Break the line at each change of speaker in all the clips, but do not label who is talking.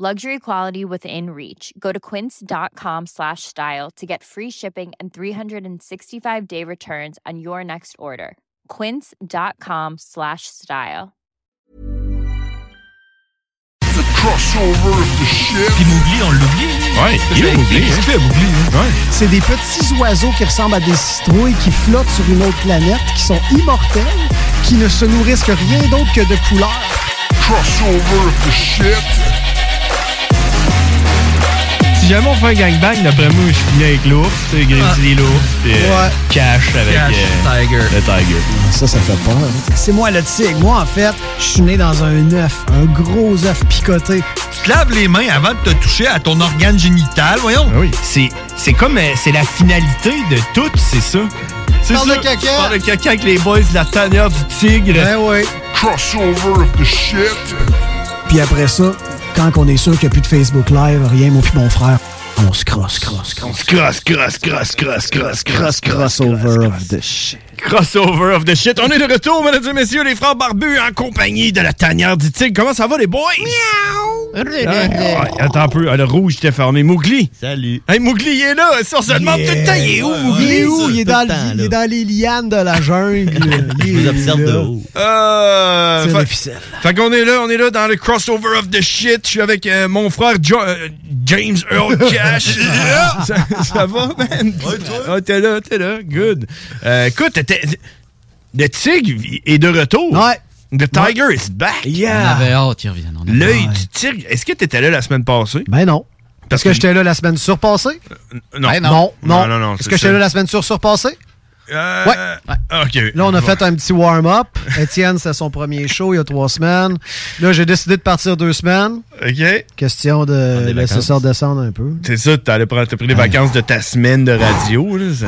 Luxury quality within reach. Go to quince.com slash style to get free shipping and 365 day returns on your next order. Quince.com slash style.
The crossover of the shit.
Puis Mowgli, on l'oublie.
Ouais, il est Mowgli, hein.
fait Mowgli, hein.
C'est des petits oiseaux qui ressemblent à des citrouilles qui flottent sur une autre planète, qui sont immortels, qui ne se nourrissent que rien d'autre que de couleurs.
Crossover of the shit.
Si jamais on fait un gangbang, d'après moi, je finis avec l'ours, tu sais, Grizzly l'ours, puis euh,
Ah. Ouais.
Cash avec
Cash,
euh,
Tiger.
le Tiger.
Ah, Ça, ça fait peur. hein. C'est moi le tigre. Moi, en fait, je suis né dans un œuf, un gros œuf picoté.
Tu te laves les mains avant de te toucher à ton organe génital, voyons.
Ah oui. C'est, c'est comme, euh, c'est la finalité de tout, c'est ça. C'est
Parle
ça.
de caca.
Tu parles de caca avec les boys de la tanière du tigre.
Ben oui.
Crossover of the shit.
Puis après ça, quand on est sûr qu'il n'y a plus de Facebook Live, rien, moi puis mon frère, on se crosse, crosse, crosse.
Cross, cross, cross, cross, cross, cross,
Crossover of the shit.
Crossover of the shit. On est de retour, mesdames et messieurs, les frères barbus en compagnie de la tanière du tigre. Comment ça va, les boys? Ouais, ouais, attends un peu. Ah, le rouge était fermé. Mougli.
Salut.
Hey, Mougli, il est là. Si on se demande tout le temps, il est où, Mougli?
Il est où? Il est,
Tout
dans
le temps,
le- il est
là.
dans les lianes de la jungle.
Je vous observe de haut.
Euh,
C'est
fa-
la ficelle.
Fait qu'on est là, on est là dans le crossover of the shit. Je suis avec euh, mon frère Jo- euh, James Earl Cash. Ah! ça, ça va, man? Ah, t'es là, t'es là. Good. Euh, écoute, t'étais- le tigre est de retour.
Ouais.
The tiger is back.
On
Yeah.
avait
Oh,
hâte qu'ils reviennent. on avait
L'œil
hâte.
du tigre. Est-ce que t'étais là la semaine passée?
Ben non.
Parce
Parce
que-
que j'étais là la semaine surpassée?
Eh, Non.
Eh, Non, non.
Non, non, non,
Est-ce
c'est
que j'étais
ça.
là la semaine sur surpassée?
Euh, OK.
Là, on a fait un petit warm-up. Étienne, c'était son premier show il y a trois semaines. Là, j'ai décidé de partir deux semaines.
OK.
Question de
des
laisser
vacances.
ça descendre un peu.
C'est ça, t'as prendre, t'as pris les vacances de ta semaine de radio. là, C'est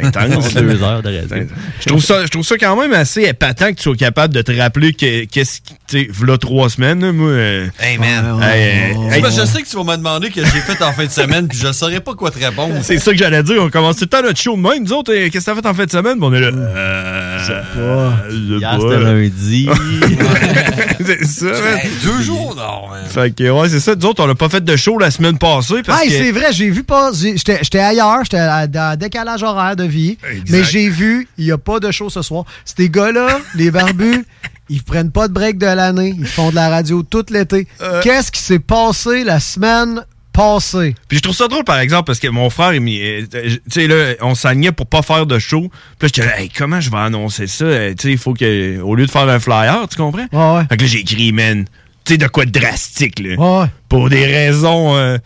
c'est intense.
On a deux heures de radio.
Je trouve ça, je trouve ça quand même assez épatant que tu sois capable de te rappeler que- qu'est-ce qui, tu sais, v'là trois semaines, là, moi. euh,
Hey, man.
Ouais,
hey,
ouais,
hey,
ouais.
hey,
Parce que je sais que tu vas me demander que j'ai fait en fin de semaine, puis je saurais pas quoi te répondre.
c'est ça que j'allais dire. On commence tout le temps notre show de même. Nous autres, euh, qu'est-ce que t'as fait en fin de semaine? Puis on est là. euh, je sais
Hier, c'était lundi.
pas. C'est ça, man.
Hey, deux jours, non. hein? man.
Fait que, ouais, c'est ça. Nous autres, on n'a pas fait de show la semaine passée. Parce
Hey,
que...
c'est vrai, j'ai vu pas. j'ai- J'étais j'étais ailleurs, j'étais à- dans décalage horaire de vie.
Exact.
Mais j'ai vu, il n'y a pas de show ce soir. Ces gars-là, les barbus, ils prennent pas de break de l'année. Ils font de la radio tout l'été.
Euh.
Qu'est-ce qui s'est passé la semaine passée?
Puis je trouve ça drôle, par exemple, parce que mon frère, il m'y- euh, tu sais, là, on s'agnait pour pas faire de show. Puis là, j'étais là, hey, comment je vais annoncer ça? Euh, Tu sais, il faut que, au lieu de faire un flyer, tu comprends?
Ouais, ouais.
Fait que là, j'ai écrit, man, tu sais, de quoi de drastique, là.
Ouais.
Pour des raisons euh,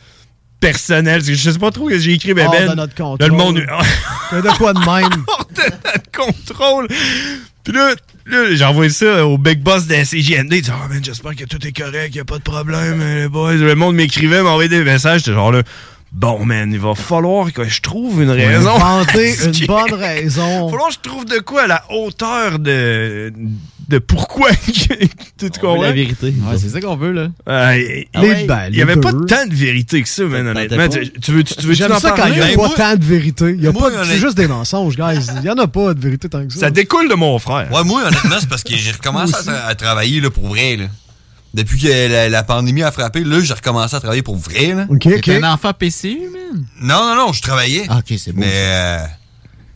personnelles. Parce que Je sais pas trop ce que j'ai écrit, mais
Hors
ben,
de notre contrôle.
là, le monde.
T'as de quoi de même?
hors de notre contrôle. Puis là, là, j'ai envoyé ça au big boss de la CJMD. Il dit Ah, man, j'espère que tout est correct, y a pas de problème, euh, les boys. Le monde m'écrivait, m'envoyait des messages. J'étais genre là, bon, man, il va falloir que je trouve une raison.
Inventer
Parce
une
que-
bonne raison.
Il va falloir que je trouve de quoi à la hauteur de, de pourquoi. que- tu
On
te
veut
comprends?
La vérité. Ouais, c'est ça qu'on veut, là.
Ah, et-
Ah
les-
ouais?
Ben,
Il y avait
les
pas
deux.
tant de vérité que ça, man,
Ça te
honnêtement.
tentait
Tu tu veux, tu, tu veux
J'aime
en
ça quand il
parler?
n'y a
Ben,
pas
moi-
tant de vérité. Il y a
moi,
pas de-
honnêtement-
C'est juste des mensonges, guys. Il n'y en a pas de vérité tant que ça.
Ça découle de mon frère.
Ouais, moi, honnêtement, c'est parce que j'ai recommencé à, tra- à travailler là, pour vrai. Là. Depuis que la, la pandémie a frappé, là, j'ai recommencé à travailler pour vrai. Là.
OK, OK.
T'es un enfant PCU, man.
Non, non, non, je travaillais.
Ah, ok, c'est beau.
Mais, euh,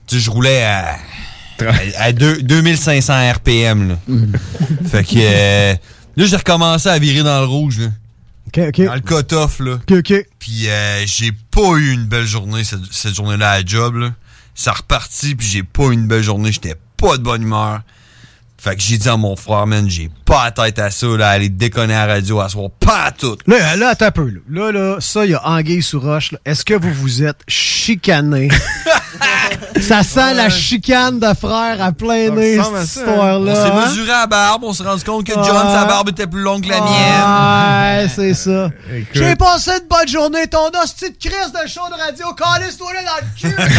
tu sais, je roulais à, à, à deux- 2500 RPM. Là.
Mm.
fait que, euh, là, j'ai recommencé à virer dans le rouge, là,
OK, OK.
dans le cut-off. Là.
OK, OK.
Puis euh, j'ai pas eu une belle journée cette, cette journée-là à job. Là. Ça repartit, puis j'ai pas eu une belle journée. J'étais pas de bonne humeur. Fait que j'ai dit à mon frère, man, j'ai pas la tête à ça, là, aller déconner à la radio à soir. Pas à tout.
Là, là, attends un peu. Là, là, là, ça, il y a Anguille sous roche. là. Est-ce que vous vous êtes chicané Ça sent la chicane de frères à plein
Ça
nez,
ressemble à
cette
ça, hein.
histoire-là.
On s'est
hein?
mesuré à la barbe, on s'est rendu compte que
Ouais.
John, sa barbe était plus longue que la
Ouais,
mienne. Euh,
c'est ça. J'ai passé une bonne journée. Ton hostie de Chris de show de radio, calisse-toi là dans le cul.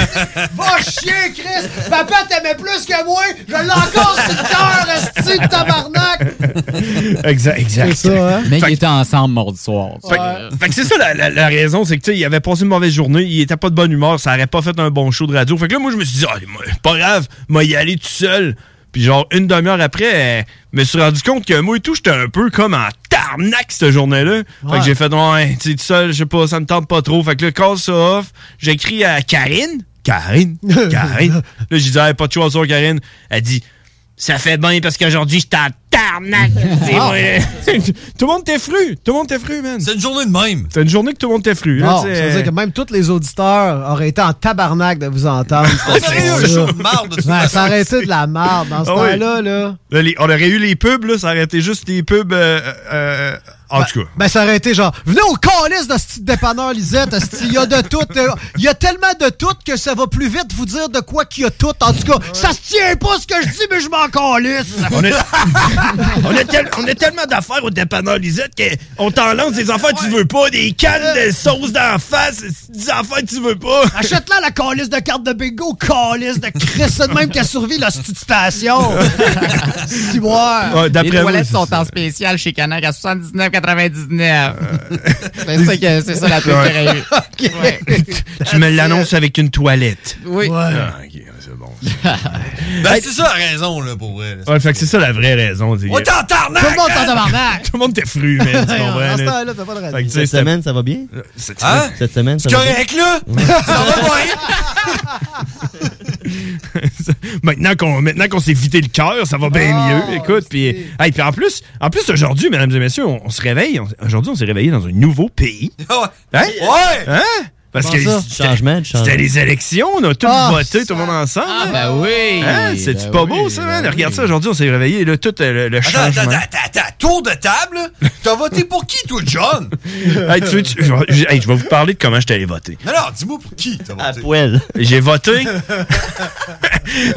Va chier, Chris. Papa t'aimait plus que moi. Je l'ai encore sur le cœur, hostie de tabarnak.
Exact, exact.
C'est
ça,
Mais ils étaient ensemble mardi soir.
Fait, que- fait que c'est ça la, la- la raison, c'est que tu sais, il avait passé une mauvaise journée, il était pas de bonne humeur, ça aurait pas fait un bon show de radio. Fait que là, moi, je me suis dit, Ah, moi, pas grave, moi, y aller tout seul. Puis genre, une demi-heure après, euh, me suis rendu compte que moi et tout, j'étais un peu comme en tarnac cette journée-là. Fait
Ouais.
que j'ai fait, ouais, tu sais, tout seul, je sais pas, ça me tente pas trop. Fait que là, call ça off, j'écris à Karine. Karine, Karine. là, j'ai dit, Hey, pas de choix sur Karine. Elle dit, ça fait bien parce qu'aujourd'hui, je t'en tarnac. C'est
Ah.
vrai. tout le monde t'est fru. Tout le monde t'est fru, man. C'est
une journée de même.
C'est une journée que tout le monde t'est fru. là,
Non, ça
tu sais.
veut dire que même tous les auditeurs auraient été en tabarnak de vous entendre.
Ah, sérieux, le show de
marde,
toute
Ouais,
façon,
Ça aurait été de la marde dans ce
Ah oui.
temps-là. Là.
Là, les- on aurait eu les pubs, là, ça aurait été juste des pubs. euh, euh, en tout cas.
Ben, ça aurait été genre, venez au calice de ce petit dépanneur Lisette, hostie, il y a de tout. euh, Il y a tellement de tout que ça va plus vite vous dire de quoi qu'il y a tout. En tout cas, ça se tient pas ce que je dis, mais je m'en calisse.
On est- on, a tel- on a tellement d'affaires au dépanneur Lisette qu'on t'en lance des affaires que tu veux pas, des cannes de sauce d'en face, des affaires que tu veux pas.
Achète-la la calice de carte de bingo, calice de Chris, c'est de même qu'elle survit la petite station. si Ah, moi.
Ouais, d'après
Les
moi,
toilettes
c'est
sont en spécial chez Canac à 79,99.
Euh,
c'est ça que- c'est ça la pub qu'il y aurait eu.
Tu me l'annonces avec une toilette.
Oui.
Ah, ok, c'est bon.
Ben, c'est ça la raison, là, pour vrai. là.
Ouais, fait que c'est ça la vraie raison.
On est en hein? tarnac! Tout le monde est en
tabarnak!
Tout le monde t'est fru, man, tu comprends?
Dans ce
là?
temps-là, t'as pas de raison.
Fait que, tu sais,
Cette
c'était-
semaine, ça va bien?
Cette
Hein?
semaine-
Cette semaine, ça
C'est
va bien?
correct,
là? Ça va
maintenant qu'on maintenant qu'on s'est vidé le cœur, ça va bien mieux. Écoute, puis hey, puis en plus, en plus aujourd'hui, mesdames et messieurs, on, on se réveille. on- Aujourd'hui, on s'est réveillé dans un nouveau pays. Hein?
Ouais!
Hein? Parce
Comment
que
ça?
c'était-
Ah Changement de changement.
C'était les élections, on a tous
Ah,
voté, tout le monde ensemble. Ah,
ben oui!
Hein? C'est pas beau, ça, man? Regarde ça, aujourd'hui, on s'est réveillé, là, tout euh, le, le
Attends,
changement.
attends, attends, attends, tour de table, là. t'as voté pour qui, toi, John?
Hey, tu veux- tu- je vais- hey, je vais vous parler de comment je suis allé voter.
Non, non, dis-moi pour qui t'as voté.
J'ai voté.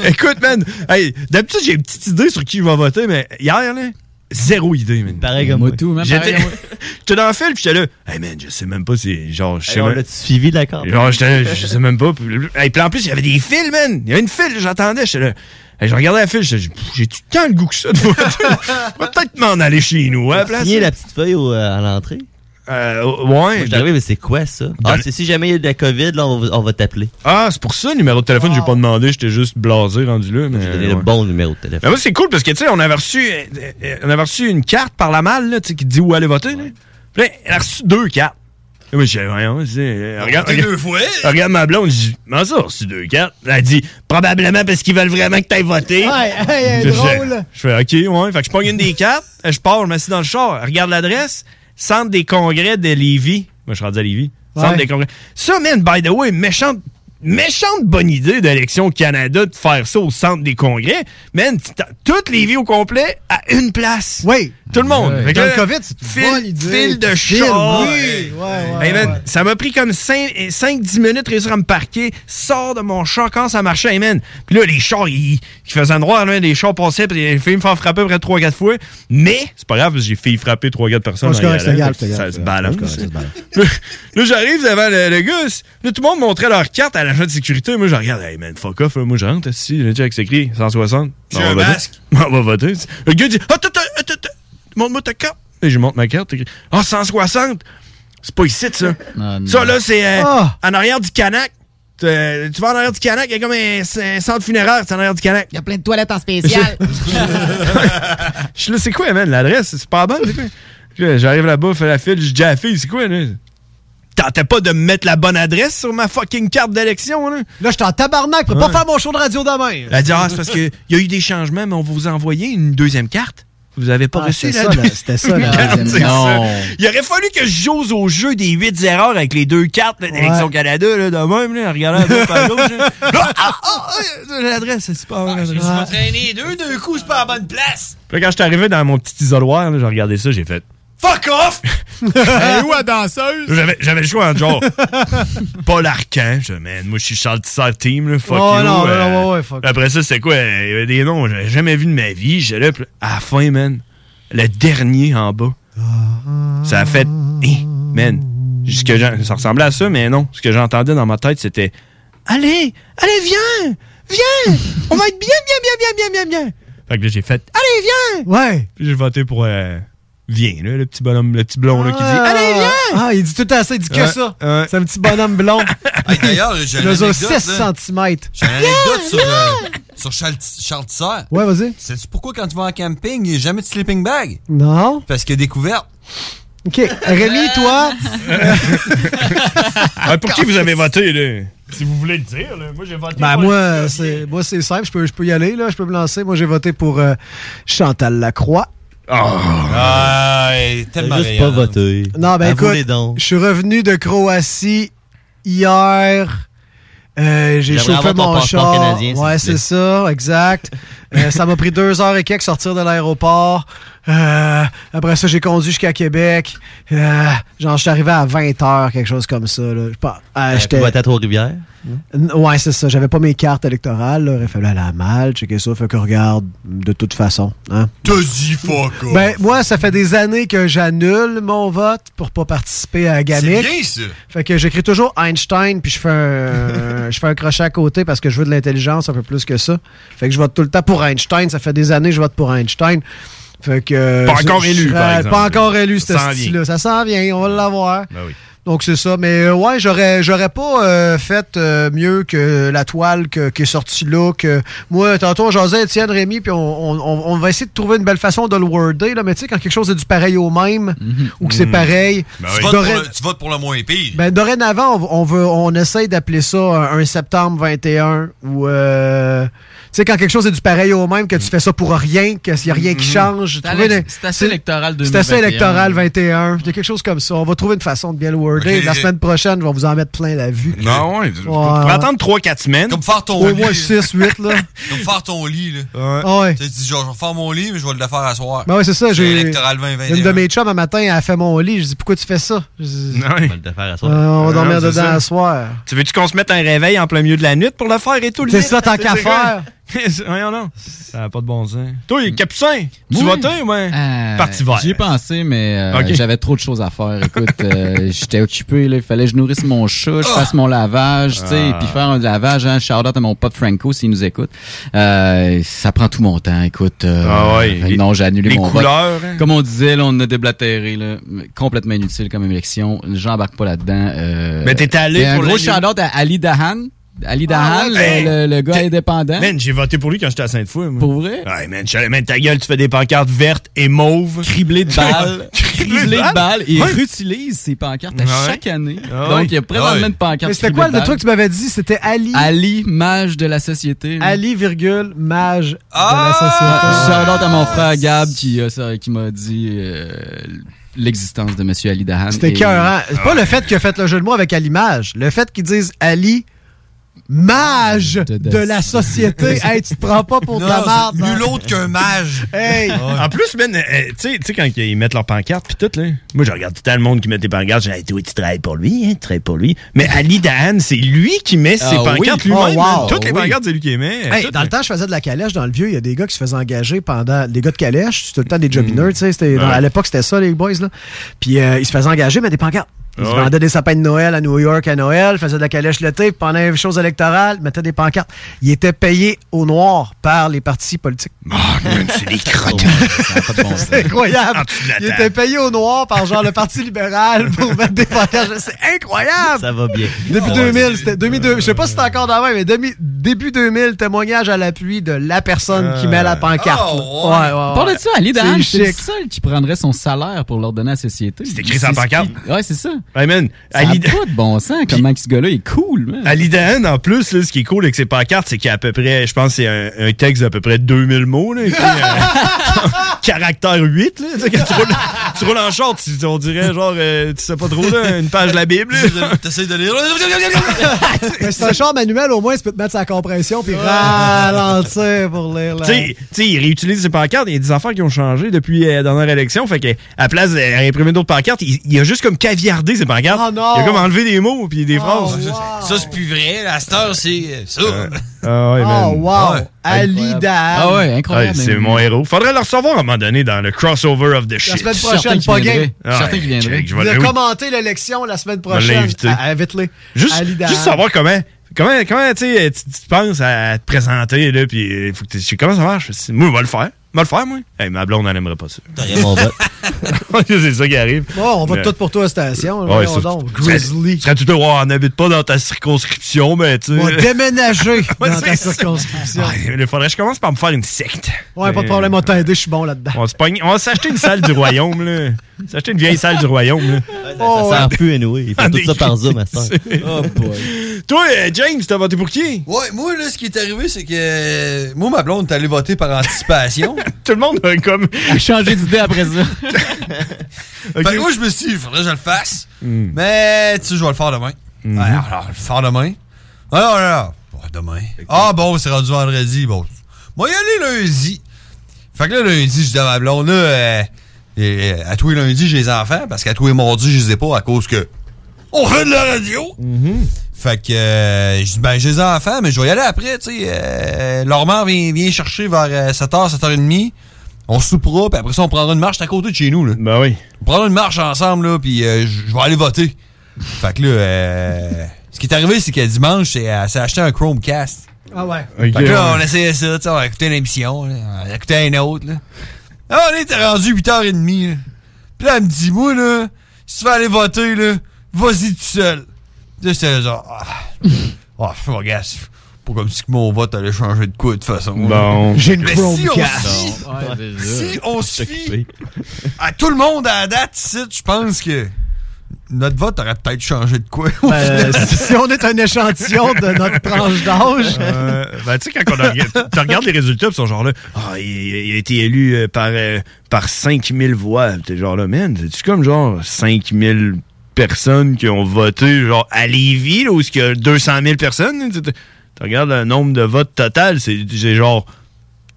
Écoute, man, hey, d'habitude, j'ai une petite idée sur qui je vais voter, mais hier, là, zéro idée, man.
Pareil comme moi.
tout, man, pareil
J'étais
comme moi.
j'étais dans le film, puis j'étais là, hey, man, je sais même pas si, genre, je sais
Hey, on
même-
l'a-tu suivi, d'accord?
Genre, j'étais là, je sais même pas. Puis, hey, puis en plus, il y avait des fils, man. Il y avait une file, j'attendais. J'étais là. Hey, je regardais la file, j'étais, Pff, j'ai tout le temps le goût que ça de voter. Je vais Peut-être m'en aller chez nous, hein, à la place.
Signer la petite feuille au- euh, à l'entrée?
Euh,
Moi,
ouais.
je suis arrivé, mais c'est quoi ça? Ah,
Dans-
c'est si jamais il y a de la COVID, là, on va, on va t'appeler.
Ah, c'est pour ça, le numéro de téléphone, j'ai pas demandé, j'étais juste blasé, rendu là. Mais,
donné le bon numéro de téléphone.
Mais moi, c'est cool parce que, tu sais, on avait reçu, euh, euh, on avait reçu une carte par la malle, là, tu sais, qui dit où aller voter, là. Puis là, elle a reçu deux cartes. Là, moi, j'ai dit, voyons, c'est. euh, Regarde,
Voté
regarde-
deux fois.
regarde ma blonde, j'ai dit, comment ça, on a reçu deux cartes? Elle a dit, probablement parce qu'ils veulent vraiment que t'ailles voter.
hey, hey,
Je-
drôle.
Je fais OK, ouais. Fait que je pogne une des cartes, je pars, je m'assieds dans le char, regarde l'adresse, Centre des congrès de Lévis. Moi, je suis rendu à Lévis. Centre
Ouais.
des congrès. Ça, man, by the way, méchante, méchante bonne idée d'Élection Canada de faire ça au Centre des congrès. Man, t- t'as toutes les vies au complet à une place.
Oui.
Tout le monde. Fait que
Dans
là,
le COVID, c'est une
file-
bonne idée.
file de
File,
char.
oui. Ouais, ouais,
Hey man,
ouais.
ça m'a pris comme 5-10 minutes réussir à me parquer, sors de mon char, quand ça marchait, hey man. Puis là, les chars, ils, ils faisaient noir, là, les chars passaient, puis j'ai failli me faire frapper près de 3-4 fois. Mais, c'est pas grave, parce que j'ai failli frapper 3-4 personnes.
Ouais, c'est
en
correct,
y allant,
c'est égal,
fait que
c'est
Ça se
égal,
balance.
c'est correct, ça se balance.
Là, là, j'arrive devant le, le gars, c'est- là, tout le monde montrait leur carte à l'agent de sécurité. Moi, je regarde, hey man, fuck off, là. moi, je rentre, ici, le check s'écrit 160.
J'ai
On va
un
voter.
masque.
On va voter. Le gars dit, Ah, attends, attends, attends, attends, montre-moi ta carte. Et je lui montre ma carte. écrit, Ah, 160. C'est pas ici, ça. Ça, là, c'est euh,
Ah.
en arrière du Canac. Euh, Tu vas en arrière du Canac, il y a comme un, un centre funéraire, c'est en arrière du Canac.
Il y a plein de toilettes en spécial.
Je suis là, c'est quoi, man? L'adresse, c'est pas bonne, c'est quoi? Puis là, J'arrive là-bas, fais la file, je dis à la fille, c'est quoi, là? Tentais pas de me mettre la bonne adresse sur ma fucking carte d'élection, là?
Là, j'étais en tabarnak, pour
Ouais.
pas faire mon show de radio demain.
Elle dit, ah, c'est parce qu'il y a eu des changements, mais on va vous envoyer une deuxième carte. Vous avez pas
Ah,
reçu,
c'était
la
ça, la-
deuxième-
c'était ça, la
Regarde,
deuxième
c'est ça.
carte.
Il aurait fallu que je j'ose au jeu des huit erreurs avec les deux cartes là, d'Élection
Ouais.
Canada, là, de même, là, en regardant à gauche, à gauche, là. Là, ah, ah, ah, l'adresse, c'est pas la bonne
Je me
adresse.
suis entraîné deux, deux coups, c'est pas à la bonne place.
Puis là, quand je suis arrivé dans mon petit isoloir, là, j'ai regardé ça, j'ai fait
Fuck off!
Elle est où, la danseuse?
J'avais, j'avais le choix entre genre Paul Arcan. Je dis, man, moi je suis Charles Tissard Team, là, fuck
Ouais,
you. euh.
non, ouais, ouais, ouais, fuck.
Après ça, c'est quoi? Il y avait des noms, j'avais jamais vu de ma vie. J'étais là, puis à la fin, man, le dernier en bas. Ça a fait, hé, man. Ce que j'en- ça ressemblait à ça, mais non. Ce que j'entendais dans ma tête, c'était Allez, allez, viens! Viens! On va être bien, bien, bien, bien, bien, bien, bien! Fait que là, j'ai fait Allez, viens!
Ouais.
Puis j'ai voté pour euh, Viens, là, le petit bonhomme, le petit blond là, qui dit Allez, viens!
Ah, il dit tout à ça, il dit que
Ouais,
ça.
ouais.
C'est un petit bonhomme blond,
Hey, D'ailleurs, j'ai une
mesure
anecdote.
6
là.
cm.
J'ai une anecdote sur, euh, sur Charles, Charles Tissère.
Ouais, vas-y.
Sais-tu pourquoi quand tu vas en camping, il n'y a jamais de sleeping bag?
Non.
Parce qu'il a découvert.
OK. Rémi, toi,
Ah, pour qui vous avez voté, là? Si vous voulez le dire, là. Moi, j'ai voté
Ben moi, c'est moi c'est simple, je peux, je peux y aller, là, je peux me lancer. Moi j'ai voté pour euh, Chantal Lacroix.
Ah, hey, tellement
T'as juste pas
rayonnant.
voté.
Non, ben
Avoue les
écoute,
dons.
je suis revenu de Croatie hier. Euh,
J'aimerais
j'ai chauffé
avoir ton
mon
passeport
char.
canadien, s'il
ouais,
te
c'est
plaît.
ça, exact. Euh, ça m'a pris deux heures et quelques sortir de l'aéroport. Euh, après ça, j'ai conduit jusqu'à Québec. Euh, genre, je suis arrivé à 20 heures, quelque chose comme ça. Là. Je sais pas,
Ah,
euh,
Euh,
j'étais-
Tu votes à Trois-Rivières.
N- Ouais, c'est ça. J'avais pas mes cartes électorales. Là. Aurait fallu aller à la malle, checker ça. Fait que regarde, de toute façon. Hein?
T'as dit fuck off.
Ben, moi, ça fait des années que j'annule mon vote pour pas participer à
C'est
Gamic.
bien, ça.
Fait que j'écris toujours Einstein, puis je fais un, je fais un crochet à côté parce que je veux de l'intelligence un peu plus que ça. Fait que je vote tout le temps pour Einstein. Ça fait des années que je vote pour Einstein. Fait que.
Pas
je-
encore
je
élu,
serais-
par exemple.
Pas encore élu, ce
Ça s'en vient.
style-là. Ça s'en vient, on va l'avoir.
Ben oui.
Donc c'est ça, mais euh, ouais, j'aurais j'aurais pas euh, fait euh, mieux que la toile que- qui est sortie là. Que moi, tantôt, j'osais Étienne, Rémi, puis on, on- on- on va essayer de trouver une belle façon de le worder, là, mais tu sais, quand quelque chose est du pareil au même, ou que c'est pareil,
Mm-hmm. Ben
Hmm. Tu
oui.
votes,
Doré-
pour le, tu votes pour le moins pire.
ben, dorénavant, on, on veut, on essaye d'appeler ça un, un septembre 21 ou. euh, tu sais, quand quelque chose est du pareil au même, que tu fais ça pour rien, qu'il n'y a rien
Mm-hmm.
qui change.
C'est
trouver
Alex-
une-
c'est assez électoral
C'est assez
2021.
électoral 21. Il y a quelque chose comme ça. On va trouver une façon de bien le worder.
Ok.
La semaine prochaine, je vais vous en mettre plein la vue.
Non, ouais. Faut
Ouais.
attendre 3-4 semaines.
Comme faire ton
Au
lit.
moins 6, 8, là.
Comme faire ton lit, là.
Ah ouais.
Tu sais, tu dis, genre, je vais faire mon lit, mais je vais le faire à soir.
Ben ouais, c'est ça.
C'est
J'ai
électoral 2021.
une de mes chums, un matin, elle a fait mon lit. Je dis, pourquoi tu fais ça? Je dis,
On
Ouais.
va le faire à
Euh,
soir.
on va
Ah Non,
dormir
Ah, c'est
dedans
ça.
à soir.
Tu veux-tu qu'on se mette un réveil en plein milieu de la nuit pour le faire et tout? le
C'est
lit?
ça, tant qu'à
C'est quoi?
faire.
Voyons non. Ça n'a pas de bon sens. Toi, il est capucin, tu
Moi?
votais ou ouais?
Euh,
Parti vert.
J'y ai pensé, mais euh,
Ok.
j'avais trop de choses à faire. Écoute, euh, j'étais occupé, là, il fallait que je nourrisse mon chat,
Ah.
je fasse mon lavage, tu sais, puis faire un lavage, hein, shout-out à mon pote Franco s'il nous écoute. Euh, ça prend tout mon temps, écoute. euh,
Ah ouais,
fait que
les-
non, j'ai annulé
Les
mon vote.
couleurs. hein?
Comme on disait, là, on a déblatéré, là, complètement inutile comme élection. J'embarque pas là-dedans. euh,
Mais t'es allé
et un
pour
gros
le- Ah
shout-out à Ali Dahan. Ali Dahan, le-
ouais. ben,
le, le gars
T'es-
indépendant.
Man, j'ai voté pour lui quand j'étais à Sainte-Foy. moi.
Pour vrai?
Ouais, man, je savais, man, ta gueule, tu fais des pancartes vertes et mauves.
criblé de balles. criblé de balles. Il
hein? Ouais.
réutilise ses pancartes à
Ouais.
chaque année.
Ah
Donc,
ouais.
il y a présentement
Ah ouais.
une pancarte.
Mais c'était
criblée
quoi
de
le
balles.
truc que tu m'avais dit? C'était Ali.
Ali, mage de la société. là.
Ali, virgule, mage
Ah,
de la société.
Shout-out à mon frère Gab qui, a ça- qui m'a dit euh, l'existence de Monsieur Ali Dahan.
C'était
Et-
écœurant. C'est pas le fait qu'il a fait le jeu de mots avec Alimage. Le fait qu'ils disent Ali, mage
De- de-
de la société. hey, tu te prends pas pour de la
Non,
merde.
c'est
hein.
nul autre qu'un mage.
Hey! Ah,
En plus, man, euh, euh, tu sais- tu sais, quand ils mettent leurs pancartes, pis tout, là. Moi, je regarde tout le temps le monde qui met des pancartes. J'ai dit, oui, tu travailles pour lui, hein, tu travailles pour lui. Mais Ali Dahan, c'est lui qui met ses
Ah oui.
pancartes
Oh,
lui-même. man.
wow.
Toutes les
Oui.
pancartes, c'est lui qui les met.
Hey,
Toutes,
dans le
là.
temps, je faisais de la calèche dans le vieux. Il y a des gars qui se faisaient engager pendant. Des gars de calèche, c'était tout le temps des jobineurs, tu sais. c'était- dans- À l'époque, c'était ça, les boys, là. Puis euh, ils se faisaient engager, mais des pancartes. Ils se
Ouais.
vendaient des sapins de Noël à New York à Noël, faisaient de la calèche l'été, puis pendant les choses électorales, ils mettaient des pancartes. Ils étaient payés au noir par les partis politiques.
c'est des crottes.
Oh, ça a pas de bon sens.
C'est incroyable.
En dessous de la
Ils
table.
étaient payés au noir par genre le Parti libéral pour mettre des pancartes. C'est incroyable!
Ça va bien.
Oh,
Depuis
Ouais.
2000, c'était 2002. Je sais pas si c'est encore dans la main, mais demi- début 2000, témoignage à l'appui de la personne qui met
Euh.
la pancarte.
Oh,
là. ouais, ouais,
Parle
ouais.
de ça, Ali Dahan,
C'est
c'est le
chic.
seul qui prendrait son salaire pour leur donner à la société.
C'est écrit sur la
ce
pancarte.
qui- Ouais, c'est ça.
Hey, man,
Ça
à
a
l'idée-
pas de bon sens, comment que ce gars-là est cool, man.
À l'IDN, en plus, là, ce qui est cool avec ses pancartes, c'est qu'il y a à peu près, je pense, que c'est un, un texte d'à peu près 2000 mots. Là, et puis, euh, caractère 8. Là, tu, sais, quand tu roules, tu roules en short, tu- on dirait, genre, euh, tu sais pas trop, là, une page de la Bible. là.
T'essayes de lire.
Mais c'est un char manuel, au moins, tu peux te mettre sa compression puis ralentir pour lire. là.
Tu sais, tu sais, il réutilise ses pancartes. Il y a des affaires qui ont changé depuis euh, la dernière élection. Fait que, à place de réimprimer d'autres pancartes, il, il a juste comme caviardé ses pancartes.
Oh non! Ah,
Il a comme enlevé des mots puis des phrases.
wow.
Oh, Ça, c'est plus vrai. La star, c'est ça.
Ah ouais, man.
Oh, wow!
Ouais.
Ali Dahab.
Ah ouais,
Ouais,
incroyable.
c'est
man.
mon héros. Faudrait le recevoir à un moment donné dans le crossover of the
La
shit.
semaine
Je suis certain
prochaine,
qu'il
pas game.
viendrait. Je suis certain qu'il
Hey,
viendrait.
check, je vais
Il a
aller-
commenté l'élection la semaine
Je vais
prochaine.
l'inviter.
À- à- Invite-le.
Juste,
Ali Dahab.
juste savoir comment, comment, comment tu, sais, tu, tu penses à te présenter, là, puis euh, faut que tu- je sais comment ça marche. Je sais, Moi, je vais le faire. Je vais le faire, moi. Hey, ma blonde, elle aimerait pas ça.
T'aurais mon vote.
c'est ça qui arrive.
Bon, on va
Mais-
tout pour toi à la station.
Ouais,
voyons
ça,
donc.
tu serais-
Grizzly.
Tu serais tout de Ouais, on n'habite pas dans ta circonscription, mais tu
On va
sais.
déménager
Ouais,
dans
c'est
ta
ça.
circonscription.
Ah, Il faudrait que je commence par me faire une secte.
Ouais, pas de
Euh,
problème, on t'a aidé, je suis bon là-dedans.
On va se pogne- on va s'acheter une salle du royaume, là. S'acheter une vieille salle du royaume, là.
Oh,
Ça sert plus, anyway. Il fait tout ça par Zoom, à ça.
Oh boy.
Toi, euh, James, t'as voté pour qui?
Ouais, moi, là, ce qui est arrivé, c'est que. euh, Moi, ma blonde est allée voter par anticipation.
Tout le monde a comme.
J'ai changé d'idée après ça.
Fait
Ok. Hmm.
que moi, je me suis dit, il faudrait que je le fasse. Mais, tu sais, je vais le faire demain. Ouais, alors, je vais le faire demain. Ouais, non, non, non. Ouais, demain. Ah, bon, c'est rendu vendredi. Bon, moi, y aller lundi. Fait que là, lundi, je dis à ma blonde, là, euh, et, euh, à tous les lundis, j'ai les enfants, parce qu'à tous les mardis, je les ai pas à cause que. On fait de la radio!
Mm-hmm.
Fait que euh, je dis, ben, j'ai les enfants, mais je vais y aller après, tu sais. Euh, leur mère vient, vient chercher vers euh, 7h, 7h30. On soupera, puis après ça, on prendra une marche c'est à côté de chez nous, là.
Ben oui.
On prendra une marche ensemble, là, puis euh, je je vais aller voter. Fait que là, euh, ce qui est arrivé, c'est que dimanche, elle elle s'est acheté un Chromecast.
Ah ouais.
Fait que là, on essayait ça, tu sais, on écoutait une émission, là, on écoutait une autre, là. Là, on était rendu 8h30, là. Puis là, elle me dit, moi, là, si tu veux aller voter, là, vas-y tout seul. Là, j'étais genre, ah,
Oh,
ah, je suis gars, c'est pas comme si que mon vote allait changer de quoi, de toute façon. là.
Bon.
J'ai une
Mais si on
Chromecast.
suit- si on se fie à tout le monde à la date ici, je pense que notre vote aurait peut-être changé de quoi. au final.
Euh, si si on est un échantillon de notre tranche d'âge,
Euh, ben, tu sais, quand on a- tu regardes les résultats, pis sont genre là, Ah, il, il a été élu euh, par, euh, par 5000 voix. Pis T'es genre là, man, c'est-tu comme genre 5000 personnes qui ont voté, genre à Lévis, là, où il y a 200 000 personnes? là? Tu tu- tu regardes le nombre de votes total, c'est j'ai genre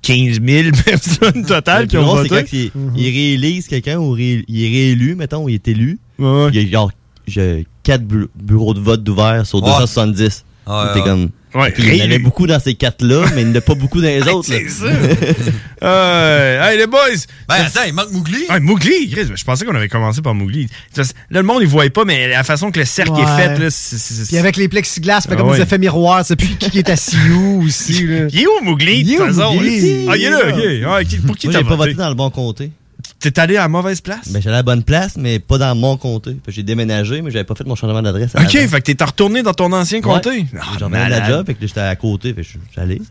15 000 personnes
Le
totales
plus
qui ont
drôle, c'est
voté.
quand il,
Mhm.
il réélise quelqu'un ou ré- il est réélu, mettons, ou il est élu.
Ouais, ouais.
Il y a genre 4 bureaux de vote d'ouvert sur
Ah.
Ouais.
270.
Ouais,
T'es
ouais.
comme.
Ouais,
Il y en avait
réélu.
beaucoup dans ces 4-là, mais il n'y en a pas beaucoup dans les autres. là.
C'est ça. Euh, hey, les boys!
ben attends, il manque Mougli.
Ah, Mowgli, Chris, je pensais qu'on avait commencé par Mowgli. Ça, c'est- Là, le monde, il voyait pas, mais la façon que le cercle
Ouais.
est fait, là, c'est- c'est-
puis
c'est-
avec les plexiglas, fait
Ah
comme
ouais.
des effets miroirs, c'est plus qui est assis où aussi. Là.
Il est où, Mowgli?
Il est
de toute
où,
façon?
Mowgli?
Ah, il est là, ok. Ah, qui- pour qui
Moi,
t'as
j'ai pas
voté?
voté dans le bon comté.
T'es allé à la mauvaise place?
Ben, j'allais à la bonne place, mais pas dans mon comté. Fait que J'ai déménagé, mais j'avais pas fait mon changement d'adresse.
ok, fait que t'es retourné dans ton ancien comté. Ah,
J'en avais
malade.
la job, fait que j'étais à côté, fait que je- j'allais.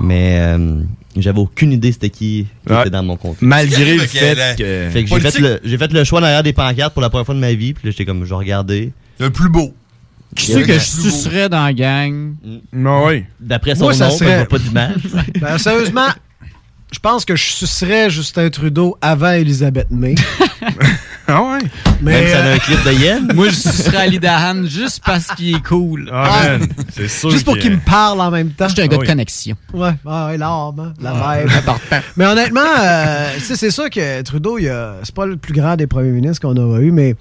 Mais euh, j'avais aucune idée c'était qui, qui
Ouais.
était dans mon comté.
Malgré le
Fait que la-
fait que...
Fait que j'ai fait,
Politique.
le, j'ai fait le choix derrière des pancartes pour la première fois de ma vie, puis là j'étais comme, je regardais.
Le plus beau.
Qui c'est que je sucerais dans la gang?
Mm. Non, oui.
D'après son
Moi, ça
nom,
serait-
ben, je vois pas d'image.
Ben, sérieusement, je pense que je sucerais Justin Trudeau avant Elisabeth May.
Ah, ouais.
Même
Mais euh,
si elle a un clip de Yen.
Moi, je sucerais Ali Dahan juste parce qu'il est cool.
Ah, man. C'est sûr.
euh, juste pour
que- Ah
qu'il me parle en même temps.
Moi, J'étais un gars
oui. Ah.
de connexion.
Ouais, ah, ouais, l'arme, hein, la vibe. Mais honnêtement, euh, tu sais, c'est sûr que Trudeau, il a- c'est pas le plus grand des premiers ministres qu'on aura eu, mais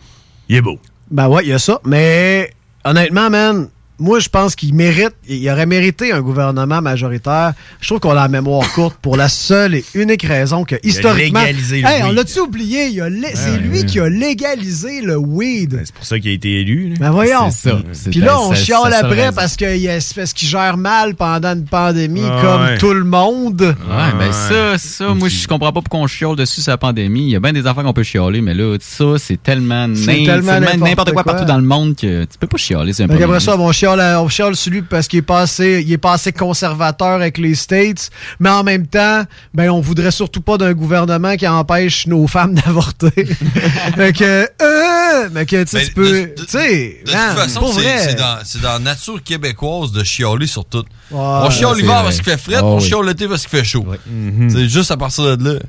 Il est beau.
Ben ouais, il y a ça. Mais honnêtement, man, moi, je pense qu'il mérite, il aurait mérité un gouvernement majoritaire. Je trouve qu'on a la mémoire courte pour la seule et unique raison que, historiquement.
légalisé le
Hey, on
weed.
l'a-tu oublié? Il a lé- c'est lui qui a légalisé le weed.
Ben, C'est pour ça qu'il a été élu. là.
Ben voyons.
C'est
Mm.
ça. C'est
Puis
ta-
là, on
sa- sa
chiale
seule
après
raison.
parce que il est- parce qu'il gère mal pendant une pandémie,
Ah
comme
ouais.
tout le monde.
Ah
Ouais,
Ah, Ouais.
ben ça, ça, moi, je comprends pas pourquoi on chiole dessus sur la pandémie. Il y a bien des affaires qu'on peut chialer, mais là, ça, c'est tellement nain,
C'est
c'est
tellement
tellement
n'importe
n'importe quoi,
quoi.
partout dans le monde que tu peux pas chialer, c'est un
Fait
peu.
qu'après ça, mon chien chiale, à- on chiale sur lui parce qu'il est passé, il est passé conservateur avec les States, mais en même temps, ben on voudrait surtout pas d'un gouvernement qui empêche nos femmes d'avorter. fait que, euh, mais que tu sais,
Ben,
tu peux,
de- de-
tu sais,
de toute
man,
façon,
pour
c'est-
vrai.
c'est dans, c'est dans la nature québécoise de chialer sur tout. on
ouais,
chiale
c'est
l'hiver
vrai.
parce qu'il fait frais,
Ah
on
oui.
chiale l'été parce qu'il fait chaud.
Mhm.
C'est juste à partir de là.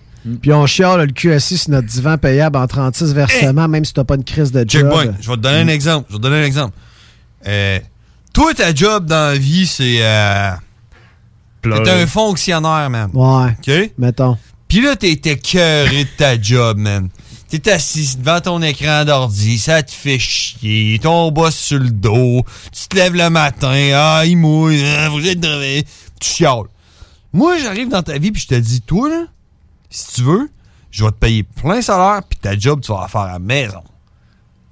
Puis on chiale le cul assis sur notre divan payable en 36 versements, même si t'as pas une crise de
Check
job. Mm.
point. Je vais te donner un exemple. Je vais te donner un exemple. Euh, toi, ta job dans la vie, c'est. Euh, t'es un fonctionnaire, man.
Ouais,
OK?
mettons.
Puis là, t'es écœuré de ta job, man. T'es assis devant ton écran d'ordi, ça te fait chier, ton boss sur le dos, tu te lèves le matin, ah, il mouille, ah, faut que j'aille travailler, tu chiales. Moi, j'arrive dans ta vie puis je te dis, toi, là, si tu veux, je vais te payer plein salaire puis ta job, tu vas la faire à la maison.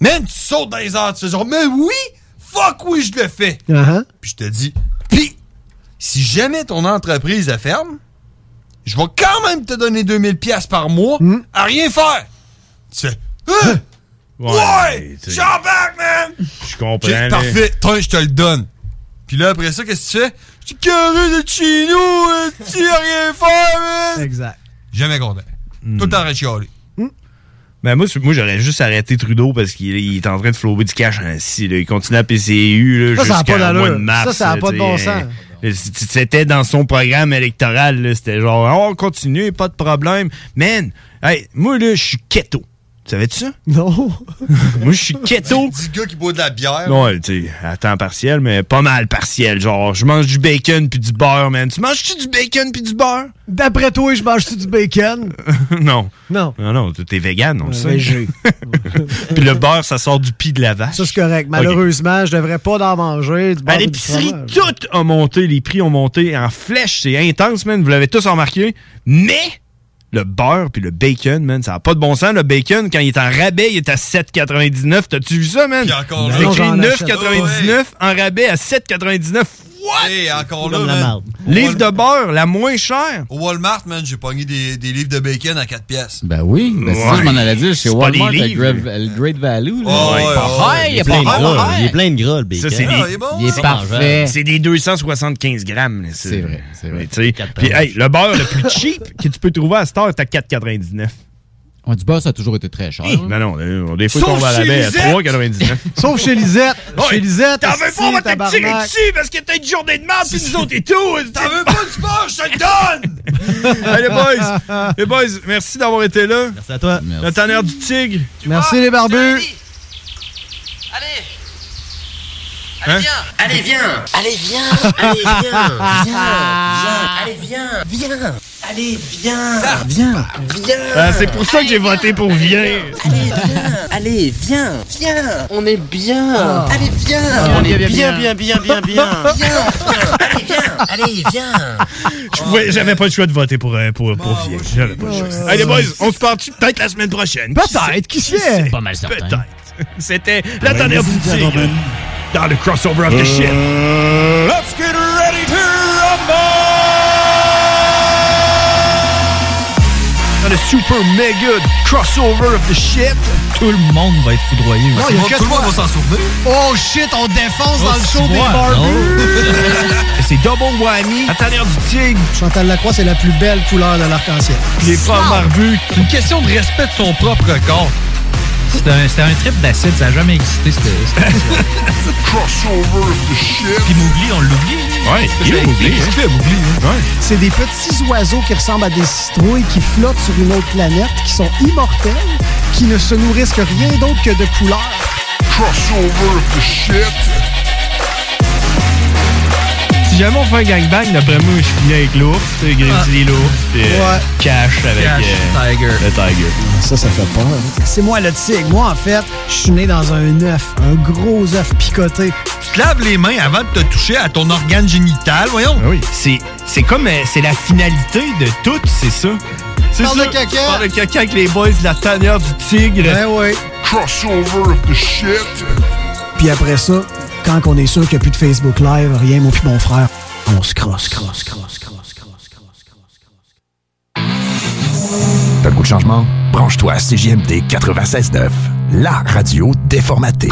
Man, tu sautes dans les heures, tu fais genre, mais oui, fuck oui, je le fais.
Uh-huh.
Puis je te dis, pis, si jamais ton entreprise elle ferme, je vais quand même te donner 2000 pièces par mois à rien faire. Tu fais, Hein? ouais,
tu sais,
j'embarque, man!
Je comprends.
Ok,
là.
parfait, tiens, je te le donne. Puis là, après ça, qu'est-ce que tu fais? Je suis curé de chez nous, hein, tu sais, à rien faire, man!
Exact.
Jamais content.
Hmm.
Tout le temps à chialer.
Ben moi, c'est- moi j'aurais juste arrêté Trudeau parce qu'il il est en train de flouber du cash ainsi. Là. Il continue à PCU
Ça,
là,
ça a pas
jusqu'à
d'allure.
mois de mars.
Ça, ça a
là,
pas de bon
tu sais,
sens.
euh, c- C'était dans son programme électoral. là, C'était genre, on continue, pas de problème. Man, hey, moi, là, je suis keto. Savais-tu ça?
Non.
moi, je suis keto.
Petit gars qui boit de la bière.
Non, ouais, tu sais, à temps partiel, mais pas mal partiel. Genre, je mange du bacon puis du beurre, man. Tu manges-tu du bacon puis du beurre?
D'après toi, je mange-tu du bacon?
non.
Non. Euh,
Non, non, t'es vegan, on le sait.
Végé.
Puis le beurre, ça sort du pis de la vache.
Ça, c'est correct. Malheureusement, je devrais pas en manger. Du beurre
À
et du
l'épicerie,
fromage.
tout a monté. Les prix ont monté en flèche. C'est intense, man. Vous l'avez tous remarqué. Mais le beurre puis le bacon, man, ça n'a pas de bon sens. Le bacon, quand il est en rabais, il est à 7,99. T'as-tu vu ça, man?
Puis encore
C'est
là,
Non,
écrit
j'en
9,99 en rabais à 7,99.
hey, encore là,
Comme la
man.
marde.
Livre de beurre, la moins chère.
Au Walmart, man, j'ai pogné des, des livres de bacon à 4 pièces.
Ben oui, ben c'est
Ouais.
ça, je m'en allais dire. Chez
C'est pas des
Walmart, le
livres.
Great,
Euh,
le Great Value. Là.
Oh, ouais,
pareil,
ouais.
il est
Plein de
pareil,
gras,
pareil.
Il est plein de gras, le bacon.
Ça, c'est des-
Ah, il est bon,
Il
ça.
est parfait.
C'est des 275 grammes. là,
C'est vrai, c'est vrai.
Mais tu sais,
Quatre
puis,
Ben,
tranches.
hey, le beurre le plus cheap que tu peux trouver à cette heure, t'as 4,99.
On dit bas, ça a toujours été très cher.
Non, non, euh, des fois,
Sauf
on va à
chez
rabais à
Lisette.
3,99.
Sauf chez Lisette. chez Lisette,
T'en veux
esti,
pas, on va te
tabarnak.
tirer dessus parce que t'as une journée de merde, puis nous autres et tout.
T'en veux pas du sport, je te le donne!
Hey, les boys, les boys, merci d'avoir été là.
Merci à toi.
Merci.
Le tanneur du tigre.
Merci les barbus.
Allez, viens Hein? Allez, viens Allez, viens Viens Viens Allez, viens Viens Allez, viens Viens Viens
Ah, c'est pour ça que j'ai voté pour Viens.
Allez, viens Allez, viens Viens On est
Ah.
bien Allez, viens On est bien, bien, bien, bien, bien Viens viens. Allez, viens Allez, viens
Je pouvais- J'avais pas le choix de voter pour, euh, pour, pour Viens. J'avais pas le choix. Hey, les boys, on se parle peut-être la semaine prochaine. Qui sait?
Peut-être, qui sait?
Pas mal certain.
Peut-être. C'était le tanneur du tigre dans le crossover
Euh,
of the shit.
Let's get ready to rumble!
Dans le super mega crossover of the shit.
Tout le monde va être foudroyé.
Non, il y a que
Tout le monde
toi.
va s'en souvenir.
Oh shit, on défonce dans le show des
ouais,
barbus.
C'est double whammy. La tanneur du tigre.
Chantal Lacroix, c'est la plus belle couleur de l'arc-en-ciel.
Les femmes barbues.
C'est une question de respect de son propre corps. C'était un, c'était un trip d'acide, ça n'a jamais existé. C'était, c'était...
The crossover of the shit.
Puis Mougli, on l'oublie.
Ouais, il est oublié.
Qu'est-ce qu'il fait, Bougli?
C'est des petits oiseaux qui ressemblent à des citrouilles qui flottent sur une autre planète, qui sont immortels, qui ne se nourrissent que rien d'autre que de couleurs.
Crossover of the shit.
Si jamais on fait un gangbang, d'après moi, je finis avec l'ours, tu sais, Grizzly l'ours, puis euh,
Ouais.
Cash avec
Cash,
euh,
Tiger.
le Tiger.
Ça, ça fait peur. hein. C'est moi le tigre. Moi, en fait, je suis né dans un œuf, un gros œuf picoté.
Tu te laves les mains avant de te toucher à ton organe génital, voyons.
Ben oui. C'est, c'est comme, euh, c'est la finalité de tout, c'est ça. C'est
Parle
ça.
de caca.
Parle de caca avec les boys de la tanière du tigre.
Ben oui.
Crossover of the shit.
Puis après ça, quand on est sûr qu'il n'y a plus de Facebook Live, rien, mon puis mon frère, on se crosse, crosse, crosse, crosse, crosse, crosse, crosse, crosse.
T'as le goût de changement? Branche-toi à CJMD 96.9, la radio déformatée.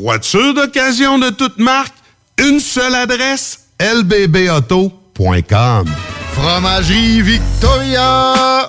Voiture d'occasion de toute marque,
Une seule adresse, lbbauto.com. Fromagerie Victoria!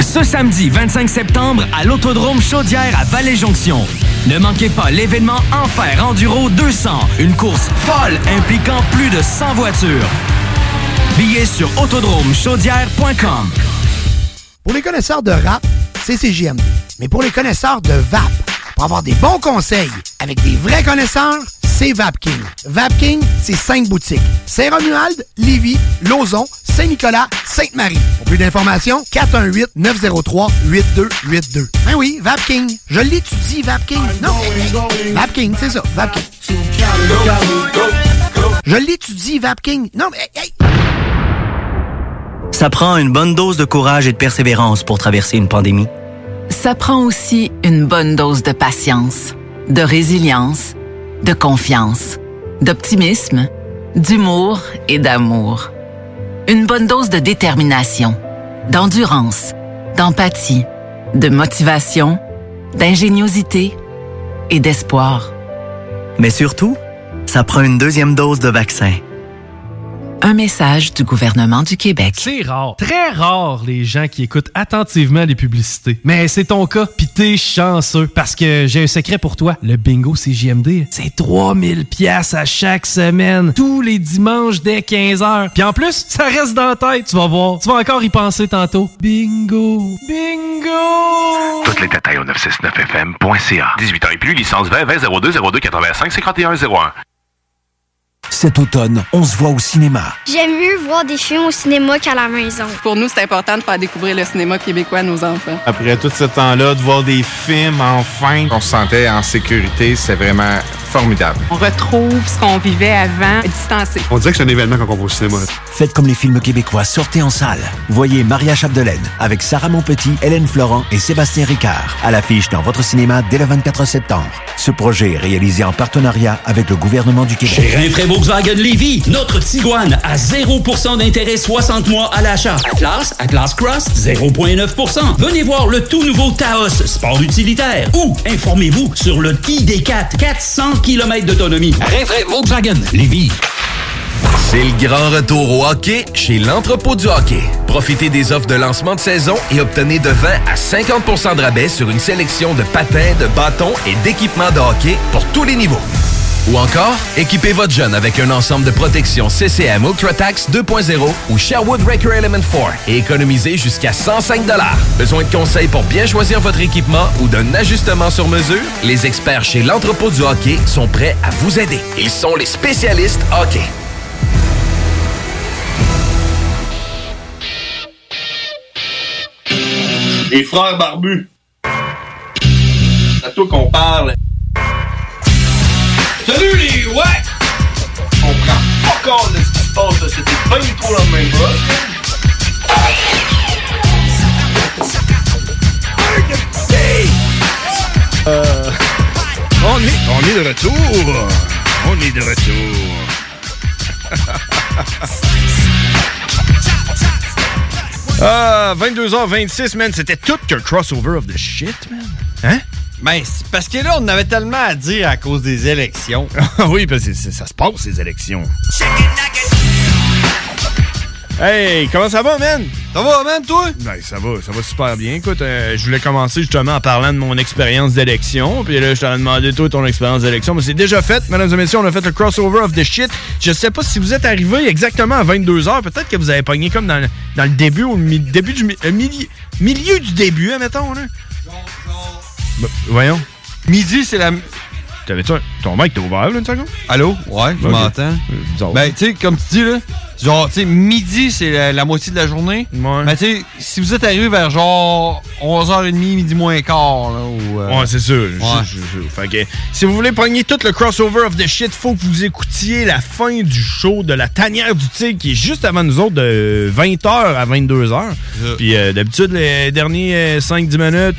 Ce samedi 25 septembre à l'Autodrome Chaudière à Vallée-Jonction. Ne manquez pas l'événement Enfer Enduro 200, une course folle impliquant plus de 100 voitures. Billets sur autodromechaudière.com.
Pour les connaisseurs de rap, c'est CGMD. Mais pour les connaisseurs de VAP, pour avoir des bons conseils avec des vrais connaisseurs, c'est VapKing. VapKing, c'est cinq boutiques. Saint-Romuald, Lévis, Lauson, Saint-Nicolas, Sainte-Marie. Pour plus d'informations, 418-903-8282. Ben oui, VapKing. Je l'étudie, VapKing. Non, VapKing, c'est ça, VapKing. Je l'étudie, VapKing. Non, mais... hey, hey,
Ça prend une bonne dose de courage et de persévérance pour traverser une pandémie.
Ça prend aussi une bonne dose de patience, de résilience, de confiance, d'optimisme, d'humour et d'amour. Une bonne dose de détermination, d'endurance, d'empathie, de motivation, d'ingéniosité et d'espoir.
Mais surtout, ça prend une deuxième dose de vaccin.
Un message du gouvernement du Québec.
C'est rare, très rare les gens qui écoutent attentivement les publicités. Mais c'est ton cas, pis t'es chanceux, parce que j'ai un secret pour toi. Le bingo CJMD, c'est 3000 pièces à chaque semaine, tous les dimanches dès 15h. Puis en plus, ça reste dans la tête, tu vas voir. Tu vas encore y penser tantôt. Bingo, bingo!
Toutes les détails au 969fm.ca. 18 ans et plus, licence 20 20 02 02 85 51 01.
Cet automne, on se voit au cinéma.
J'aime mieux voir des films au cinéma qu'à la maison.
Pour nous, c'est important de faire découvrir le cinéma québécois à nos enfants.
Après tout ce temps-là, de voir des films, enfin, on se sentait en sécurité. C'est vraiment formidable.
On retrouve ce qu'on vivait avant, distancé.
On dirait que c'est un événement quand on va au cinéma.
Faites comme les films québécois, sortez en salle. Voyez Maria Chapdelaine avec Sarah Monpetit, Hélène Florent et Sébastien Ricard à l'affiche dans votre cinéma dès le 24 septembre. Ce projet est réalisé en partenariat avec le gouvernement du Québec.
Chez Rinfraie Volkswagen Lévy, notre Tiguan à 0% d'intérêt 60 mois à l'achat. Atlas, Atlas Cross, 0,9%. Venez voir le tout nouveau Taos, sport utilitaire. Ou informez-vous sur le ID4, 400 km d'autonomie. Rinfraie Volkswagen Lévy.
C'est le grand retour au hockey chez l'entrepôt du hockey. Profitez des offres de lancement de saison et obtenez de 20 à 50 de rabais sur une sélection de patins, de bâtons et d'équipements de hockey pour tous les niveaux. Ou encore, équipez votre jeune avec un ensemble de protection CCM UltraTax 2.0 ou Sherwood Record Element 4 et économisez jusqu'à 105 Besoin de conseils pour bien choisir votre équipement ou d'un ajustement sur mesure? Les experts chez l'entrepôt du hockey sont prêts à vous aider. Ils sont les spécialistes hockey.
Les frères barbus. C'est à toi qu'on parle. Salut les ouais! On prend pas compte de ce qui se passe, là. c'était pas du tout la même
Euh, on, est, on est de retour. On est de retour. ah, 22h26, man. C'était tout qu'un crossover of the shit, man. Hein?
Ben, c'est parce que là, on avait tellement à dire à cause des élections.
oui, parce que c'est- ça se passe, ces élections. Hey, comment ça va, man? Ça va, man, toi? Ben, ça va, ça va super bien. Écoute, euh, je voulais commencer justement en parlant de mon expérience d'élection. Puis là, je t'en ai demandé, toi, ton expérience d'élection. Mais c'est déjà fait, mesdames et messieurs, on a fait le crossover of the shit. Je sais pas si vous êtes arrivés exactement à 22h. Peut-être que vous avez pogné comme dans, le- dans le début ou le mi- début du... mi- euh, milieu, milieu du début, admettons, là. Ben, voyons. Midi, c'est la... T'avais-tu un- Ton mic t'es ouvert, là, une seconde?
Allô? Ouais,
Ok.
je
Euh,
m'entends. Ben, tu sais, comme tu dis, là, genre, tu sais, midi, c'est la, la moitié de la journée. Ouais. Ben, tu sais, si vous êtes arrivé vers genre 11h30, midi moins quart, là, ou. euh,
Ouais, c'est sûr. Je-
Ouais.
je- je- fait que, si vous voulez pogner tout le crossover of the shit, faut que vous écoutiez la fin du show de la tanière du tigre qui est juste avant nous autres de 20h à 22h. Puis euh, d'habitude, les derniers euh, 5-10 minutes,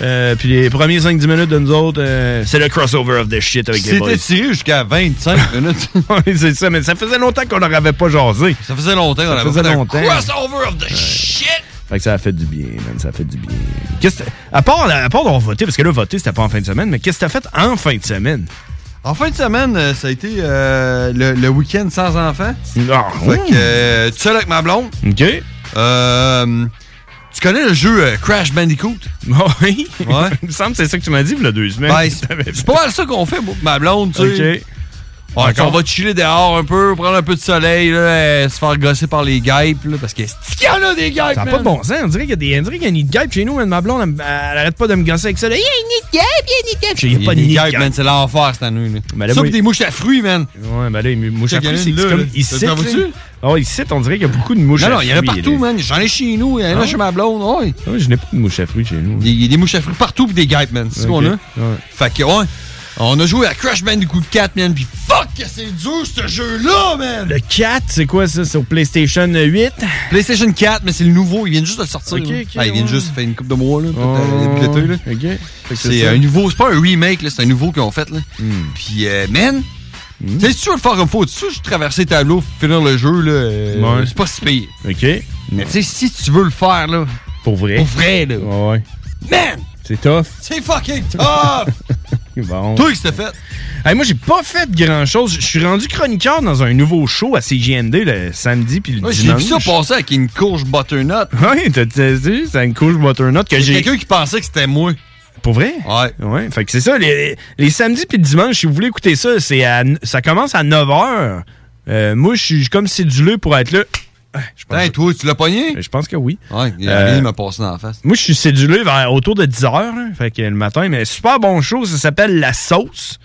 euh, puis les premiers 5-10 minutes de nous autres, euh, c'est le crossover of the shit avec les boys.
C'était tiré jusqu'à 25 minutes.
Ouais, c'est ça, mais ça faisait longtemps qu'on n'en avait pas jasé.
Ça faisait longtemps qu'on
Ça
avait
faisait
fait un
longtemps.
Crossover of the shit!
Fait que ça a fait du bien, man. Ça a fait du bien. Qu'est-ce que- à part, à part d'avoir voté, parce que là, voter, c'était pas en fin de semaine, mais qu'est-ce que t'as fait en fin de semaine?
En fin de semaine, euh, ça a été euh, le, le week-end sans enfant.
ouais.
fait que, euh, tout seul avec ma blonde.
Ah, OK.
Euh, tu connais le jeu euh, Crash Bandicoot?
Ah Oui.
Ouais.
Il me semble que c'est ça que tu m'as dit, il y a deux semaines.
Ben, c'est c'est pas mal ça qu'on fait, moi, ma blonde, tu sais.
Ok.
Ouais,
D'accord.
on va chiller dehors un peu, prendre un peu de soleil, là, euh, se faire gosser par les guêpes, là, parce que c'est- qu'il y en a des guêpes,
Ça n'a
man?
pas de bon sens. On dirait qu'il y a des, on dirait qu'il y a une nid de guêpe chez nous, mais ma blonde, elle, me- elle arrête pas de me gosser avec ça. là. Il y a une nid de guêpe, il y a une nid de guêpe. Je dis, Il n'y a pas de
des
nid de
guêpes,
guêpe.
man, c'est l'enfer cette année. Là.
là,
ça,
moi,
pis des mouches à fruits, man.
Ouais, ben là, les mouches
Check,
à
il y en a
fruits,
une
c'est
là,
c'est
là.
comme ici.
T'as vu
là.
là-dessus?
Ah, ici, on dirait qu'il y a beaucoup de mouches
Non,
à
non,
fruits.
il y en a partout,
là.
man. J'en ai chez nous, il y en a
Ah.
chez ma blonde, ouais.
Ah oui, je n'ai pas de mouches à fruits chez nous.
Il y a des mouches à fruits partout, pis des guêpes, man. C'est ce qu'on a.
Ok. Ah Ouais.
Fait que, ouais. On a joué à Crash Bandicoot 4, man, pis fuck que c'est dur, ce jeu-là, man!
Le 4, c'est quoi ça? C'est au PlayStation 8?
PlayStation 4, mais c'est le nouveau. Il vient juste de le sortir.
Ok,
là.
ok,
Ah, il vient
ouais. Oh.
juste, ça fait une coupe de mois, là. peut-être, euh, depuis l'été, là.
OK. Fait que
C'est
ça. Hmm.
un nouveau, c'est pas un remake, là, c'est un nouveau qu'ils ont fait. Là. Puis, euh, man, tu sais, si tu veux le faire comme faut, tu sais, je traverser les tableaux, finir le jeu, là, euh,
Ouais.
c'est pas si pire.
OK.
Mais tu sais, si tu veux le faire, là,
Pour vrai.
pour vrai, là,
Ouais.
man,
C'est tough.
c'est fucking tough!
Bon.
Toi, que c'était fait.
Hey, moi, j'ai pas fait grand-chose. Je suis rendu chroniqueur dans un nouveau show à CJND le samedi puis le
Ouais, J'ai
dimanche.
vu ça passer avec une courge butternut.
Ouais, t'as t'as vu? C'est une couche butternut que
Il y a
j'ai...
quelqu'un qui pensait que c'était moi.
Pour vrai?
Ouais.
Ouais. Fait que c'est ça, les, les samedis puis le dimanche, si vous voulez écouter ça, c'est à- ça commence à 9h. Euh, moi, je suis comme cédulé pour être là. Ah, Je pense,
Hey, toi, tu l'as pogné?
je pense que oui.
Ouais, il y
Euh,
a rien m'a passé dans la face.
Moi, je suis cédulé vers autour de 10h, hein, fait que le matin, mais super bon show, ça s'appelle La Sauce.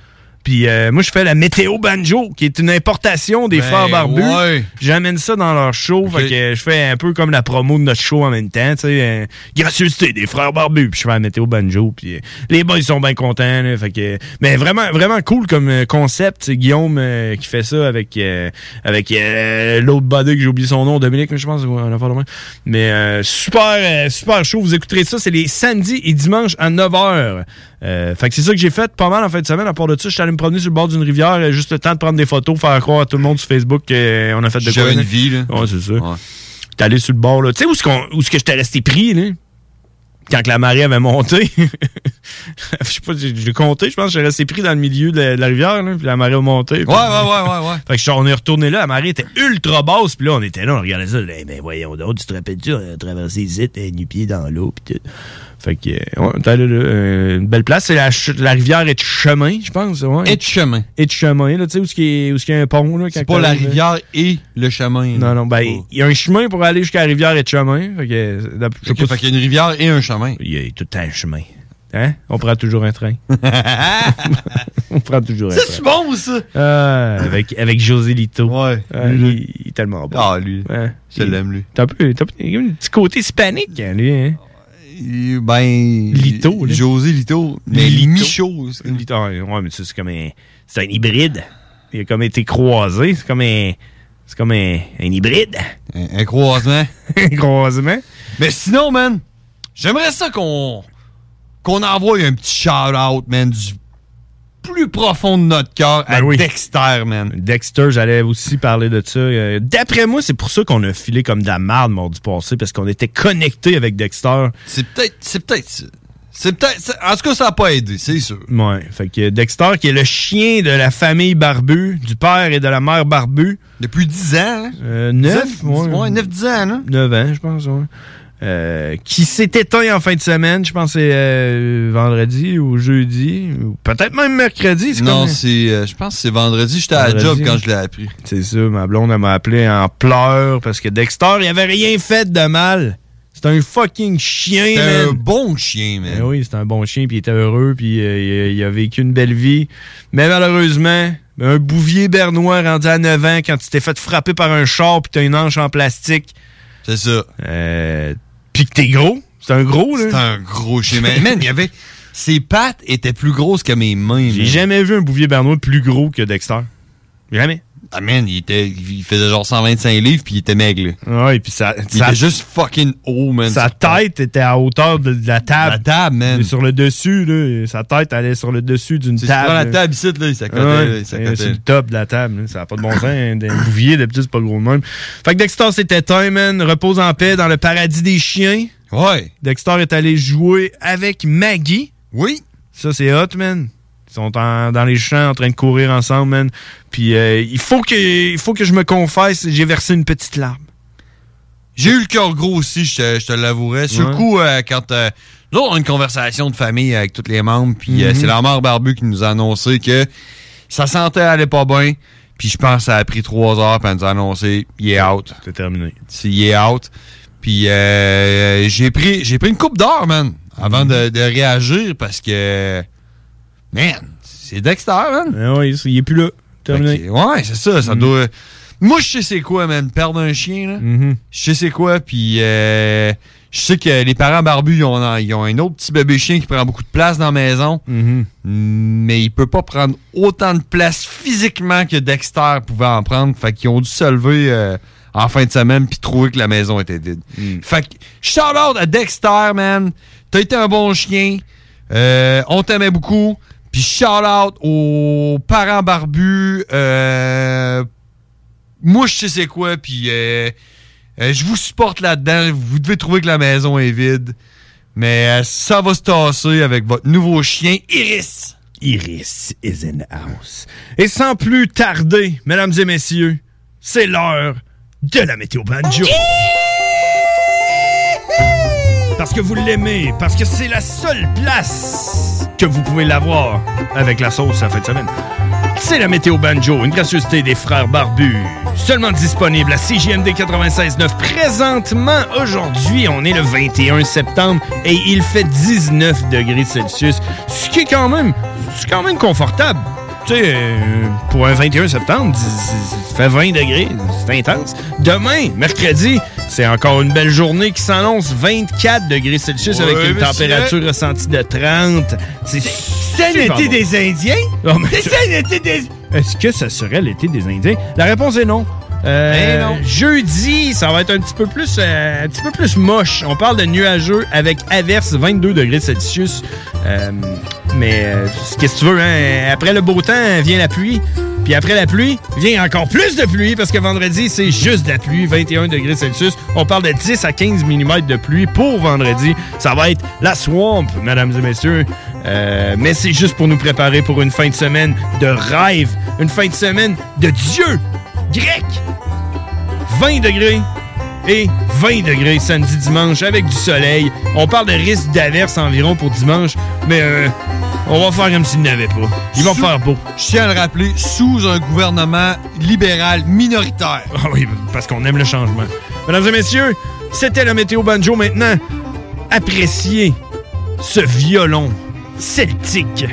Puis euh, moi, je fais la Météo Banjo, qui est une importation des
Ben,
Frères Barbus.
ouais.
J'amène ça dans leur show, fait que je fais un peu comme la promo de notre show en même temps, tu sais, euh, gracieuseté des Frères Barbus, puis je fais la Météo Banjo, puis euh, les boys ils sont bien contents, là, fait que... Mais vraiment, vraiment cool comme euh, concept, c'est Guillaume euh, qui fait ça avec euh, avec euh, l'autre body que j'ai oublié son nom, Dominique, je pense, ou un affaire de même. Mais euh, super, euh, super chaud. Vous écouterez ça, c'est les samedis et dimanches à 9h. Euh, fait que c'est ça que j'ai fait pas mal en fin de semaine. À part de ça, je suis allé me promener sur le bord d'une rivière, euh, juste le temps de prendre des photos, faire croire à tout le monde sur Facebook qu'on a fait de quoi.
J'avais une
là.
vie, là.
Ouais, c'est ça. T'es allé sur le bord, là. Tu sais où est-ce qu'on- où est-ce que j'étais resté pris, là? Quand que la marée avait monté. Je sais pas, j'ai j'ai compté, je pense que j'étais resté pris dans le milieu de la, de la rivière, là, puis la marée a monté. puis-
Ouais, ouais, ouais, ouais, ouais.
fait que je- on est retourné là, la marée était ultra basse, puis là, on était là, on regardait ça, mais ben voyons donc, tu te rappelles-tu, on a traversé les îles, euh, nu-pieds dans l'eau, puis tout. Fait que, euh, ouais, on est allé là, euh, une belle place, c'est la, ch- la rivière Etchemin, je pense, ouais.
Etchemin.
Etchemin, là, tu sais, où est-ce qu'il y, a- où est-ce qu'il y a un pont, là.
C'est pas la rivière et le chemin.
Non, non, ben, il y a un chemin pour aller jusqu'à la rivière Etchemin, fait que, euh, la- je sais
Ok,
pas
fait
si-
qu'il y a une rivière et un chemin.
Il y a tout un chemin. Hein? On prend toujours un train. on prend toujours un train.
C'est bon, ça!
Ah, avec, avec José Lito. Ouais. il, il est tellement bon.
Ah, lui.
Ouais.
Je
Il-
l'aime, lui.
T'as un peu, t'as un peu- il y a un petit côté hispanique, hein, lui. Hein?
Il- Ben.
Lito, là.
José Lito. Mais
Lito.
Michaud. c'est-
Lito, ouais, ouais, mais ça, c'est comme un. C'est un hybride. Il a comme été croisé. C'est comme un. C'est comme un, un hybride.
Un, un croisement.
un croisement.
Mais sinon, man, j'aimerais ça qu'on. qu'on envoie un petit shout-out, man, du plus profond de notre cœur à Dexter, man.
Ben Dexter, j'allais aussi parler de ça. Euh, D'après moi, c'est pour ça qu'on a filé comme de la marde mort du passé, parce qu'on était connectés avec Dexter.
C'est peut-être. C'est peut-être ça. C'est peut-être. c'est- En tout cas, ça n'a pas aidé, c'est sûr.
Ouais, fait que Dexter, qui est le chien de la famille Barbu, du père et de la mère Barbu.
Depuis 10 ans, hein?
Euh, 9,
10, ouais, 9-10 ans, là.
9 ans, je pense, ouais. Euh, qui s'est éteint en fin de semaine, je pense que c'est euh, vendredi ou jeudi, ou peut-être même mercredi. c'est
Non,
comme-
c'est. euh, je pense que c'est vendredi. J'étais à la job
Vendredi,
quand
hein.
je l'ai appris.
C'est ça, ma blonde, elle m'a appelé en pleurs parce que Dexter, il avait rien fait de mal. C'est un fucking chien,
C'était
man.
un bon chien, man.
Ben oui, c'était un bon chien, puis il était heureux, puis euh, il, il a vécu une belle vie. Mais malheureusement, un bouvier bernois rendu à 9 ans, quand tu t'es fait frapper par un char, puis t'as une hanche en plastique. Euh,
C'est ça.
puis que t'es gros. C'est un gros, là.
C'est un gros chien. Man, Man, il y avait. Ses pattes étaient plus grosses que mes mains,
J'ai
man.
jamais vu un bouvier bernois plus gros que Dexter. Jamais.
Ah, man, il, était, il faisait genre 125 livres, puis il était maigre, là.
Ouais, puis ça.
Il
ça-
était juste fucking haut, man.
Sa tête était à hauteur de, de la table. La
table, man.
Sur le dessus, là. Sa tête allait sur le dessus d'une
Tu
table.
prends la
là.
table ici, là, il s'accotait,
Ouais,
là, il s'accotait.
sur le top de la table. là. Ça n'a pas de bon sens. hein. Des bouviers, d'habitude, c'est pas gros de même. Fait que Dexter s'est éteint, man. Repose en paix dans le paradis des chiens.
Ouais.
Dexter est allé jouer avec Maggie.
Oui.
Ça, c'est hot, man. Ils sont en- dans les champs en train de courir ensemble, man. Puis euh, il, faut que, il faut que je me confesse, j'ai versé une petite larme.
J'ai eu le cœur gros aussi, je te, je te l'avouerais. Sur
Ouais.
le coup, euh, quand euh, nous autres, on a une conversation de famille avec tous les membres, puis euh,
Mhm.
c'est la mère barbu qui nous a annoncé que ça sentait aller pas bien. Puis je pense que ça a pris trois heures, puis elle nous a annoncé il est out.
C'est terminé.
Il est out. Puis euh, j'ai pris j'ai pris une coupe d'or, man, avant de, de réagir parce que man, c'est Dexter, man.
Ben oui, il est plus là. Terminé. Mm-hmm.
ouais, c'est ça, ça doit. Moi, je sais c'est quoi, man, perdre un chien, là.
Mm-hmm.
Je sais c'est quoi, puis euh, je sais que les parents barbus, ils ont, ils ont un autre petit bébé chien qui prend beaucoup de place dans la maison,
Mm-hmm.
mais il peut pas prendre autant de place physiquement que Dexter pouvait en prendre. Fait qu'ils ont dû se lever euh, en fin de semaine puis trouver que la maison était vide.
Mm.
Fait que, shout out à Dexter, man. T'as été un bon chien. Euh, on t'aimait beaucoup. Puis shout out aux parents barbus. Euh, moi, je sais c'est quoi. Puis euh, euh, je vous supporte là-dedans. Vous devez trouver que la maison est vide. Mais euh, ça va se tasser avec votre nouveau chien, Iris.
Iris is in house. Et sans plus tarder, mesdames et messieurs, c'est l'heure de la météo banjo. Parce que vous l'aimez, parce que c'est la seule place que vous pouvez l'avoir avec la sauce la fin de semaine. C'est la météo banjo, une gracieuseté des frères barbus. Seulement disponible à CJMD 96.9 présentement. Aujourd'hui, on est le 21 septembre et il fait 19 degrés Celsius, ce qui est quand même, c'est quand même confortable. Tu sais, euh, pour un 21 septembre, d- d- ça fait 20 degrés, c'est intense. Demain, mercredi, c'est encore une belle journée qui s'annonce 24 degrés Celsius avec
Ouais,
une
monsieur.
température ressentie de 30. C'est
C'est
super
l'été
bon.
des Indiens?
Oh, mais-
C'est ça l'été des...
Est-ce que ça serait l'été des Indiens? La réponse est non. Euh,
Eh non.
Jeudi, ça va être un petit peu plus euh, un petit peu plus moche. On parle de nuageux avec averse 22 degrés Celsius. Euh, mais euh, qu'est-ce que tu veux, hein? Après le beau temps, vient la pluie. Puis après la pluie, vient encore plus de pluie parce que vendredi, c'est juste de la pluie, 21 degrés Celsius. On parle de 10 à 15 mm de pluie pour vendredi. Ça va être la swamp, mesdames et messieurs. Euh, mais c'est juste pour nous préparer pour une fin de semaine de rêve, une fin de semaine de Dieu grec. 20 degrés et 20 degrés samedi dimanche avec du soleil. On parle de risque d'averse environ pour dimanche, mais euh, on va faire comme s'il n'avait pas. Il va
Sous-
faire beau.
Je tiens à le rappeler, sous un gouvernement libéral minoritaire.
Ah oui, parce qu'on aime le changement. Mesdames et messieurs, c'était la météo banjo maintenant. Appréciez ce violon celtique.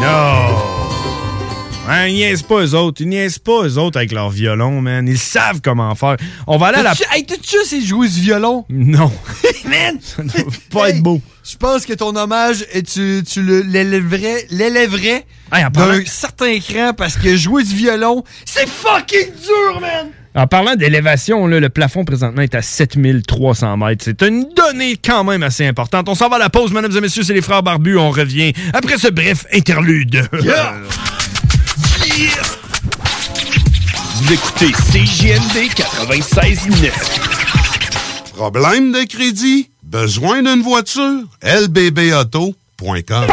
Non! Hein, ils niaisent pas eux autres. Ils niaisent pas eux autres avec leur violon, man. Ils savent comment faire. On va aller à la...
T'as-tu- Hey, t'as-tu essayé de jouer ce violon?
Non.
Man! Ça
doit pas être beau.
Je pense que ton hommage, et tu, tu le- l'élèverais, l'élèverais
Hey, en parlant-
d'un certain cran parce que jouer du violon, c'est fucking dur, man!
En parlant d'élévation, là, le plafond présentement est à 7300 mètres. C'est une donnée quand même assez importante. On s'en va à la pause, mesdames et messieurs, c'est les frères barbus. On revient après ce bref interlude.
Vous écoutez CJMD 96.9.
Problème de crédit? Besoin d'une voiture? lbbauto.com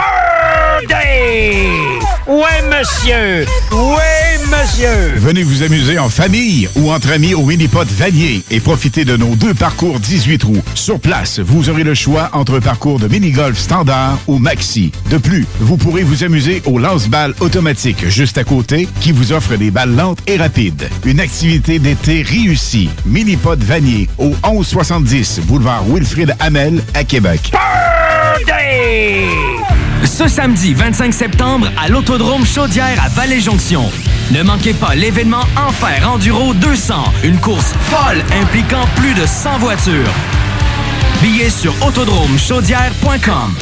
Birthday! Oui, monsieur! Oui,
monsieur! Venez vous amuser en famille ou entre amis au Minipod Vanier et profitez de nos deux parcours 18 trous. Sur place, vous aurez le choix entre un parcours de mini-golf standard ou maxi. De plus, vous pourrez vous amuser au lance-balles automatique juste à côté qui vous offre des balles lentes et rapides. Une activité d'été réussie. Minipod Vanier au 1170 boulevard Wilfrid Hamel à Québec.
Ce samedi 25 septembre à l'Autodrome Chaudière à Vallée-Jonction. Ne manquez pas l'événement Enfer Enduro 200, une course folle impliquant plus de 100 voitures. Billets sur autodromechaudière.com.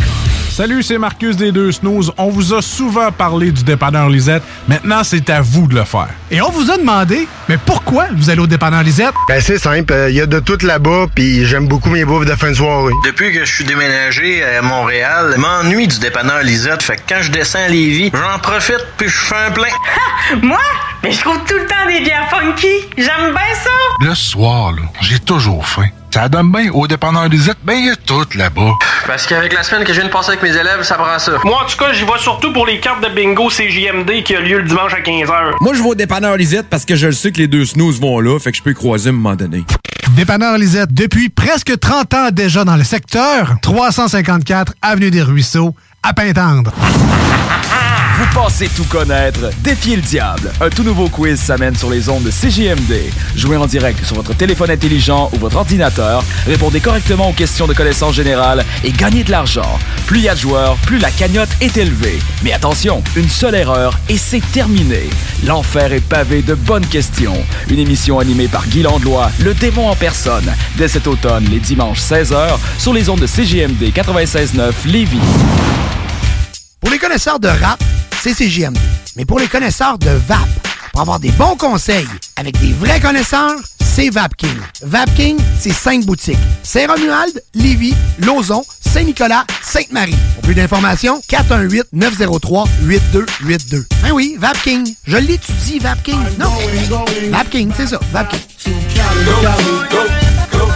Salut, c'est Marcus des Deux Snooze. On vous a souvent parlé du dépanneur Lisette. Maintenant, c'est à vous de le faire.
Et on vous a demandé, mais pourquoi vous allez au dépanneur Lisette?
Ben, c'est simple. Il y a de tout là-bas, puis j'aime beaucoup mes bouffes de fin de soirée.
Depuis que je suis déménagé à Montréal, je m'ennuie du dépanneur Lisette. Fait que quand je descends à Lévis, j'en profite puis je fais un plein.
Moi? Mais je trouve tout le temps des bières funky. J'aime bien ça.
Le soir, là, j'ai toujours faim. Ça donne bien au dépanneur Lisette, ben il y a tout là-bas.
Parce qu'avec la semaine que je viens de passer avec mes élèves, ça prend ça.
Moi, en tout cas, j'y vais surtout pour les cartes de bingo CJMD qui a lieu le dimanche à 15h.
Moi, je vais au dépanneur Lisette parce que je le sais que les deux snooze vont là, fait que je peux y croiser à un moment donné.
Dépanneur Lisette, depuis presque 30 ans déjà dans le secteur, 354 Avenue des Ruisseaux, à Pintendre.
Vous pensez tout connaître? Défiez le diable. Un tout nouveau quiz s'amène sur les ondes de CJMD. Jouez en direct sur votre téléphone intelligent ou votre ordinateur. Répondez correctement aux questions de connaissances générales et gagnez de l'argent. Plus il y a de joueurs, plus la cagnotte est élevée. Mais attention, une seule erreur et c'est terminé. L'enfer est pavé de bonnes questions. Une émission animée par Guy Landlois, le démon en personne. Dès cet automne, les dimanches 16h, sur les ondes de CJMD 96.9 Lévis.
Pour les connaisseurs de rap, c'est CJMD. Mais pour les connaisseurs de vape, pour avoir des bons conseils avec des vrais connaisseurs, c'est Vapking. Vapking, c'est cinq boutiques. Saint-Romuald, Lévis, Lauson, Saint-Nicolas, Sainte-Marie. Pour plus d'informations, 418-903-8282. Ben oui, Vapking. Je l'étudie, Vapking. Non, mais- Vapking, c'est ça, Vapking.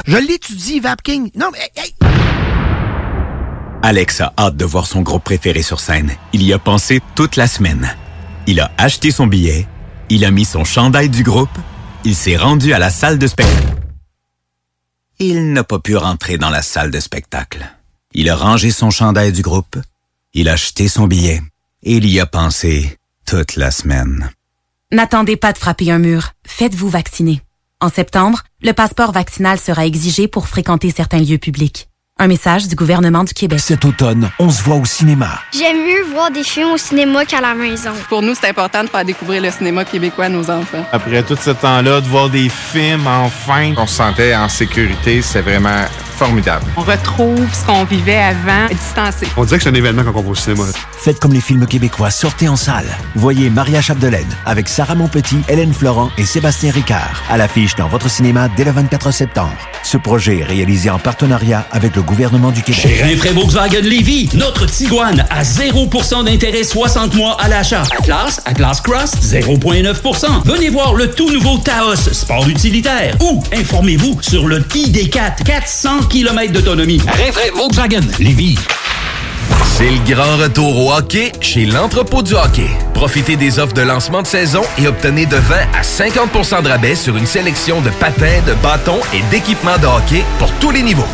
Je l'étudie, Vapking. Non, mais... hey, hey,
Alex a hâte de voir son groupe préféré sur scène. Il y a pensé toute la semaine. Il a acheté son billet, il a mis son chandail du groupe, il s'est rendu à la salle de spectacle. Il n'a pas pu rentrer dans la salle de spectacle. Il a rangé son chandail du groupe, il a acheté son billet, et il y a pensé toute la semaine.
N'attendez pas de frapper un mur. Faites-vous vacciner. En septembre, le passeport vaccinal sera exigé pour fréquenter certains lieux publics. Un message du gouvernement du Québec.
Cet automne, on se voit au cinéma.
J'aime mieux voir des films au cinéma qu'à la maison.
Pour nous, c'est important de faire découvrir le cinéma québécois à nos enfants.
Après tout ce temps-là, de voir des films, enfin, on se sentait en sécurité, c'est vraiment formidable.
On retrouve ce qu'on vivait avant, distancé.
On dirait que c'est un événement quand on va au cinéma. Faites comme les films québécois, sortez en salle. Voyez Maria Chapdelaine avec Sarah Monpetit, Hélène Florent et Sébastien Ricard à l'affiche dans votre cinéma dès le 24 septembre. Ce projet est réalisé en partenariat avec le gouvernement du Québec.
Chez
Rinfraie Volkswagen Lévis, notre Tiguan à 0% d'intérêt 60 mois à l'achat. Atlas, Atlas Cross, 0,9%. Venez voir le tout nouveau Taos, sport utilitaire. Ou informez-vous sur le ID4, 400 km d'autonomie. Rinfraie Volkswagen Lévis.
C'est le grand retour au hockey chez l'entrepôt du hockey. Profitez des offres de lancement de saison et obtenez de 20 à 50 de rabais sur une sélection de patins, de bâtons et d'équipements de hockey pour tous les niveaux.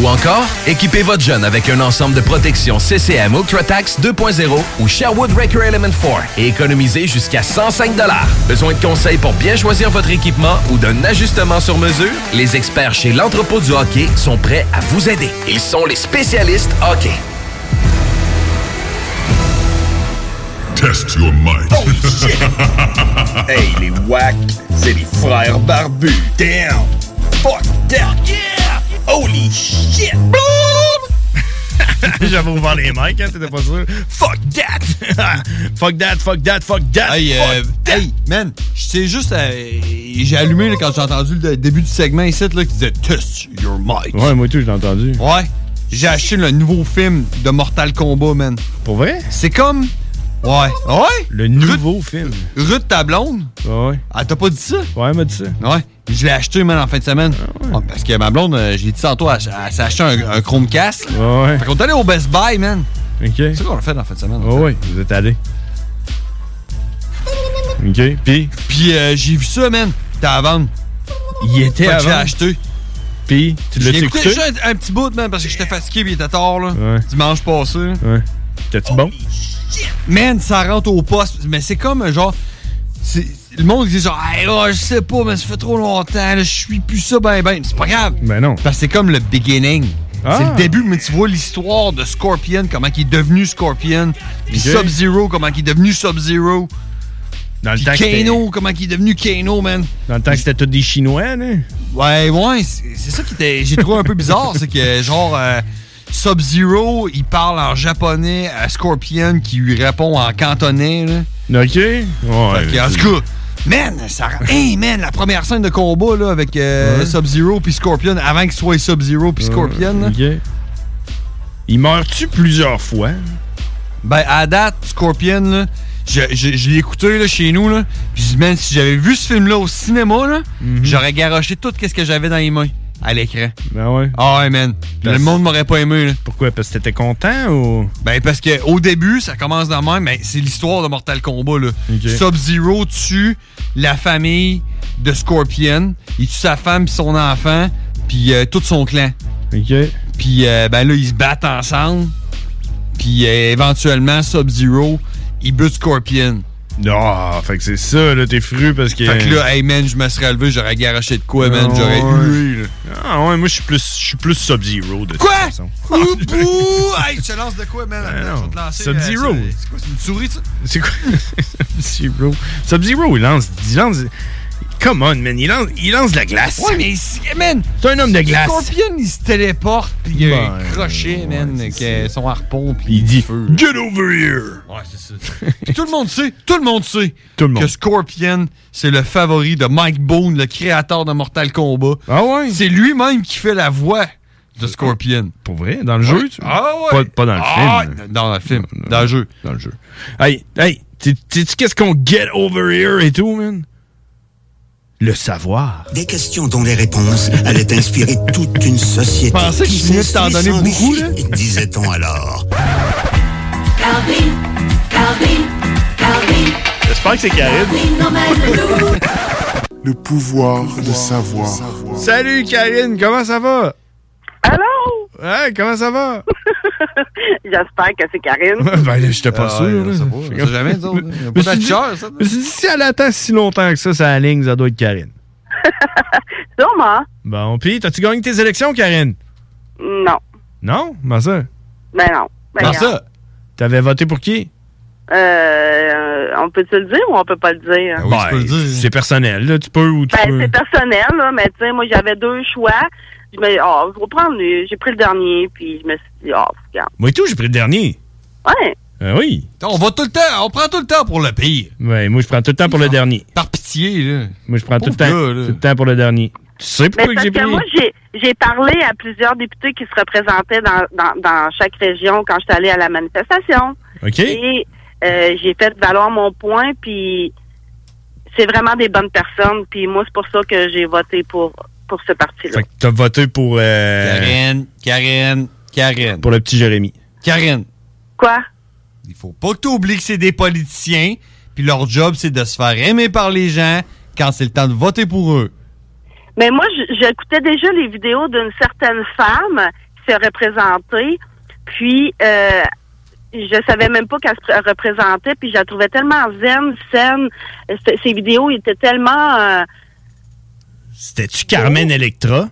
Ou encore, équipez votre jeune avec un ensemble de protection CCM UltraTax 2.0 ou Sherwood Record Element 4 et économisez jusqu'à 105 Besoin de conseils pour bien choisir votre équipement ou d'un ajustement sur mesure? Les experts chez l'entrepôt du hockey sont prêts à vous aider. Ils sont les spécialistes hockey.
Test your might.
hey, les wack, c'est les frères barbus. Damn! Fuck that! Yeah! Holy shit!
J'avais ouvert les mics, hein, t'étais pas sûr. Fuck that! fuck that, fuck that, fuck that!
Hey,
fuck
euh, hey, man, j'étais juste. euh, j'ai allumé là, quand j'ai entendu le début du segment ici là, qui disait Test your mic.
Ouais, moi tout, je l'ai entendu.
Ouais. J'ai acheté le nouveau film de Mortal Kombat, man.
Pour vrai?
C'est comme. Ouais. Ah Ouais?
Le nouveau film.
Rue de ta blonde?
Ouais.
Ah, t'as pas dit ça?
Ouais, elle m'a dit ça. Ah
Ouais. Je l'ai acheté, man, en fin de semaine. Ouais, parce que ma blonde, euh, j'ai dit tantôt, elle, elle s'est acheté un, un Chromecast.
Ouais, Ah ouais.
Fait qu'on est allé au Best Buy, man.
Ok.
Oh
C'est ça qu'on a fait en fin de semaine. en
Ouais, ouais, vous êtes allés.
OK, puis?
Puis euh, j'ai vu ça, man. T'es à vendre.
Il était
Fait que je l'ai
avant.
acheté.
Puis, tu
J'ai
l'as-tu
écouté
écouté?
juste un, un petit bout, man, parce que j'étais fatigué pis il était tard, là.
Ouais.
Dimanche passé.
Ouais. T'es-tu bon?
Man, ça rentre au poste, mais c'est comme un genre. c'est- Le monde dit genre, hey, oh, je sais pas, mais ça fait trop longtemps, là, je suis plus ça, ben, ben. C'est pas grave.
Ben non. Ah.
Parce que c'est comme le beginning. C'est le début, mais tu vois l'histoire de Scorpion, comment il est devenu Scorpion, puis
Ok.
Sub-Zero, comment il est devenu Sub-Zero.
Dans le
Puis
temps que c'était-
Kano, comment il est devenu Kano, man.
Dans le temps que c'était tous des Chinois, hein? là?
Ouais, ouais, c'est c'est ça qui était. J'ai trouvé un peu bizarre, c'est que genre. euh, Sub-Zero, il parle en japonais à Scorpion qui lui répond en cantonais. Là.
OK. Ouais.
Fait que, en tout cas, man, ça rend- Hey, man, la première scène de combat là, avec euh,
Ouais.
Sub-Zero puis Scorpion, avant qu'il soit Sub-Zero puis Scorpion. là.
OK. Il meurt-tu plusieurs fois?
Ben, à date, Scorpion, là, je, je- je l'ai écouté là, chez nous. Là, puis, je dis, man, si j'avais vu ce film-là au cinéma, là,
Mhm.
j'aurais garoché tout ce que j'avais dans les mains à l'écran.
Ben ouais.
Ah ouais, man.
Parce-
Le monde m'aurait pas aimé. Là.
Pourquoi? Parce que t'étais content ou.
Ben, parce que au début, ça commence dans le même, mais c'est l'histoire de Mortal Kombat. Là.
Ok.
Sub-Zero tue la famille de Scorpion. Il tue sa femme, puis son enfant, puis euh, tout son clan.
OK.
Puis euh, ben là, ils se battent ensemble. Puis euh, éventuellement, Sub-Zero, il bute Scorpion.
Ah, fait que c'est ça, là, t'es fru parce que.
Fait que là, hey man, je me serais levé, j'aurais garoché de quoi, man?
Ah
J'aurais
ouais.
hué, là.
Ah ouais, moi, je suis plus, je suis plus Sub-Zero de
Quoi?
toute façon. Ah
Ouh, hey, tu te lances de quoi, man?
non.
Attends, je vais te lancer,
Sub-Zero.
euh, C'est c'est quoi, c'est une souris, ça?
C'est quoi? Sub-Zero. Sub-Zero, il lance, il lance. Come on, man, il lance, il lance de la glace.
Ouais, mais, c'est- man!
Ah, C'est un homme de glace.
Scorpion, il se téléporte, pis il y a un
Ben,
crochet, man, avec euh, son harpon, pis
Il dit
feu.
Get over here!
Ouais, c'est ça. Puis tout le monde sait, tout le monde sait
monde.
que Scorpion, c'est le favori de Mike Boone, le créateur de Mortal Kombat.
Ah ouais?
C'est lui-même qui fait la voix de Scorpion.
Pour vrai? Dans le jeu, tu-
Ah ouais?
Pas, pas dans le
Ah,
film.
Dans le film. Dans le jeu.
Dans le jeu. Hey, hey, tu tu qu'est-ce qu'on get over here et tout, man? Le savoir.
Des questions dont les réponses allaient inspirer toute une société.
Pensais que
qui
je venais de t'en
s'ensuit
donner
s'enrichit,
beaucoup, là.
Disait-on alors.
Calvin, Calvin, Calvin,
J'espère que c'est Karine.
emmène-nous.
Le pouvoir de savoir.
Salut Karine, comment ça va?
Allô?
Ouais, comment ça va?
J'espère que c'est Karine.
ben là, j'étais pas
Ah
sûr.
ouais,
là.
on sait pas, on sait jamais, nous autres, hein. Y a
Je me suis
pas
dit-
d'afficheur, ça.
Je me suis dit, si elle attend si longtemps que ça, ça ligne, ça doit être Karine.
Sûrement.
Bon, pis, t'as-tu gagné tes élections, Karine?
Non.
Non, ma soeur.
Ben non. Ben non.
T'avais voté pour qui?
Euh, on peut-tu le dire ou on peut pas le dire?
Ah
Ben, c'est personnel, là. Tu peux ou tu
Ben,
peux.
c'est personnel, là, mais tu sais, moi, j'avais deux choix. Je me oh, je vais prendre le- J'ai pris le dernier, puis je me suis dit, oh, regarde.
Moi et tout, j'ai pris le dernier.
Ouais.
Ah oui.
On va tout le temps, on prend tout le temps pour le pire.
Ouais, moi, je prends tout le temps pour le dernier.
Par pitié, là.
Moi, je prends tout le,
Pauvre
temps,
gars, là.
tout le temps pour le dernier. Tu sais
Mais
pourquoi que
parce
j'ai
que
pris?
moi, j'ai- j'ai parlé à plusieurs députés qui se représentaient dans, dans, dans chaque région quand j'étais allée à la manifestation.
OK.
Et euh, j'ai fait valoir mon point, puis c'est vraiment des bonnes personnes. Puis moi, c'est pour ça que j'ai voté pour, pour ce parti-là.
Fait que t'as voté pour. euh,
Karine, Karine, Karine.
Pour le petit Jérémy.
Karine.
Quoi?
Il faut pas que tu oublies que c'est des politiciens, puis leur job, c'est de se faire aimer par les gens quand c'est le temps de voter pour eux.
Mais moi, j- j'écoutais déjà les vidéos d'une certaine femme qui s'est représentée, puis euh, je savais même pas qu'elle se pr- représentait, puis je la trouvais tellement zen, saine. C- Ces vidéos étaient tellement... euh,
C'était-tu Carmen
Oh.
Electra?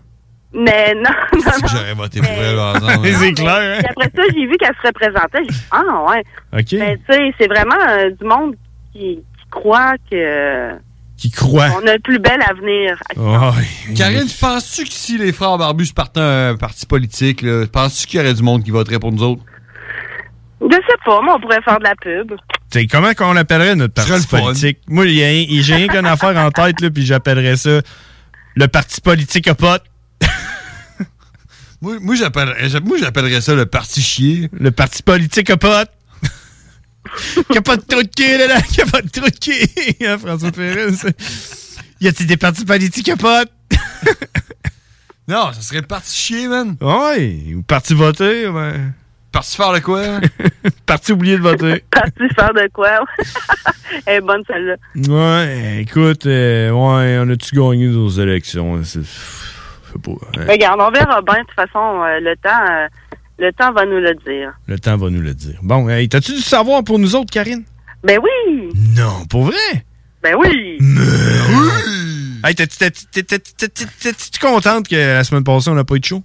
mais non, non, non.
J'aurais voté pour elle, par exemple.
c'est clair,
Puis
hein?
après ça, j'ai vu qu'elle se représentait. J'ai dit, ah, ouais.
OK.
Mais tu sais, c'est vraiment euh, du monde qui, qui croit que...
Qui croit.
On a le plus bel avenir.
Karine, penses-tu que si les frères Barbus se partaient un parti politique, là, penses-tu qu'il y aurait du monde qui voterait pour nous autres?
Je sais pas, mais on pourrait faire de la pub.
T'sais, comment qu'on l'appellerait notre parti politique? Moi, il y a rien- il- j'ai rien qu'une affaire en tête, là, puis j'appellerais ça le parti politique à pote.
Moi, moi, j'appellerais, j'a- moi, j'appellerais ça le parti chier.
Le parti politique à pote. Qu'il n'y a pas de trou de cul, là, là. Qu'il n'y a pas de trou de cul, hein, François Pérez. Y a-t-il des partis politiques à pote?
Non, ça serait le parti chier, man.
Ouais, ou parti voter, ben.
Parti faire de quoi? Parti oublier de voter.
Parti faire de quoi? Elle est bonne, celle-là.
Ouais, écoute, euh, ouais, on a-tu gagné nos élections? C'est- Je sais pas.
Mais Regarde, Ben, on verra bien. De toute façon, euh, le temps euh, le temps va nous le dire.
Le temps va nous le dire. Bon, hey, t'as-tu du savoir pour nous autres, Karine?
Ben oui!
Non, pour vrai?
Ben oui!
Hey, t'es- t'es- t'es- t'es- t'es- t'es- t'es-tu contente que la semaine passée, on n'a pas eu de show?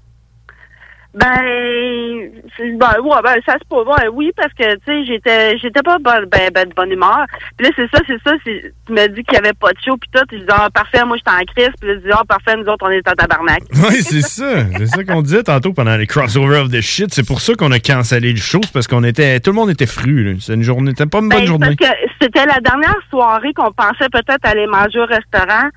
Ben, c'est- ben, ouais, ben, ça se peut. Ouais, oui, parce que, tu sais, j'étais, j'étais pas bonne, ben, ben, de bonne humeur. Puis là, c'est ça, c'est ça. c'est- Tu m'as dit qu'il y avait pas de show, puis tout. Je dis, ah, parfait, moi, j'étais en crise. Puis là, je dis, ah, parfait, nous autres, on est en tabarnak.
Oui, c'est ça. C'est ça qu'on disait tantôt pendant les crossover of the shit. C'est pour ça qu'on a cancellé le show. C'est parce qu'on était. Tout le monde était fru. là. C'est une journée. C'était pas une bonne
Ben, c'est
journée.
Parce que c'était la dernière soirée qu'on pensait peut-être aller manger au restaurant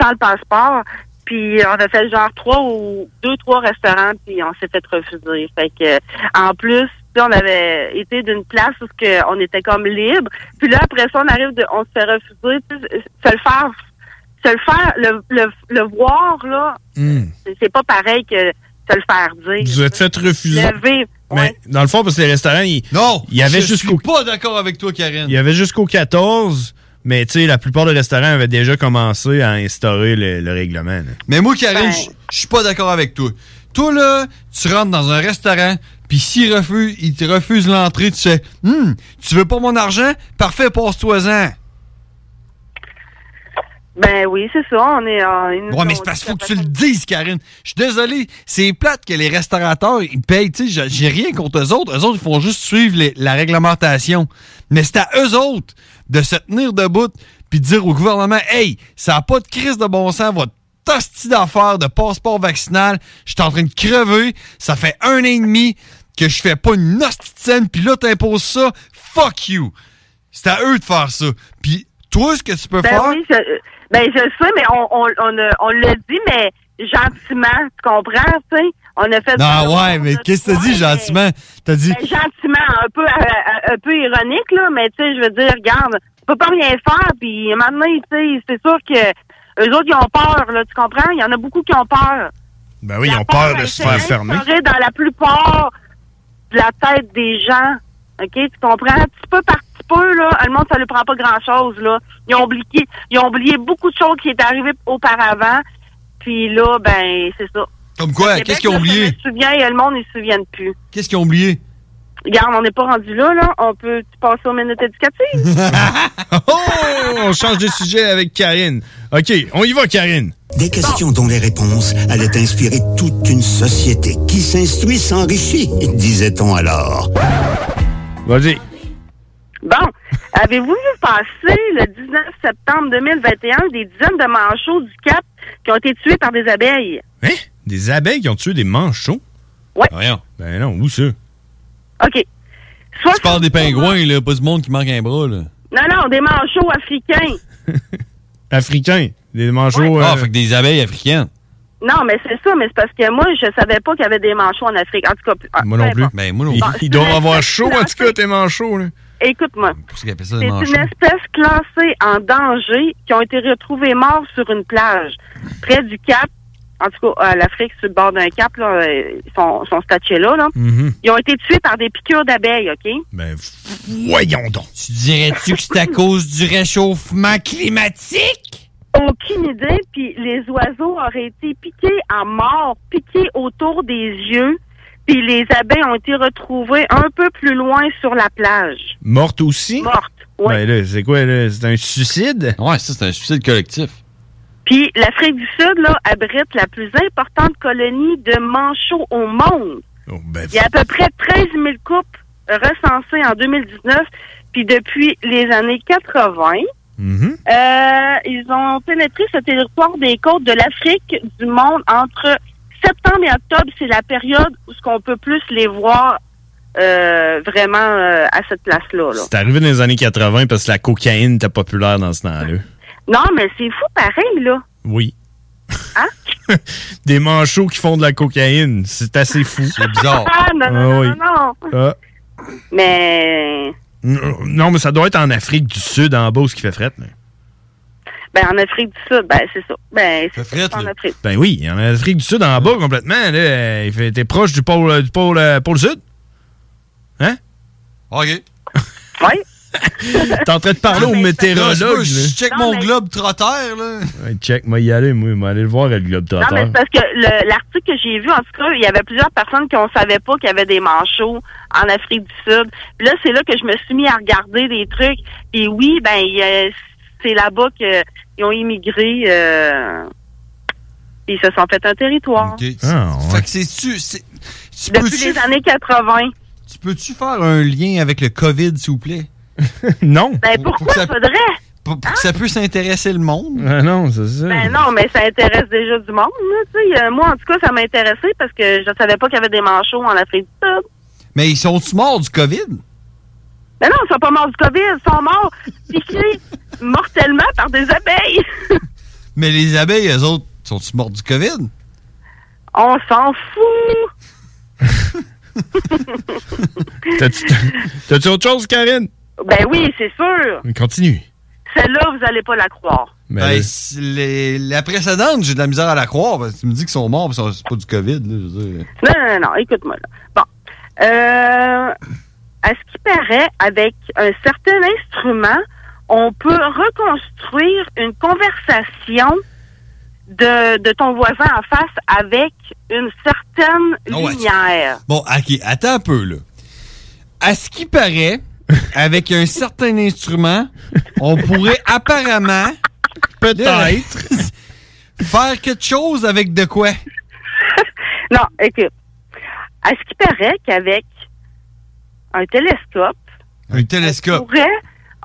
sans le passeport. Puis on a fait genre trois ou deux, trois restaurants, puis on s'est fait refuser. Fait que en plus, tu sais, on avait été d'une place où ce que on était comme libre. Puis là, après ça, on arrive de on se fait refuser. Tu sais, Se le faire se le faire le, le, le voir là, c'est- c'est pas pareil que se le faire dire.
Hmm. Vous êtes fait refuser.
Le vivre.
Mais dans le fond, parce que les restaurants, il, il y avait
je
jusqu'au
suis pas d'accord avec toi, Karine.
il y avait jusqu'au 14, mais tu sais, la plupart des restaurants avaient déjà commencé à instaurer le, le règlement. là.
Mais moi, Karine, je- je suis pas d'accord avec toi. Toi, là, tu rentres dans un restaurant, puis s'il refuse, il te refuse l'entrée, tu sais, Hum, tu veux pas mon argent? Parfait, passe-toi-en.
Ben oui, c'est ça. On est en une
Ouais, mais c'est parce qu'il faut que tu le dises, Karine. Je suis désolé, c'est plate que les restaurateurs, ils payent. Tu sais, j'ai- j'ai rien contre eux autres. Eux autres, ils font juste suivre les- la réglementation. Mais c'est à eux autres de se tenir debout puis de dire au gouvernement Hey, ça n'a pas de crise de bon sens, votre hostie d'affaires de passeport vaccinal, je suis en train de crever, ça fait un an et demi que je fais pas une hostie de scène, puis là, t'imposes ça, fuck you. C'est à eux de faire ça. Puis toi, ce que tu peux
ben
faire.
Oui, je, ben, je le sais, mais on, on, on, a- on l'a dit, mais gentiment, tu comprends, tu sais? On a fait...
Non, Ah ouais, mais qu'est-ce que t'as dit gentiment? T'as dit.
Ben, gentiment, un peu, euh, un peu ironique, là, mais tu sais, je veux dire, regarde, tu peux pas rien faire, puis maintenant, tu sais, c'est sûr que eux autres, ils ont peur, là, tu comprends? Il y en a beaucoup qui ont peur.
Ben oui, ils ont peur de se faire fermer.
instauré dans la plupart de la tête des gens. OK, tu comprends? Petit peu par petit peu, là, le monde, ça ne prend pas grand-chose, là. Ils ont, oublié, ils ont oublié beaucoup de choses qui étaient arrivées auparavant. Puis là, ben, c'est ça.
Comme quoi?
Le Québec,
Qu'est-ce qu'ils ont
là,
oublié?
Je me souviens, et le monde, ils se souviennent plus.
Qu'est-ce qu'ils ont oublié?
Regarde, on n'est pas rendu là, là. On peut passer aux minutes éducatives.
Oh, on change de sujet avec Karine. OK, on y va, Karine.
Des questions dont les réponses allaient inspirer toute une société qui s'instruit s'enrichit, disait-on alors.
Vas-y.
Bon, avez-vous vu passer le 19 septembre 2021 des dizaines de manchots du Cap qui ont été tués par des abeilles?
Hein? Des abeilles qui ont tué des manchots?
Ouais.
Rien. Ben non, où ça?
OK.
Tu parles des pingouins, là, pas du monde qui manque un bras, là.
Non, non, des manchots africains.
Africains. Des manchots. euh,
Ah, fait que des abeilles africaines.
Non, mais c'est ça, mais c'est parce que moi, je savais pas qu'il y avait des manchots en Afrique. En tout cas, plus- ah, peu importe.
Ben, moi non
Bon,
Ils, ils doivent avoir chaud, en tout cas, tes manchots, là.
Écoute-moi.
Qu'est-ce qu'ils appellent ça,
C'est
des manchots?
une espèce classée en danger qui ont été retrouvés morts sur une plage près du Cap. En tout cas, euh, l'Afrique, sur le bord d'un cap, là, euh, ils sont, sont statués là. là.
Mm-hmm.
Ils ont été tués par des piqûres d'abeilles, OK?
Ben, voyons donc.
Tu dirais-tu que c'est à cause du réchauffement climatique?
Aucune idée. Puis les oiseaux auraient été piqués à mort, piqués autour des yeux. Puis les abeilles ont été retrouvées un peu plus loin sur la plage.
Morte aussi?
Morte,
ouais. Ben là, c'est quoi, là? C'est un suicide?
Ouais, ça, c'est un suicide collectif.
Puis l'Afrique du Sud là, abrite la plus importante colonie de manchots au monde. Il y a à peu près 13 000 couples recensés en 2019. Puis depuis les années 80, euh, ils ont pénétré ce territoire des côtes de l'Afrique du monde entre septembre et octobre. C'est la période où ce qu'on peut plus les voir euh, vraiment euh, à cette place-là. là.
C'est arrivé dans les années 80 parce que la cocaïne était populaire dans ce temps-là.
Non, mais c'est fou pareil, là.
Oui.
Hein?
Des manchots qui font de la cocaïne. C'est assez fou. C'est
bizarre.
Ah, non, non, non, non, non. Mais
non, non, mais ça doit être en Afrique du Sud, en bas, où ce qui fait fret. mais-
ben, en Afrique du Sud, ben, c'est ça. Ben, c'est ça, en Afrique.
Ben oui, en Afrique du Sud, en bas, complètement. Là, il fait- t'es proche du pôle, du pôle, euh, pôle Sud. Hein?
OK.
Oui?
T'es en train de
Ah,
parler au météorologue.
Je check
Non,
mon
mais-
globe trotteur, là.
là. Hey, check, moi y aller, moi, moi aller le voir, le globe
Non, mais
trotteur.
c'est parce que le- l'article que j'ai vu, en tout cas, il y avait plusieurs personnes qu'on savait pas qu'il y avait des manchots en Afrique du Sud. Puis là, c'est là que je me suis mis à regarder des trucs. Et oui, ben, il y a- c'est là-bas qu'ils ont immigré. euh, ils se sont fait un territoire.
Ah,
Fait que c'est-tu. c'est- Tu
Depuis
peux-tu-
les années 80.
tu peux-tu faire un lien avec le COVID, s'il vous plaît?
non.
Ben, pourquoi
ça-
faudrait? Hein?
Pour, pour que ça puisse intéresser le monde?
Ah, non, c'est ça.
Ben non, mais ça intéresse déjà du monde. là, tu sais. Euh, Moi, en tout cas, ça m'a intéressé parce que je savais pas qu'il y avait des manchots en Afrique du Sud.
Mais ils sont-tu morts du COVID?
Mais non, ils sont pas morts du COVID, ils sont morts piqués mortellement par des abeilles.
Mais les abeilles, eux autres, sont-tu morts du COVID?
On s'en fout.
T'as-tu t'as-tu autre chose, Karine?
Ben oui, c'est sûr.
Continue.
Celle-là, vous allez pas la croire.
Ben, si les- la précédente, j'ai de la misère à la croire. parce que tu me dis qu'ils sont morts, parce que c'est pas du COVID. Là, je veux dire.
Non, non, non, non, écoute-moi. là. Bon. Euh, à ce qui paraît, avec un certain instrument, on peut reconstruire une conversation de, de ton voisin en face avec une certaine
Ah ouais.
lumière.
Bon, OK, attends un peu, là. À ce qui paraît, avec un certain instrument, on pourrait apparemment...
Peut-être.
faire quelque chose avec de quoi?
Non, écoute. À ce qui paraît qu'avec un télescope,
Un télescope.
pourrait.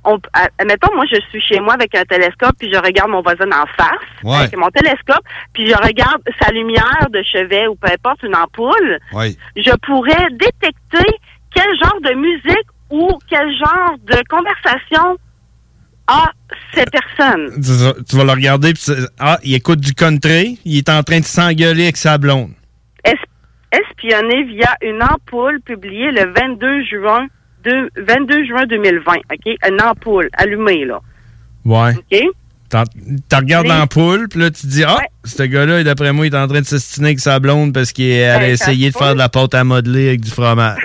On, à- admettons, moi, je suis chez moi avec un télescope, puis je regarde mon voisin en face,
Ouais.
avec mon télescope, puis je regarde sa lumière de chevet ou peu importe, une ampoule.
Oui.
Je pourrais détecter quel genre de musique ou quel genre de conversation a ces personnes.
Tu, vas- tu vas le regarder, puis c'est- ah, il écoute du country, il est en train de s'engueuler avec sa blonde.
Es- espionné via une ampoule publiée le 22 juin, deux- 22 juin 2020, OK? Une ampoule allumée, là,
Ouais.
OK?
T'en- T'en regardes
Oui.
l'ampoule, puis là, tu te dis, ah, ce gars-là, d'après moi, il est en train de s'estiner avec sa blonde parce qu'il est allé
Ben, ça
essayer de
se
faire
peut.
de la pâte à modeler avec du fromage.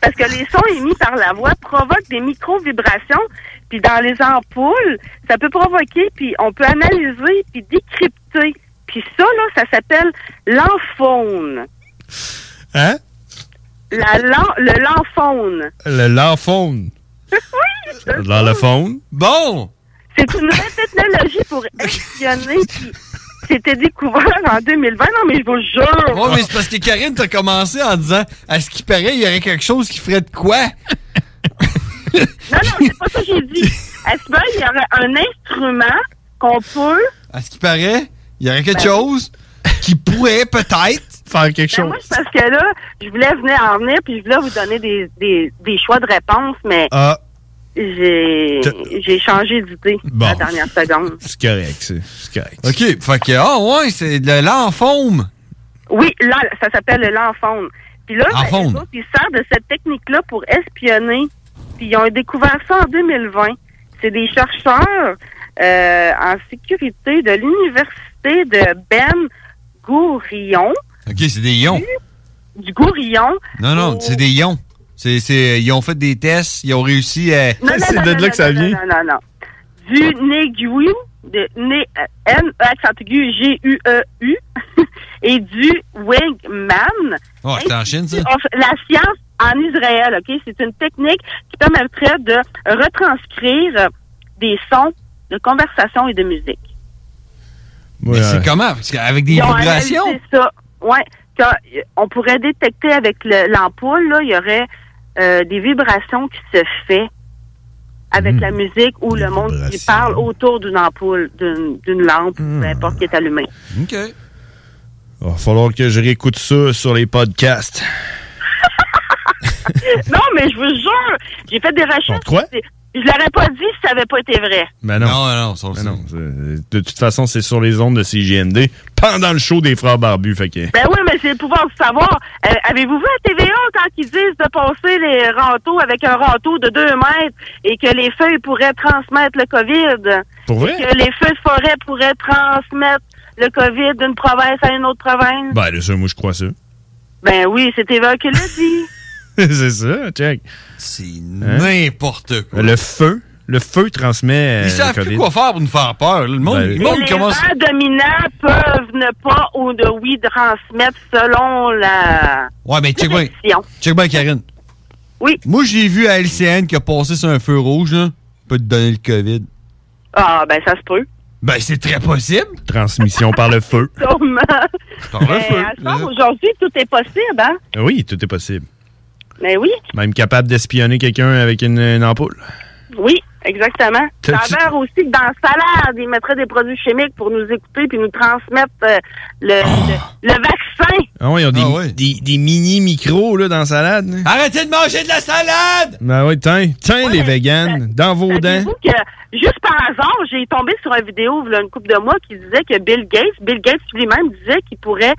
parce que les sons émis par la voix provoquent des micro-vibrations, puis dans les ampoules, ça peut provoquer, puis on peut analyser, puis décrypter. Puis ça, là, ça s'appelle l'enphone.
Hein?
La lan- le l'enphone.
Le l'enfaune. Dans le faune.
Bon!
C'est une nouvelle technologie pour espionner, puis c'était découvert en 2020. Non, mais je vous jure!
Ouais, mais c'est parce que Karine, t'as commencé en disant à ce qui paraît, il y aurait quelque chose qui ferait de quoi?
Non, non, c'est pas ça que j'ai dit. Est-ce qu'il y aurait un instrument qu'on peut...
À ce qui paraît, il y aurait quelque chose qui pourrait peut-être
faire quelque
Ben, moi, c'est parce que là, je voulais venir en venir, puis je voulais vous donner des, des, des choix de réponse, mais
Ah,
j'ai j'ai changé d'idée
Bon.
à la dernière seconde.
c'est correct, c'est c'est correct.
OK, fait que, ah ouais, c'est de l'enfaume.
Oui, là, ça s'appelle le l'enfone. Puis là, ben,
L'enfone.
eux autres, ils servent de cette technique-là pour espionner. Puis ils ont découvert ça en 2020. C'est des chercheurs euh, en sécurité de l'université de Ben Gourion,
OK, c'est des ions.
du Gourion.
Non, non, c'est des ions. C'est, c'est, ils ont fait des tests, ils ont réussi à...
Non, non, non, non, non, non, Non, non, non. Du Neguiu, de né- euh, N, E, accent aigu, G-U-E-U, E, et du Wingman.
Oh, c'est en Chine, ça?
On- La science en Israël, OK? C'est une technique qui permettrait de retranscrire euh, des sons de conversation et de musique.
Mais c'est comment? Parce qu'avec des
Ils ont
vibrations?
analysé ça. Ouais. Quand, euh, on pourrait détecter avec le- l'ampoule, là, il y aurait euh, des vibrations qui se fait
Hmm.
avec la musique ou le monde qui parle autour d'une ampoule, d'une d'une lampe, peu importe qui est allumée.
Hmm. OK.
Il va falloir que je réécoute ça sur les podcasts.
non, mais je vous jure, j'ai fait des recherches.
Pourquoi?
C'est- Je l'aurais pas dit si ça n'avait pas été vrai.
Ben non.
Non, non,
ben non. c'est- De toute façon, c'est sur les ondes de CGMD pendant le show des Frères Barbus. Fait que...
Ben oui, mais c'est le pouvoir du savoir. Euh, Avez-vous vu à TVA quand ils disent de passer les râteaux avec un râteau de 2 mètres et que les feuilles pourraient transmettre le COVID?
Pour vrai?
Et Que les feux de forêt pourraient transmettre le COVID d'une province à une autre province?
Ben, là, ça, moi, je crois ça.
Ben oui, c'est TVA qui l'a dit.
c'est ça, check.
C'est
n'importe quoi. Le feu. Le feu transmet. euh,
Ils savent
le
plus
COVID.
quoi faire pour nous faire peur. là. Le monde,
Ben,
le
oui.
monde
Et
Les
commence.
vents dominants peuvent ne pas ou de oui transmettre selon la
Ouais, mais check bien.
direction.
Check bien, Karine.
Oui.
Moi, j'ai vu à LCN qui a passé sur un feu rouge, là. Peut te donner le COVID.
Ah, ben ça se peut.
Ben, c'est très possible.
Transmission par le feu.
Sûrement.
Par le
Mais
feu,
à ce moment, Aujourd'hui, tout est possible, hein?
Oui, tout est possible.
Mais oui,
Même capable d'espionner quelqu'un avec une, une ampoule.
oui, exactement. Ça
T'as-tu-
a l'air aussi que dans la salade, ils mettraient des produits chimiques pour nous écouter puis nous transmettre euh, le, le- le vaccin.
Ah oui, ils ont des, des, des mini micros là, dans la salade. là.
Arrêtez de manger de la salade!
Ben oui, tiens, tiens les véganes, dans vos dents.
J'avoue que, juste par hasard, j'ai tombé sur une vidéo il y a une couple de mois qui disait que Bill Gates, Bill Gates lui-même disait qu'il pourrait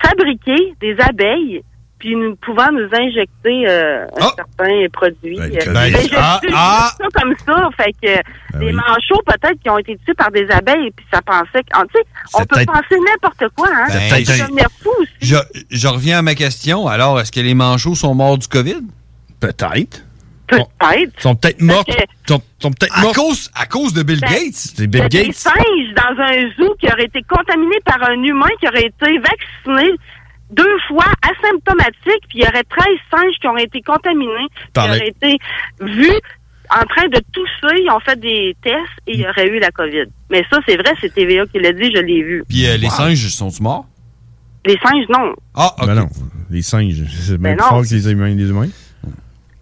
fabriquer des abeilles puis nous pouvant nous injecter euh, un certain produit.
le
Euh,
COVID.
ben, je-
Ah,
je- je-
ah.
ça comme ça, fait que des manchots peut-être qui ont été tués par des abeilles puis ça pensait que, ah, tu sais, on peut
peut-être-
penser n'importe quoi hein.
C'est
Ça
peut-être-
peut devenir fou aussi.
Je, je reviens à ma question. Alors, est-ce que les manchots sont morts du COVID?
Peut-être.
Peut-être.
Ils sont peut-être morts.
Parce que-
Ils sont, sont peut-être morts. À cause,
à cause de Bill
Gates?
C'est
Il y
Bill
a Ben, des
Gates.
singes dans un zoo qui aurait été contaminé par un humain qui aurait été vacciné deux fois asymptomatique, puis il y aurait 13 singes qui auraient été contaminés, qui
Par le-
auraient été vus en train de tousser, ils ont fait des tests et il y aurait eu la COVID. Mais ça, c'est vrai, c'est TVA qui l'a dit, je l'ai vu.
Puis euh, les singes sont-ils morts?
euh,
Les singes, non.
Ah,
Ben non, les singes, c'est
Ben
même plus
non. Ben
fort que les humains. Les humains.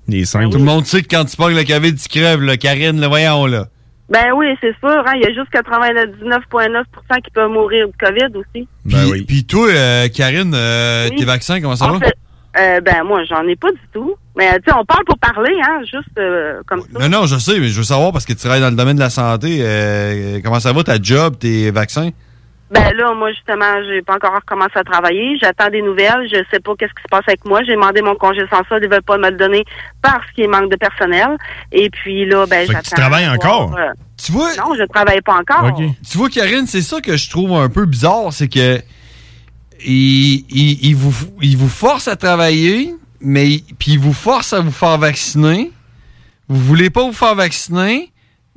Les singes.
Tout le monde sait que quand tu pognes le COVID, tu crèves, là. Karine, le voyons, là.
Ben oui, c'est sûr, hein, il y a juste 99,9 qui peuvent mourir de COVID aussi.
Ben
Puis, puis toi, euh, Karine, euh, tes vaccins, comment ça
En
va?
fait, euh, ben moi, j'en ai pas du tout. Mais euh, tu sais, on parle pour parler, hein, juste euh, comme ça.
Non, non, je sais, mais je veux savoir parce que tu travailles dans le domaine de la santé. euh, comment ça va, ta job, tes vaccins?
Ben là, moi justement, j'ai pas encore commencé à travailler. J'attends des nouvelles. Je sais pas qu'est-ce qui se passe avec moi. J'ai demandé mon congé sans solde. Ils veulent pas me le donner parce qu'il manque de personnel. Et puis là, ben
Fait que
j'attends.
tu travailles
à
encore?
voir, euh,
Tu vois?
Non, je travaille pas encore.
Tu vois, Karine, c'est ça que je trouve un peu bizarre, c'est que ils ils- ils vous, ils vous forcent à travailler, mais ils- puis ils vous forcent à vous faire vacciner. Vous voulez pas vous faire vacciner,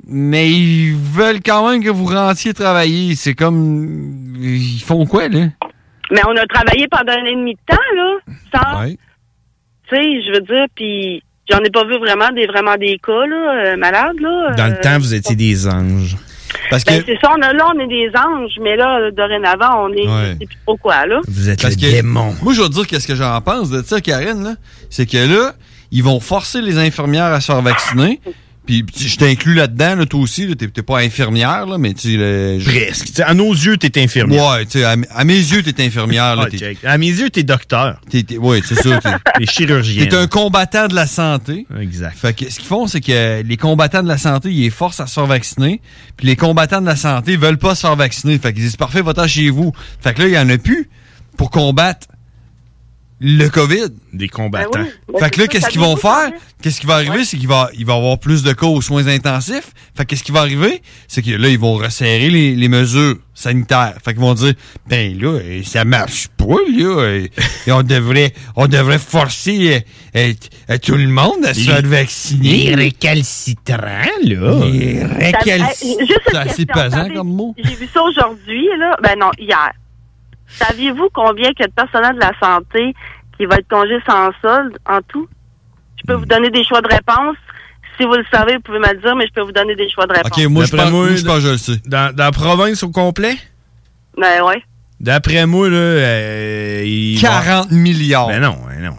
mais ils veulent quand même que vous rentiez travailler. C'est comme ils font quoi là
Mais on a travaillé pendant un an et demi de temps là, sans. Tu sais, je veux dire, puis j'en ai pas vu vraiment des vraiment des cas là euh, malades là.
Dans
Euh,
le temps, vous étiez des anges. Parce
ben, c'est ça, on a, là, on est des anges, mais là, dorénavant, on est,
Ouais.
je sais plus trop quoi, là.
Vous êtes
le Moi, je vais te dire qu'est-ce que j'en pense de ça, Karine. là. C'est que là, ils vont forcer les infirmières à se faire vacciner. Puis puis je t'inclus là-dedans, là, toi aussi. là. T'es t'es pas infirmière, là, mais tu... là, je-
Presque. Tu sais, à nos yeux, t'es infirmière.
Ouais, tu sais, à, mes- à mes yeux, t'es infirmière. Là,
Ah, check. à mes yeux, t'es docteur.
oui, c'est ça.
T'es chirurgien.
T'es un combattant de la santé.
Exact.
Fait que ce qu'ils font, c'est que les combattants de la santé, ils les forcent à se faire vacciner. Puis les combattants de la santé veulent pas se faire vacciner. Fait qu'ils disent parfait, va-t'en chez vous. Fait que là, il y en a plus pour combattre le COVID.
Des combattants.
Ben
Ben
oui.
oui.
fait
Ben,
que là,
c'est
qu'est-ce
ça,
qu'ils vont
ça
faire? Qu'est-ce qui va arriver? C'est qu'il va, il va avoir plus de cas aux soins intensifs. Fait que qu'est-ce qui va arriver? C'est que là, ils vont resserrer les, les mesures sanitaires. Fait qu'ils vont dire, ben là, euh, ça marche pas, là. euh, et on devrait, on devrait forcer euh, euh, t- euh, tout le monde à se
Les-
faire vacciner.
les
récalcitrants,
là.
Les
Ça-
récalcitrants.
euh, juste une
C'est assez
question,
pesant
savez-
comme mot.
J'ai vu ça aujourd'hui, là. Ben non, hier. Saviez-vous combien que de personnel de la santé qui va être congé sans solde en tout? Je peux
Hmm.
vous donner des choix de réponse. Si vous le savez, vous pouvez me le dire, mais je peux vous donner des choix de réponse.
D'après moi, je pense que je le sais.
Dans, dans la province au complet,
Ben ouais.
d'après moi, là, euh, ils-
40 milliards.
Ben non, ben non.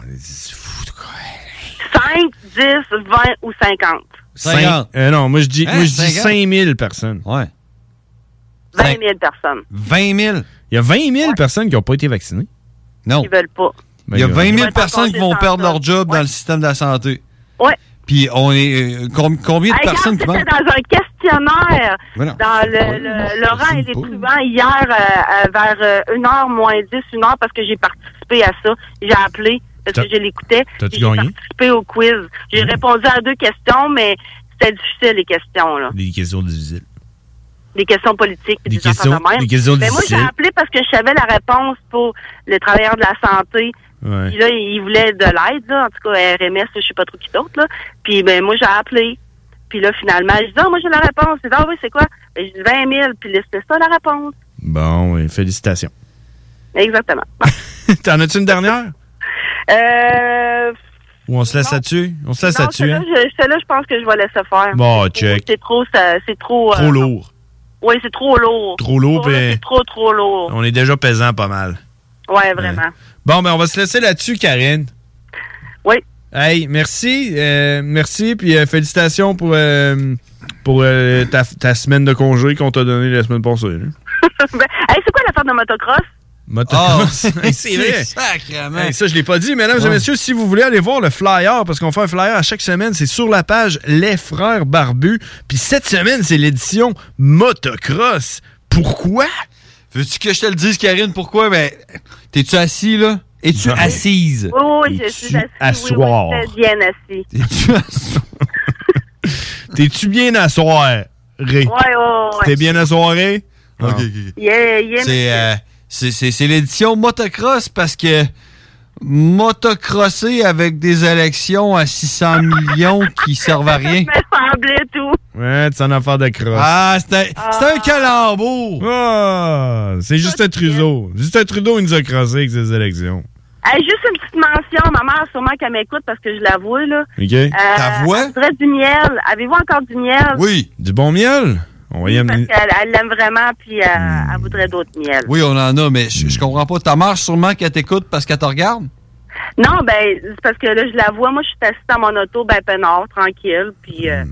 5, 10, 20 ou 50.
Cinq- euh, non, moi, je dis,
Hein,
moi, je dis
50?
5000 personnes.
Ouais.
20 000 personnes.
20 000.
Il y a 20 000 personnes qui n'ont pas été vaccinées. Ben,
Non.
Ils veulent pas.
Il y a 20
Ils vont
000
être
personnes qui
en
vont
congé
perdre
sans
leur job dans le système de la santé.
Ouais.
Puis on est. euh, com- combien de
Hey,
personnes qui
regarde,
manquent?
c'était dans un questionnaire
Voilà.
dans le, le- Laurent et les truands hier euh, euh, vers euh, une heure moins 10, une heure parce que j'ai participé à ça. J'ai appelé parce
T'as-
que je l'écoutais.
t'as-tu
J'ai
gagné?
participé au quiz. J'ai répondu à deux questions, mais c'était difficile les questions là.
Des questions difficiles.
Des questions politiques et
Des
des, affaires
questions-
de même.
des questions
mais moi j'ai
difficiles.
appelé parce que je savais la réponse pour les travailleurs de la santé
Ouais.
Puis là, il voulait de l'aide, là, en tout cas, RMS, je sais pas trop qui d'autre, là. Puis ben moi, j'ai appelé. Puis là, finalement, je dis, ah, moi, j'ai la réponse. Il dit, ah oui, c'est quoi? Ben, je dis 20 000. Puis là, c'était ça, la réponse.
Bon, et félicitations.
Exactement.
T'en as-tu une dernière?
Euh,
Ou on se laisse là-dessus? On se laisse
non,
là-dessus,
celle-là,
hein?
je, celle-là, je pense que je vais laisser faire.
Bon, check.
C'est trop, ça- c'est trop...
Trop lourd.
Oui, c'est trop lourd.
Trop lourd,
Pour-
puis-
C'est trop, trop lourd.
On est déjà pesant pas mal.
Ouais, vraiment.
Bon, ben on va se laisser là-dessus, Karine.
Oui.
Hey, merci. euh, merci, puis euh, félicitations pour, euh, pour euh, ta, ta semaine de congé qu'on t'a donnée la semaine passée. là.
Ben, hey, c'est quoi l'affaire de motocross?
Ah,
Motocross. Hey, c'est vrai.
Sacrément.
Hey, ça, je l'ai pas dit, mesdames et
Ouais.
messieurs, si vous voulez aller voir le flyer, parce qu'on fait un flyer à chaque semaine, c'est sur la page Les Frères Barbus. Puis cette semaine, c'est l'édition Motocross. Pourquoi?
Veux-tu que je te le dise, Karine, pourquoi? Ben, t'es-tu assis, là? Es-tu assise?
Oui, oui, je suis assise.
à
oui, oui,
soir?
je suis bien assise.
T'es-tu assoir- T'es-tu bien assoiré?
Ouais, ouais, ouais.
T'es bien Ah. assoiré?
Ok, ok, ok.
Yeah, yeah.
C'est euh, c'est- c'est- c'est l'édition motocross parce que motocrossé avec des élections à 600 millions qui servent à rien.
Ça me semblait tout.
Ouais, c'est une affaire de crosse.
Ah, c'est un, c'est un calembour!
Ah, c'est Justin Trudeau. Justin Trudeau, il nous a crossé avec ses élections.
Hey, juste une petite mention. Ma mère, sûrement qu'elle m'écoute parce que je la vois, là.
OK.
Euh,
Ta voix?
elle voudrait du miel. Avez-vous encore du miel?
Oui. Du bon miel? On va y
Parce
amener-
qu'elle elle l'aime vraiment, puis euh,
Hmm.
elle voudrait d'autres miels.
Oui, on en a, mais je je comprends pas. Ta mère, sûrement qu'elle t'écoute parce qu'elle te regarde?
oh.
Non, ben, c'est parce que là, je la vois. Moi, je suis assise dans mon auto, ben, peinard, tranquille. Puis,
Hmm.
euh,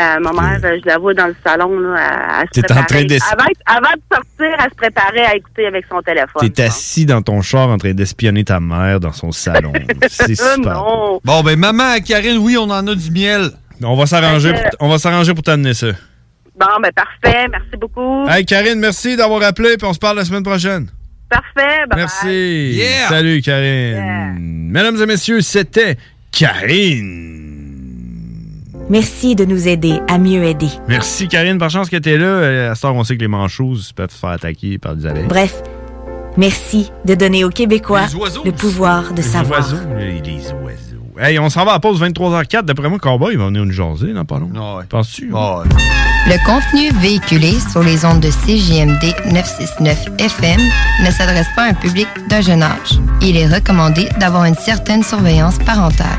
euh, ma mère, euh, je la vois dans le salon, là, à, à se
T'es en
préparer.
train d'ess-
avant, avant de sortir, à se préparer à écouter avec son téléphone.
T'es assis dans ton char en train d'espionner ta mère dans son salon. C'est super.
Ah, non.
Bon, ben, maman à Karine, oui, on en a du miel.
On va s'arranger pour, on va s'arranger pour t'amener ça.
Bon, ben, parfait. Merci beaucoup.
Hey Karine, merci d'avoir appelé puis on se parle la semaine prochaine.
Parfait. Bye
Merci. Salut Karine. Mesdames et messieurs, c'était Karine.
Merci de nous aider à mieux aider.
Merci Karine, par chance que t'es là. Euh, À ce on sait que les manchoses peuvent se faire attaquer par des abeilles.
Bref, merci de donner aux Québécois le pouvoir
Les
de savoir.
oiseaux, les, les oiseaux. Hey, on s'en va à pause 23h04. D'après moi, Cowboy, il va venir nous jaser, non, pas
Ah
long. Penses-tu?
Le contenu véhiculé sur les ondes de CJMD 969 FM ne s'adresse pas à un public d'un jeune âge. Il est recommandé d'avoir une certaine surveillance parentale.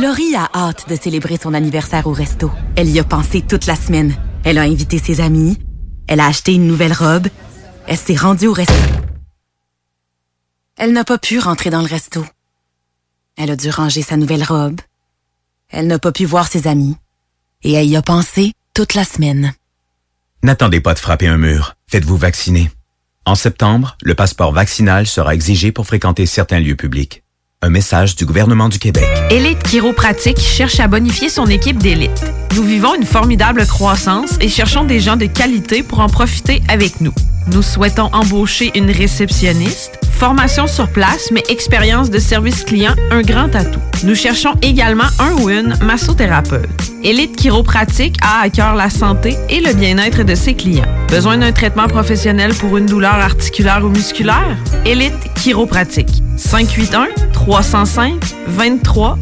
Laurie a hâte de célébrer son anniversaire au resto. Elle y a pensé toute la semaine. Elle a invité ses amis. Elle a acheté une nouvelle robe. Elle s'est rendue au resto. Elle n'a pas pu rentrer dans le resto. Elle a dû ranger sa nouvelle robe. Elle n'a pas pu voir ses amis. Et elle y a pensé toute la semaine.
N'attendez pas de frapper un mur. Faites-vous vacciner. En septembre, le passeport vaccinal sera exigé pour fréquenter certains lieux publics. Un message du gouvernement du Québec.
Elite Chiropratique cherche à bonifier son équipe d'élite. Nous vivons une formidable croissance et cherchons des gens de qualité pour en profiter avec nous. Nous souhaitons embaucher une réceptionniste, formation sur place, mais expérience de service client, un grand atout. Nous cherchons également un ou une massothérapeute. Elite Chiropratique a à cœur la santé et le bien-être de ses clients. Besoin d'un traitement professionnel pour une douleur articulaire ou musculaire? Elite Chiropratique.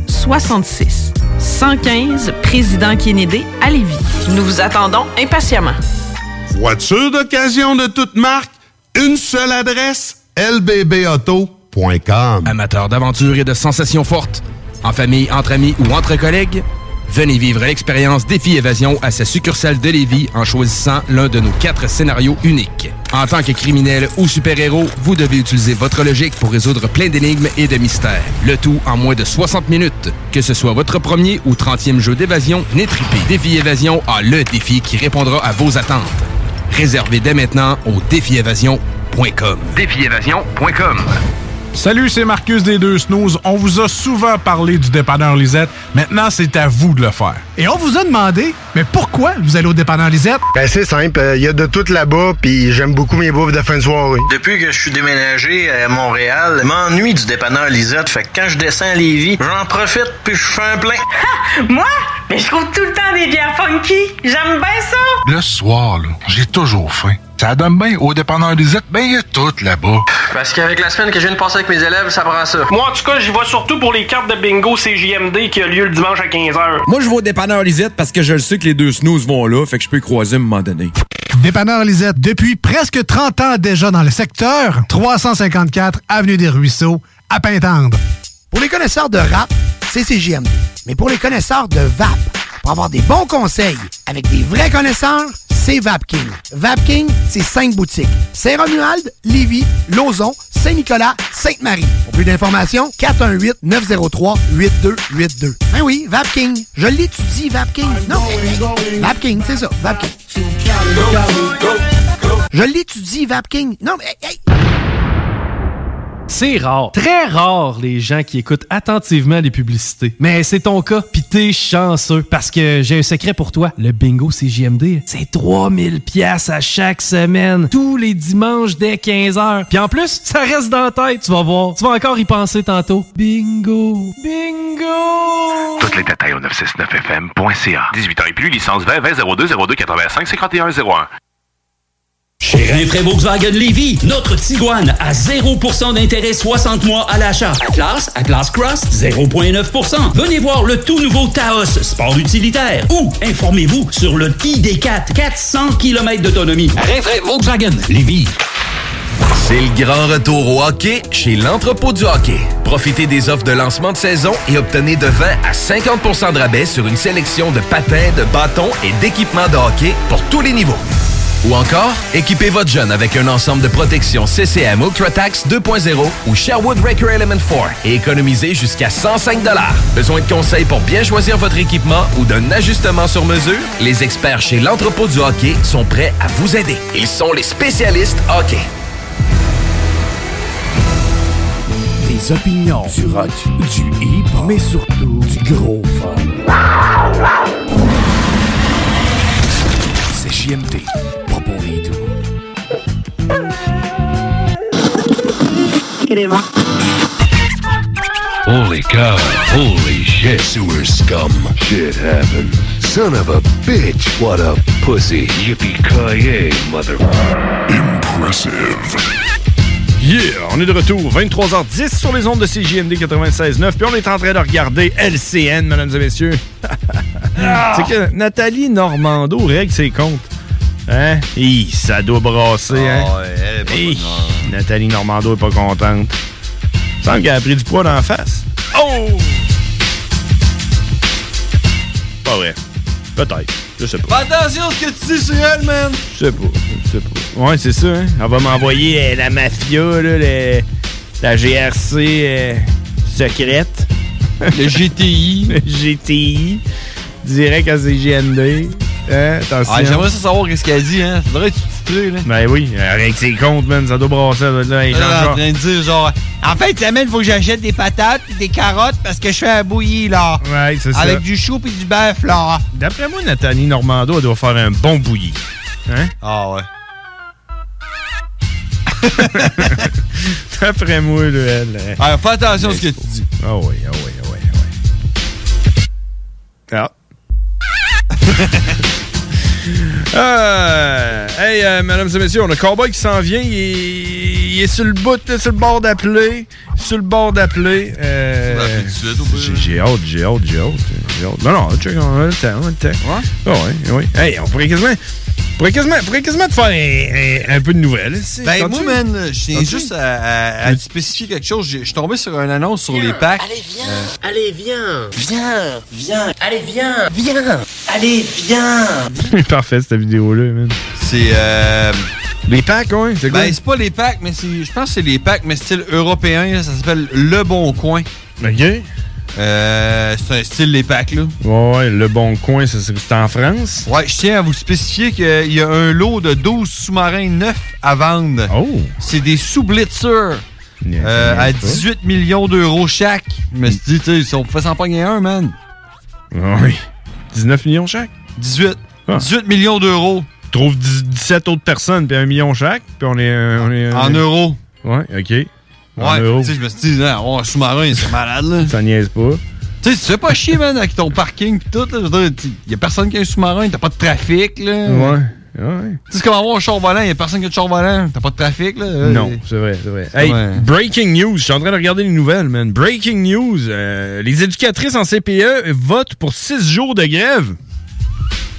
581-305-2366. 115 Président Kennedy à Lévis. Nous vous attendons impatiemment.
Voiture d'occasion de toute marque, une seule adresse, lbbauto.com.
Amateur d'aventure et de sensations fortes, en famille, entre amis ou entre collègues, venez vivre l'expérience Défi Évasion à sa succursale de Lévis en choisissant l'un de nos quatre scénarios uniques. En tant que criminel ou super-héros, vous devez utiliser votre logique pour résoudre plein d'énigmes et de mystères. Le tout en moins de 60 minutes. Que ce soit votre premier ou 30e jeu d'évasion, n'étripez. Défi Évasion a le défi qui répondra à vos attentes. Réservez dès maintenant au défiévasion.com. Défiévasion.com
Salut, c'est Marcus des Deux Snooze. On vous a souvent parlé du dépanneur Lisette. Maintenant, c'est à vous de le faire. Et on vous a demandé, mais pourquoi vous allez au dépanneur Lisette?
Ben, c'est simple, il y a de tout là-bas, puis j'aime beaucoup mes bouffes de fin de soirée.
Depuis que je suis déménagé à Montréal, m'ennuie du dépanneur Lisette. Fait que quand je descends à Lévis, j'en profite puis je fais un plein.
Moi? Mais je trouve tout le temps des bières funky. J'aime bien ça.
Le soir, là, j'ai toujours faim. Ça donne bien au dépanneur Lisette, ben il y a tout là-bas.
Parce qu'avec la semaine que je viens de passer avec mes élèves, ça prend ça.
Moi, en tout cas, j'y vais surtout pour les cartes de bingo CJMD qui a lieu le dimanche à 15h.
Moi, je vais au dépanneur Lisette parce que je le sais que les deux snooze vont là, fait que je peux y croiser à un moment donné.
Dépanneur Lisette, depuis presque 30 ans déjà dans le secteur, 354 Avenue des Ruisseaux, à Pintendre.
Pour les connaisseurs de rap, c'est CJMD. Mais pour les connaisseurs de vape, pour avoir des bons conseils avec des vrais connaisseurs, c'est Vapking. Vapking, c'est cinq boutiques. Saint-Romuald, Lévis, Lauson, Saint-Nicolas, Sainte-Marie. Pour plus d'informations, 418-903-8282. Ben oui, Vapking. Je l'étudie, Vapking. Non, mais- Vapking, c'est ça, Vapking. Je l'étudie, Vapking. Non, mais... hey, hey.
C'est rare, très rare les gens qui écoutent attentivement les publicités. Mais c'est ton cas, pis t'es chanceux, parce que j'ai un secret pour toi. Le bingo CJMD, c'est 3000 pièces à chaque semaine, tous les dimanches dès 15h. Puis en plus, ça reste dans la tête, tu vas voir. Tu vas encore y penser tantôt. Bingo, bingo!
Toutes les détails au 969fm.ca. 18 ans et plus, licence 20 20 02 02 85 51 01.
Chez Rinfraie Volkswagen Lévy, notre Tiguan à 0% d'intérêt 60 mois à l'achat. Atlas, Atlas Cross, 0,9%. Venez voir le tout nouveau Taos, sport utilitaire. Ou informez-vous sur le ID4, 400 km d'autonomie. Rinfraie Volkswagen Lévy.
C'est le grand retour au hockey chez l'entrepôt du hockey. Profitez des offres de lancement de saison et obtenez de 20 à 50 de rabais sur une sélection de patins, de bâtons et d'équipements de hockey pour tous les niveaux. Ou encore, équipez votre jeune avec un ensemble de protection CCM UltraTax 2.0 ou Sherwood Record Element 4 et économisez jusqu'à 105 Besoin de conseils pour bien choisir votre équipement ou d'un ajustement sur mesure? Les experts chez l'entrepôt du hockey sont prêts à vous aider. Ils sont les spécialistes hockey.
Des opinions, du rock, du hip, mais surtout du gros fun. C'est JMD, pas pour les doux.
Holy cow. Holy shit. Sewer scum. Shit happened. Son of a bitch. What a pussy. Yippee-ki-yay, mother... Impressive.
Yeah, on est de retour, 23h10 sur les ondes de CJMD 96.9, puis on est en train de regarder LCN, mesdames et messieurs.
Ah!
C'est que Nathalie Normando règle ses comptes. Hein? Hi, ça doit brasser, hein?
Ah ouais, elle est pas hein.
Hi, Nathalie Normando est pas contente. Semble qu'elle a pris du poids d'en face. Oh! Pas vrai. Peut-être. Je sais pas.
attention à ce que tu dis sur elle, man!
Je sais pas. Je sais pas. Ouais, c'est ça, hein? Elle va m'envoyer euh, la mafia, là, le- la GRC euh, secrète. Le GTI. Le GTI. Direct à CGND. Hein? Attention.
Ah, J'aimerais ça savoir qu'est-ce qu'elle dit, hein. Ça devrait être titré, là.
Ben oui, avec ses comptes, man, ça doit brasser. ça doit être Là, hey,
Elle est en
Jean-Jacques.
ah, train de dire, genre,
En fait, cette semaine, faut que j'achète des patates et des carottes parce que je fais un bouilli, là.
Ouais, c'est ça.
Avec du chou et du bœuf, là.
D'après moi, Nathalie Normando, elle doit faire un bon bouilli. Hein?
Ah ouais.
D'après moi, là, elle. euh,
Ah, fais attention à ce que tu dis.
Ah oui, ah oui, ah oui, ah oui. Ah. Euh, hey, euh, mesdames et messieurs, on a Cowboy qui s'en vient. Il est, il est sur le bout, là, sur le bord d'appeler. Sur le bord d'appeler. euh, j'ai- j'ai hâte, j'ai hâte, j'ai hâte, j'ai hâte. Non, non, check, on a le temps, on a le temps. Ah Ouais? oui, Hey, on pourrait quasiment, pourrait quasiment, pourrait quasiment te faire un, un- un peu de nouvelles. c'est-
Ben,
t'entends-tu?
moi, man, je tiens
T'entends-tu?
juste à, à- à te spécifier quelque chose. J'ai- Je suis tombé sur une annonce sur les packs.
Allez, viens.
Euh,
Allez, viens. Viens. Viens. Allez, viens. Viens. Allez, viens.
Parfait, cette vidéo-là, man.
C'est. Euh...
Les packs, ouais, c'est quoi?
Ben, c'est pas les packs, mais c'est. Je pense que c'est les packs, mais style européen. là. ça s'appelle Le Bon Coin.
OK.
Euh, c'est un style les packs, là.
Ouais, ouais, le bon coin, c'est c'est en France.
Ouais, je tiens à vous spécifier qu'il y a un lot de 12 sous-marins neufs à vendre.
Oh!
C'est des sous-blitzers. Euh,
ça
à
niaise pas.
18 millions d'euros chaque. Je me suis dit, tu sais, si on pouvait s'en pogner un, man.
Ah Oui. 19 millions chaque?
18. 18 millions d'euros.
Ah. Trouve 10 17 autres personnes, puis un million chaque, puis on est... euh, on est
En euros.
Ouais, OK. En
Ouais,
euros.
tu sais, je me suis dit, non, on Ah, un sous-marin, c'est malade, là.
Ça niaise pas.
Tu sais, tu te fais pas chier, man, avec ton parking pis tout, là. Je veux dire, y a personne qui a un sous-marin, t'as pas de trafic, là.
Ouais.
Tu sais, c'est comme avoir un char volant, y a personne qui a de char volant, t'as pas de trafic, là. Euh,
Non, c'est vrai, c'est vrai. Hey, breaking news. Je suis en train de regarder les nouvelles, man. Breaking news. euh, les éducatrices en CPE votent pour six jours de grève.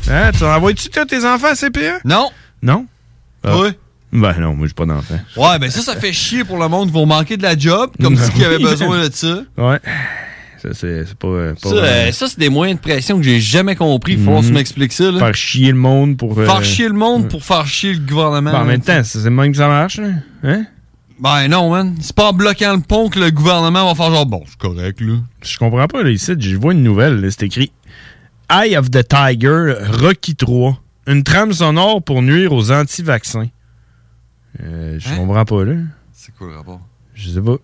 Hein, tu envoies-tu, toi, tes enfants à E? CPE?
Non.
Non?
Oui.
Ben non, moi, j'ai pas d'enfants.
Ouais, ben ça, ça fait chier pour le monde qui vont manquer de la job, comme
Non.
si qu'il y avait besoin de ça.
Ouais. Ça, c'est c'est pas, euh, pas
Ça, euh, ça, c'est des moyens de pression que j'ai jamais compris. Faut qu'on se
Mhm.
m'explique ça, là.
Faire chier le monde pour. euh,
Faire chier le monde pour faire chier le gouvernement.
ben, en
là,
même
tu sais.
temps, c'est c'est le même que ça marche, là. Hein?
Ben non, man. C'est pas en bloquant le pont que le gouvernement va faire genre, bon, c'est correct, là.
Je comprends pas, là, ici. Je vois une nouvelle, là, c'est écrit Eye of the Tiger, Rocky 3. Une trame sonore pour nuire aux anti-vaccins. Euh, je comprends pas, là.
Hein? C'est quoi le rapport?
Je sais pas.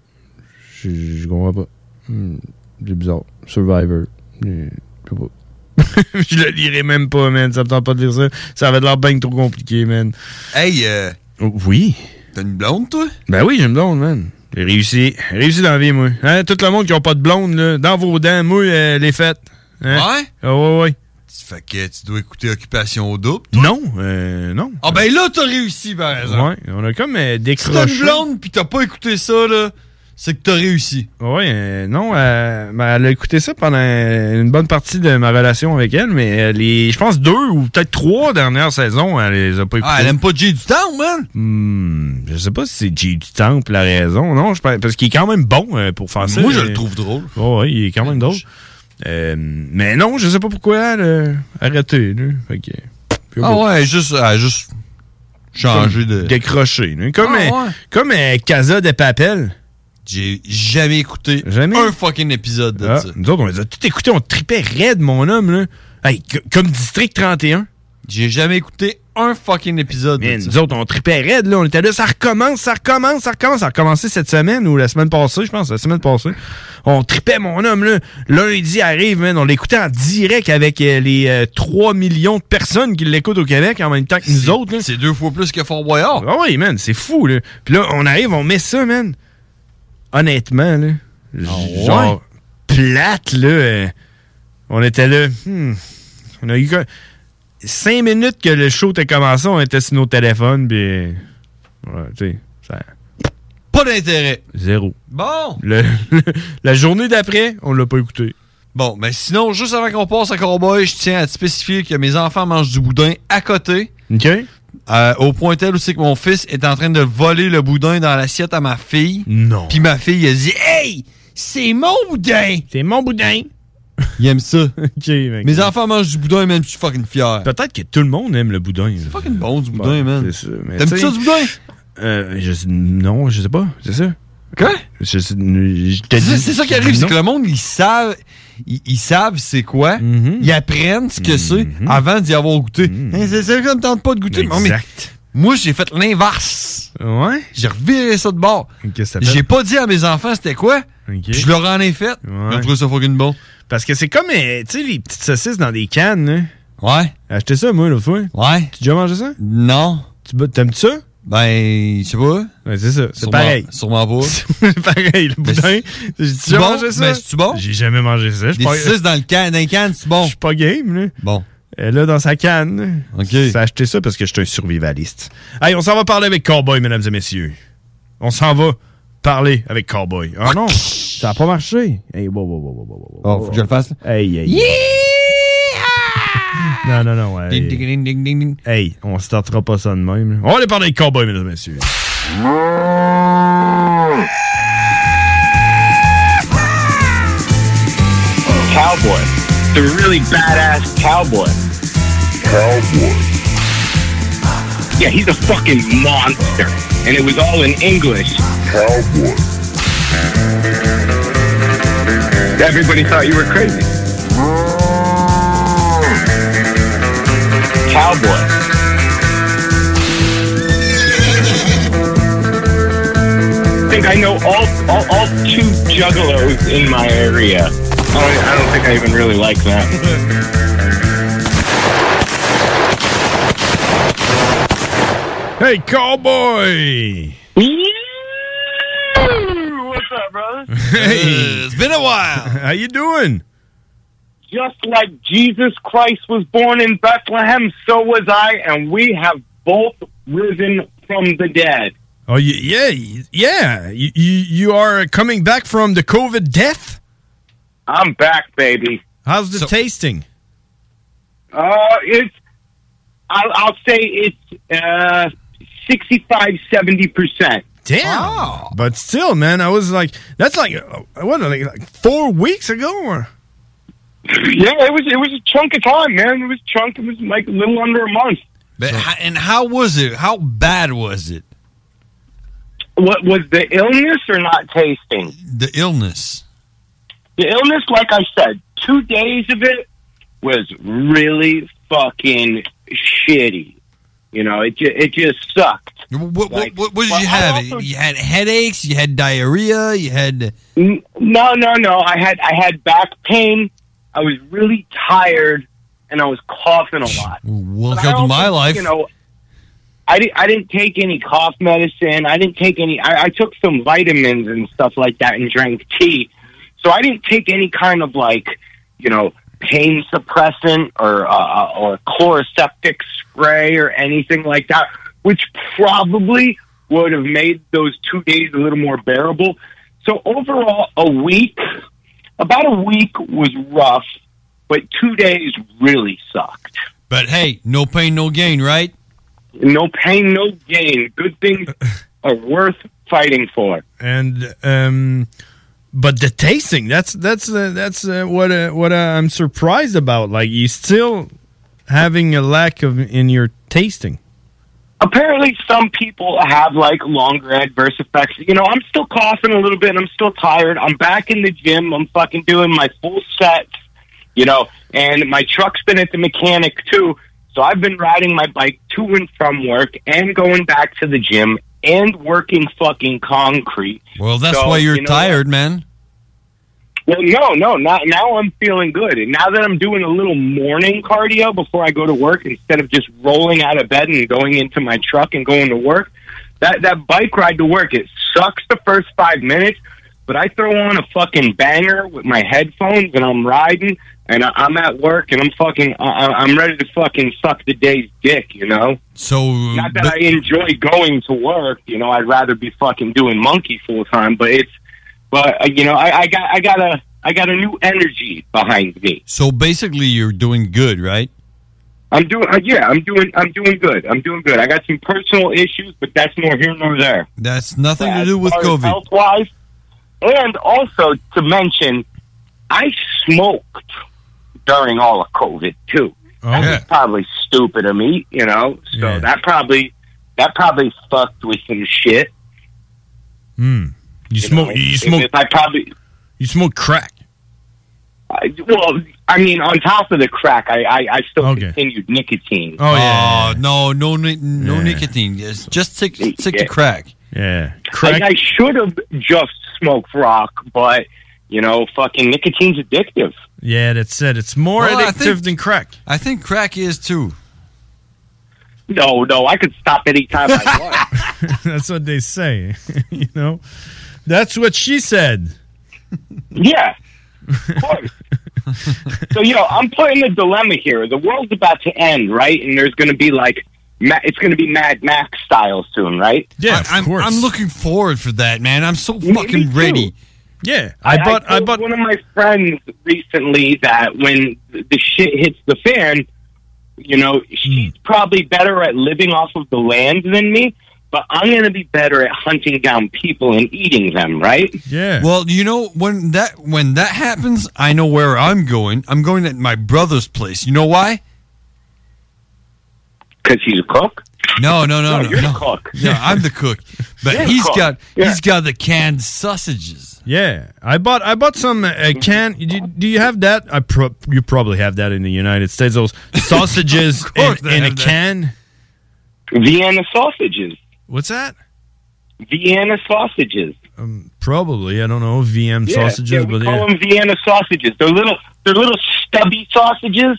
Je, je comprends pas. Hmm, C'est bizarre. Survivor. Euh, Je sais pas. Je le lirai même pas, man. Ça me tente pas de lire ça. Ça avait l'air bien trop compliqué, man.
Hey, euh,
Oh, oui.
T'as une blonde, toi?
Ben oui, j'ai une blonde, man. J'ai réussi. J'ai réussi dans la vie, moi. Hein, tout le monde qui n'a pas de blonde, là, dans vos dents, moi, euh, les fêtes. Ah,
Ouais?
ouais, ouais.
Fait que tu dois écouter Occupation au double.
Non, euh, non.
Ah ben là, t'as réussi, par exemple.
Ouais, on a comme euh,
Si t'as
décroché.
une blonde pis t'as pas écouté ça, là, c'est que t'as réussi.
Ouais, euh, non, euh, ben, elle a écouté ça pendant une bonne partie de ma relation avec elle, mais euh, les, je pense deux ou peut-être trois dernières saisons, elle les a pas écoutées. Hmm,
Ah, elle aime pas Jay du Temple, man!
je sais pas si c'est Jay du Temple la raison, non, je pense- parce qu'il est quand même bon euh, pour faire ça.
Moi, je
mais-
le trouve drôle.
Ouais, ouais, il est quand même drôle. Euh, mais non, je sais pas pourquoi elle a arrêté, là. Fait que-
Ah ouais, juste, ah, juste changer de...
Décroché, là. Comme,
Ah
euh,
ouais.
comme euh, Casa de Papel.
J'ai jamais écouté un fucking épisode de
Ah,
ça.
Nous autres, on les a tout écoutés, on tripait raide, mon homme, là. Hey, c- comme District 31.
J'ai jamais écouté un fucking épisode de ça.
Nous autres, on tripait raide, là. On était là, ça recommence, ça recommence, ça recommence. Ça a recommencé cette semaine ou la semaine passée, je pense, la semaine passée. On tripait, mon homme, là. Lundi arrive, man. On l'écoutait en direct avec euh, les euh, 3 millions de personnes qui l'écoutent au Québec en même temps que nous autres, là.
C'est deux fois plus que Fort Boyard.
Ah oui, man, c'est fou, là. Puis là, on arrive, on met ça, man. Honnêtement, là. Genre, plate, là. euh, On était là. hmm, On a eu quoi? Cinq minutes que le show était commencé, on était sur nos téléphones, puis. euh, Ouais, tu sais, ça.
Pas d'intérêt.
Zéro.
Bon!
Le- la journée d'après, on l'a pas écouté.
Bon, mais sinon, juste avant qu'on passe à Cowboy, je tiens à te spécifier que mes enfants mangent du boudin à côté. Euh,
OK?
au point tel où c'est que mon fils est en train de voler le boudin dans l'assiette à ma fille.
Non.
Puis ma fille, elle dit Hey, c'est mon boudin!
C'est mon boudin!
Il aime ça.
OK, mec.
Mes enfants mangent du boudin, même je suis fucking fier.
Peut-être que tout le monde aime le boudin. C'est
fucking bon du boudin, man.
C'est ça. mais
T'aimes-tu
tu sais-
ça du boudin?
Euh, je, non, je sais pas, c'est ça.
Quoi?
Je, je te
C'est
dis-
c'est ça qui arrive, c'est
Non.
que le monde, ils savent, ils, ils savent c'est quoi, ils apprennent ce que c'est avant d'y avoir goûté. Hein, C'est ça, ça me tente pas de goûter. Non, mais moi, j'ai fait l'inverse.
Ouais?
J'ai reviré ça de bord.
Qu'est-ce que ça fait?
J'ai pas dit à mes enfants c'était quoi, puis je leur en ai fait. Ils ont trouvé ça fucking bon.
Parce que c'est comme, euh, tu sais, les petites saucisses dans des cannes, là.
Ouais.
Acheté ça, moi, l'autre fois.
Ouais.
Tu as déjà mangé ça?
Non.
Tu bo- T'aimes-tu ça?
Ben, je sais pas.
Ouais, c'est ça, c'est
Sûrement-
pareil.
Sûrement pas.
C'est pareil, le boudin. J'ai
c'est
déjà
bon?
mangé ça.
Ben, c'est-tu bon?
J'ai jamais mangé ça.
Des saucisses dans le can, dans le can, c'est bon. Je suis
pas game, là.
Bon.
Elle a dans sa canne. OK. J'ai acheté ça parce que je suis un survivaliste. Hey, on s'en va parler avec Cowboy, mesdames et messieurs. On s'en va parler avec Cowboy. Ah non, ça a pas marché. Hey, wow, wow, wow, wow, wow, wow.
Oh, faut que je le fasse.
Hey, hey. Non, non, non. ouais.
Ding, ding, ding, ding, ding, ding.
Hey, on startera pas ça de même. là. On va aller parler avec Cowboy, mesdames et messieurs.
Cowboy. The really badass cowboy. Cowboy. Yeah, he's a fucking monster. And it was all in English. Cowboy. Everybody thought you were crazy. Cowboy. Think think I know all, all, all two juggalos in my area. I don't, I don't think I even really like that.
Hey, cowboy!
What's up, brother?
Hey!
Euh,
it's been a while.
How you doing?
Just like Jesus Christ was born in Bethlehem, so was I, and we have both risen from the dead.
Oh, y- yeah, y- yeah. You, you, you are coming back from the COVID death?
I'm back, baby.
How's the tasting?
Uh, it's, I'll, I'll say it's uh, 65, 70%.
Damn. But still, man, I was like, that's like, uh, what, like, like four weeks ago? Or?
Yeah, it was it was a chunk of time, man. It was a chunk. It was like a little under a month.
But ho- Ben, and how was it? How bad was it?
What was the illness or not tasting?
The illness.
The illness, like I said, two days of it was really fucking shitty. You know, it ju- it just sucked.
What what, what, what did you have? you had headaches. You had diarrhea. You had
N- No, no, no. I had I had back pain. I was really tired, and I was coughing a lot. But I
welcome to
also,
my life.
You know, I didn't I didn't take any cough medicine. I didn't take any. I, I took some vitamins and stuff like that, and drank tea. So I didn't take any kind of like you know pain suppressant or uh, or chloroseptic spray or anything like that, which probably would have made those two days a little more bearable. So overall, a week, about a week was rough, but two days really sucked.
But hey, no pain, no gain, right?
No pain, no gain. Good things are worth fighting for.
and um but the tasting that's that's uh, that's uh, what uh, what uh, I'm surprised about like you still having a lack of in your tasting
Apparently, some people have like longer adverse effects. You know, I'm still coughing a little bit. I'm still tired. I'm back in the gym. I'm fucking doing my full sets, you know, and my truck's been at the mechanic too. So I've been riding my bike to and from work and going back to the gym and working fucking concrete.
Well, that's
So,
why you're
you know what?
tired, man.
Well, no, no, not now. I'm feeling good, and now that I'm doing a little morning cardio before I go to work, instead of just rolling out of bed and going into my truck and going to work, that that bike ride to work it sucks the first five minutes, but I throw on a fucking banger with my headphones and I'm riding, and I, I'm at work and I'm fucking, I, I- I'm ready to fucking suck the day's dick, you know.
So
Not that I enjoy going to work, you know. I'd rather be fucking doing monkey full time, but it's, but uh, you know, I, I got, I got a, I got a new energy behind me.
So basically, you're doing good, right?
I'm doing, uh, yeah, I'm doing, I'm doing good. I'm doing good. I got some personal issues, but that's nor here nor there.
That's nothing to
As
do with
far as
COVID.
Health-wise, and also to mention, I smoked during all of COVID too.
Oh.
That was probably stupid of me, you know. So that probably that probably fucked with some shit.
Hmm. you smoke
know?
you
If-
smoke
If I probably
you smoke crack
I, well, I mean, on top of the crack, I I, I still continued nicotine.
Oh, no, no, ni- no nicotine. Yes, Just stick, stick to
Yeah.
crack.
Yeah,
Like, I should have just smoked rock, but you know, fucking nicotine's addictive.
yeah that's it it's more
Well, I
addictive
think-
than crack
I think crack is too.
No, no, I could stop anytime I want.
that's what they say you know that's what she said
Yeah. Of course. so, you know, I'm putting a dilemma here. The world's about to end, right? And there's going to be like, ma- it's going to be Mad Max style soon, right?
Yeah,
I, am I'm looking forward for that, man. I'm so fucking ready.
Yeah,
I, bought. I, bought one of my friends recently that when the shit hits the fan, you know, she's probably better at living off of the land than me. But I'm going to be better at hunting down people and eating them, right?
Yeah.
Well, you know when that when that happens, I know where I'm going. I'm going at my brother's place. You know why?
Because he's a cook.
No, no, no,
No,
no.
you're the
no.
cook.
No, I'm the cook. But
You're the
he's
cook.
got
Yeah.
he's got the canned sausages.
Yeah, I bought I bought some uh, can. Do, do you have that? I pro- you probably have that in the United States. Those sausages in, in a can.
Vienna sausages.
What's that?
Vienna sausages.
Um, probably. I don't know. VM
Yeah,
sausages,
yeah,
but
we
yeah.
call them Vienna sausages. They're little, they're little stubby sausages.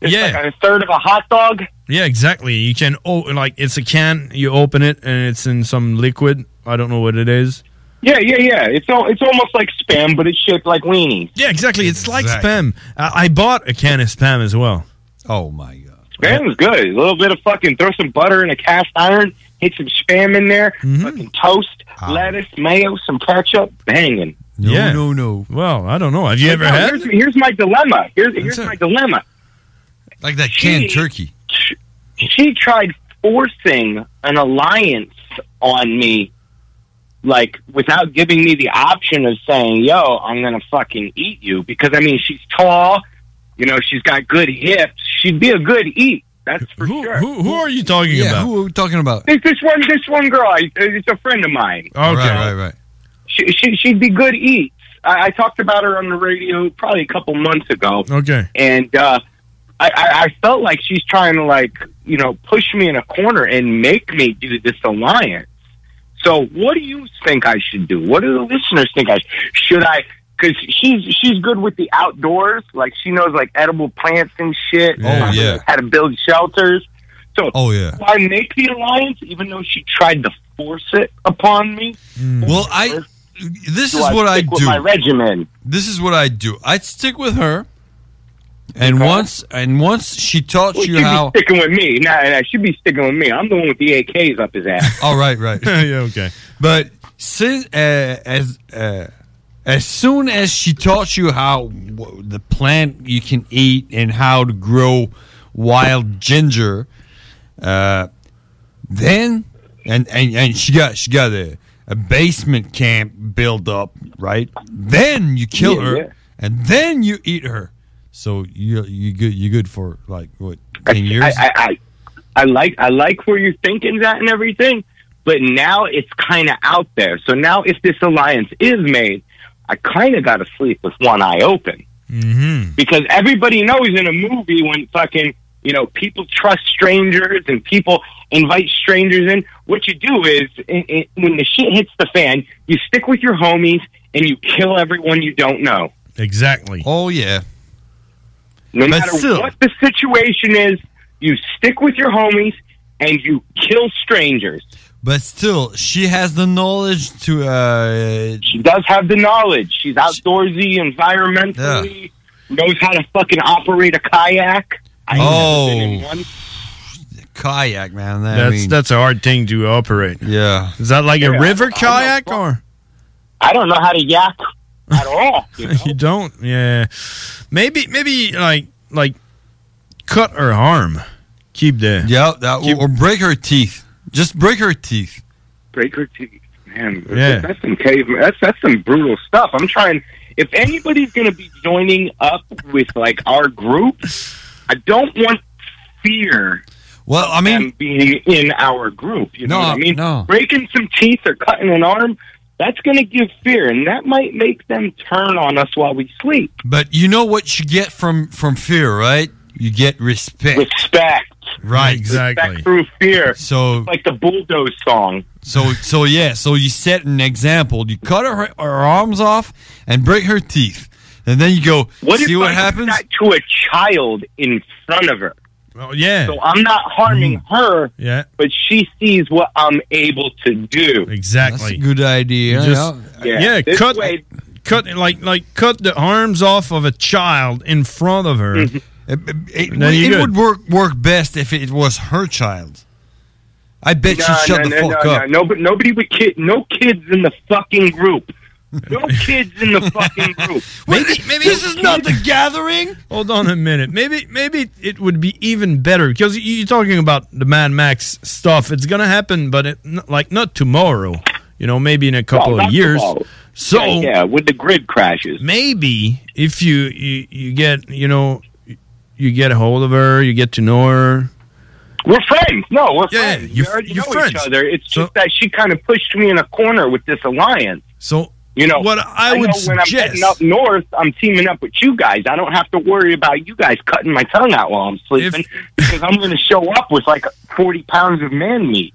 It's
Yeah.
like a third of a hot dog.
Yeah, exactly. You can oh, like it's a can. You open it and it's in some liquid. I don't know what it is.
Yeah, yeah, yeah. It's all, it's almost like spam, but it's shaped like weenies.
Yeah, exactly. It's like spam. I, I bought a can of spam as well.
Oh my god, spam is good. A little bit of fucking throw some butter in a cast iron, hit some spam in there,
Mm-hmm.
fucking toast, lettuce, mayo, some ketchup, banging.
No, no, no. Well, I don't know. Have you ever
Now,
had?
Here's, here's my dilemma. Here's, here's my dilemma.
Like that
canned
turkey.
She tried forcing an alliance on me, like without giving me the option of saying, "Yo, I'm gonna fucking eat you," because I mean, she's tall. You know, she's got good hips. She'd be a good eat. That's for sure.
Who, who are you talking
Yeah,
about?
who
are we talking about? This, this one, this one girl. I, it's a friend of mine.
Okay.
Right, right, right.
She, she, she'd be good eats. I, I talked about her on the radio probably a couple months ago.
Okay.
and uh, I, I, I felt like she's trying to like you know push me in a corner and make me do this alliance. So what do you think I should do? What do the listeners think I should I? Because she's she's good with the outdoors, like she knows like edible plants and shit.
Oh, yeah.
how to build shelters. So
Oh, yeah.
do I make the alliance even though she tried to force it upon me.
Well, I this
Do
is
I
what I
stick with
do.
my regimen.
This is what I do. I'd stick with her, and once and once she taught
Well, she'd
you how.
be sticking with me. Nah, nah, she'd be sticking with me. I'm the one with the AKs up his ass.
All Oh, right, right.
yeah, okay.
But since uh, as uh, as soon as she taught you how w- the plant you can eat and how to grow wild ginger, uh, then and, and and she got she got a, a basement camp built up, right? Then you kill
Yeah,
her,
yeah.
and then you eat her. So you you good you good for like what ten years?
I, I, I, I like I like where you're thinking that and everything, but now it's kind of out there. So now, if this alliance is made, I kind of got to sleep with one eye open
Mm-hmm.
because everybody knows in a movie when fucking you know people trust strangers and people invite strangers in. What you do is i i when the shit hits the fan, you stick with your homies and you kill everyone you don't know.
Exactly.
Oh yeah.
No
But
matter
still-
what the situation is, you stick with your homies and you kill strangers.
But still, she has the knowledge to. Uh,
she does have the knowledge. She's outdoorsy, environmentally, knows how to fucking operate a kayak. I
Oh.
one.
kayak, man. That,
That's that's a hard thing to operate.
Yeah.
Is that like
Yeah,
a river
I- I
kayak or?
I don't know how to yak at all. You,
don't. Yeah. Maybe maybe like like cut her arm. Keep the
yeah that or break her teeth. Just break her teeth.
Break her teeth, man.
Yeah.
That's some caveman. That's that's some brutal stuff. I'm trying. If anybody's going to be joining up with like our group, I don't want fear.
Well, I mean,
being in our group, you know
No,
what I mean.
no.
Breaking some teeth or cutting an arm, that's going to give fear, and that might make them turn on us while we sleep.
But you know what you get from from fear, right? You get respect.
Respect.
Right.
Respect through fear.
So
like the bulldoze song.
So so yeah. So you set an example. You cut her, her arms off and break her teeth, and then you go
What
see
if
what
I did
happens.
that to a child in front of her?
Oh yeah. Mm.
So I'm not harming her,
Yeah.
but she sees what I'm able to do.
Exactly. That's a
good idea.
Just-
yeah.
yeah.
This
cut
way-
cut like like cut the arms off of a child in front of her.
Mm-hmm.
It,
Then you
it
good.
would work work best if it was her child. I bet
No,
she shut
no,
the
no,
fuck
no,
up.
No, nobody, nobody would kid. No kids in the fucking group. No kids in the fucking group.
Maybe, maybe this is not the
gathering.
Hold on a minute. Maybe maybe it would be even better because you're talking about the Mad Max stuff. It's gonna happen, but it, n- like not tomorrow. You know, maybe in a couple
Well,
of
not
years.
tomorrow.
So
Yeah, yeah, with the grid crashes,
maybe if you, you you get you know you get a hold of her, you get to know her.
We're friends. No, we're
yeah,
friends.
You,
we already
you're
know
friends.
each other. It's just that she kind of pushed me in a corner with this alliance.
So
You know,
What I would
know when I'm
suggest-
heading up north, I'm teaming up with you guys. I don't have to worry about you guys cutting my tongue out while I'm sleeping because I'm going to show up with like 40 pounds of man meat.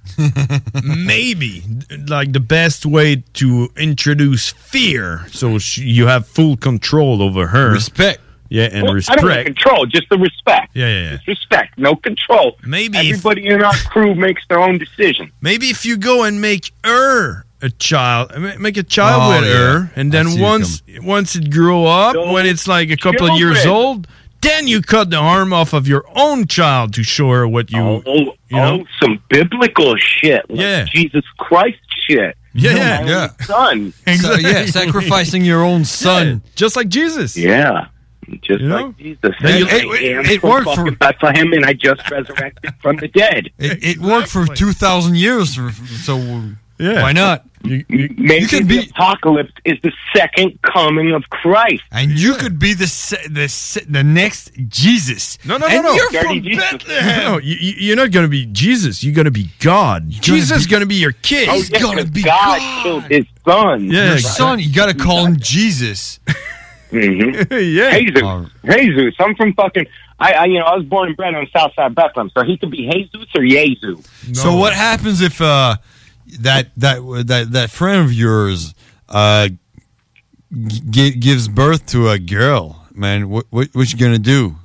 maybe like the best way to introduce fear so sh you have full control over her respect yeah and
Well, I don't have
respect
control, just the respect.
yeah yeah yeah
Just respect, no control.
Maybe
everybody in our crew makes their own decision.
maybe if you go and make her a child ma- make a child
Oh,
with
yeah.
her and
I
then
see it
once once it grow up when it's like a couple of years
children.
old then you cut the arm off of your own child to show her what you
Oh,
you know
oh, some biblical shit. Like
Yeah.
Jesus Christ shit.
Yeah,
My
yeah,
own
yeah.
Son.
Exactly.
your own son.
just like Jesus.
Yeah. Just like Jesus.
Yeah,
said,
it-
I am
it
from
worked for-
fucking Bethlehem, and I just resurrected from the dead.
It, it worked for two thousand years, so
yeah.
why not?
You,
Maybe the apocalypse is the second coming of Christ.
And you could be the se- the se- the next Jesus.
No, no, no,
And
no.
You're
Dirty
from
Jesus.
Bethlehem.
No, you, you- you're not going to be Jesus. You're going to be God. Jesus is going to be your kid.
Oh, yeah, 'cause God killed
his son.
Yeah,
Your son, you gotta call him Jesus.
Mm-hmm.
yeah.
Jesus. Jesus. I'm from fucking. I, I, you know, I was born and bred on South Side Bethlehem, so he could be Jesus or Yezu.
So what happens if uh, that that that that friend of yours uh, g- gives birth to a girl? Man, what what, what you gonna do?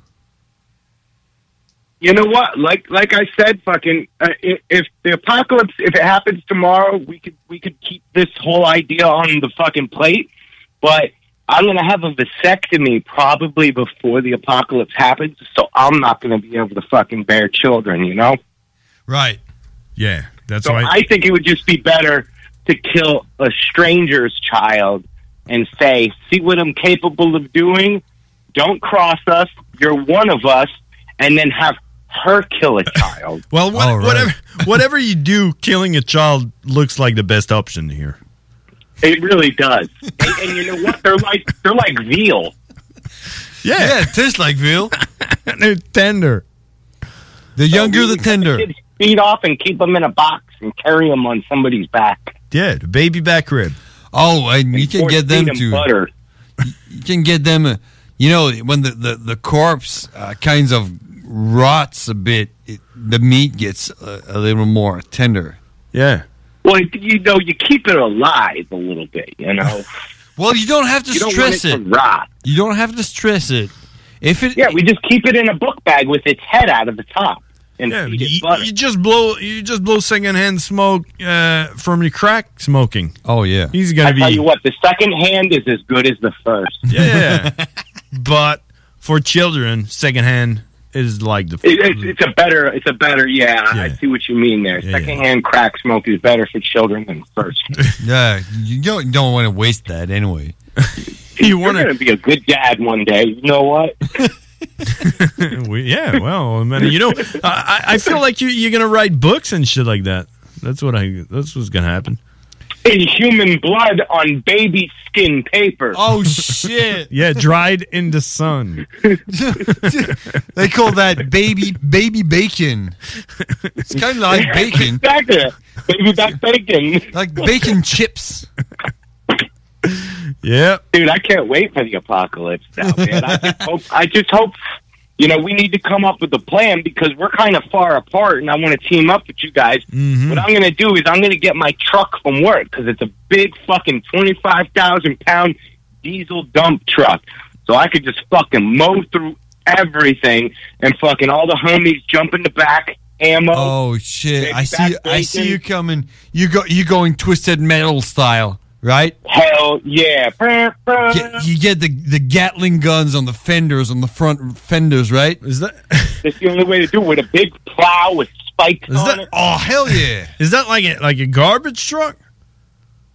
You know what? Like, like I said, fucking. Uh, i- if the apocalypse, if it happens tomorrow, we could, we could keep this whole idea on the fucking plate. But I'm gonna have a vasectomy probably before the apocalypse happens, so I'm not gonna be able to fucking bear children. You know.
Right.
Yeah, that's
so
why.
I think it would just be better to kill a stranger's child and say, "See what I'm capable of doing. Don't cross us. You're one of us." And then have her kill a child.
well, what, whatever whatever you do, killing a child looks like the best option here.
It really does. and, and you know what? They're like they're like veal.
Yeah,
yeah, it tastes like veal.
They're tender.
The younger, the tender.
Kids feed off and keep them in a box and carry them on somebody's back.
Yeah, the baby back rib.
Oh, and you can get them
feed 'em
to
butter.
You can get them. uh, You know, when the the the corpse uh, kinds of rots a bit, it, the meat gets a, a little more tender.
Yeah.
Well, you know, you keep it alive a little bit. You know.
Well, you don't have to
You don't want
stress
it
it.
to rot.
You don't have to stress it. If it
yeah, we just keep it in a book bag with its head out of the top. And
Yeah,
feed it
you, you just blow you just blow secondhand smoke uh, from your crack smoking.
Oh yeah,
he's gonna
I
be.
tell you what, the second hand is as good as the first.
Yeah, but for children, secondhand is like the.
It, it's, it's a better, it's a better. Yeah, I see what you mean there. Second hand crack smoke is better for children than first.
Yeah, you don't, don't want to waste that anyway.
you are going to be a good dad one day. You know what?
We- yeah, well, man, you know, I, I I feel like you, you're gonna write books and shit like that. That's what I. That's what's gonna happen.
In human blood on baby skin paper.
Oh shit!
Yeah, dried in the sun.
they call that baby baby bacon. It's kind of like bacon.
exactly. Baby back bacon.
Like bacon chips.
Yeah,
dude, I can't wait for the apocalypse now, man. I just hope. I just hope. You know, we need to come up with a plan because we're kind of far apart, and I want to team up with you guys.
Mm-hmm.
What I'm going to do is I'm going to get my truck from work because it's a big fucking twenty five thousand pound diesel dump truck, so I could just fucking mow through everything and fucking all the homies jump in the back, ammo.
Oh shit! I
back
see. I see
bacon.
you coming. You go. You going twisted metal style, right?
Hell yeah!
Get- you get the the Gatling guns on the fenders on the front fenders, right?
Is that?
That's the only way to do it with a big plow with spikes on it.
Oh hell yeah!
Is that like a, like a garbage truck? Oh.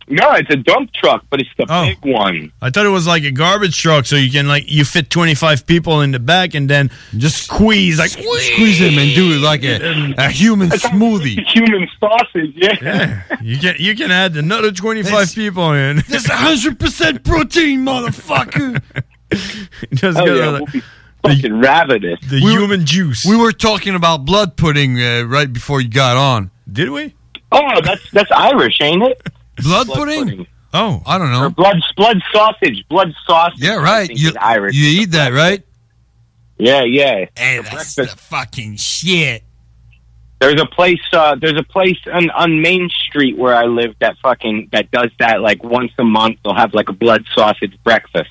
No, it's a dump truck, but it's the big one.
I thought it was like a garbage truck, so you can like you fit 25 people in the back and then just squeeze like
squeeze them and do it like a, a human smoothie.
Human sausage, yeah.
You can you can add another 25 people in.
That's hundred percent protein, motherfucker.
Just
Hell
go
yeah,
like-
we'll
Fucking ravenous.
The human juice.
We were talking about blood pudding uh, right before you got on.
Did we?
Oh, that's that's Irish, ain't it?
Blood,
Blood
pudding?
pudding.
Oh,
I don't know.
blood, blood sausage, blood sausage.
Yeah, right. You,
Irish.
you eat that, right?
Yeah, yeah.
Hey, that's the fucking shit.
There's a place. Uh, there's a place on, on Main Street where I live that fucking that does that like once a month. They'll have like a blood sausage breakfast.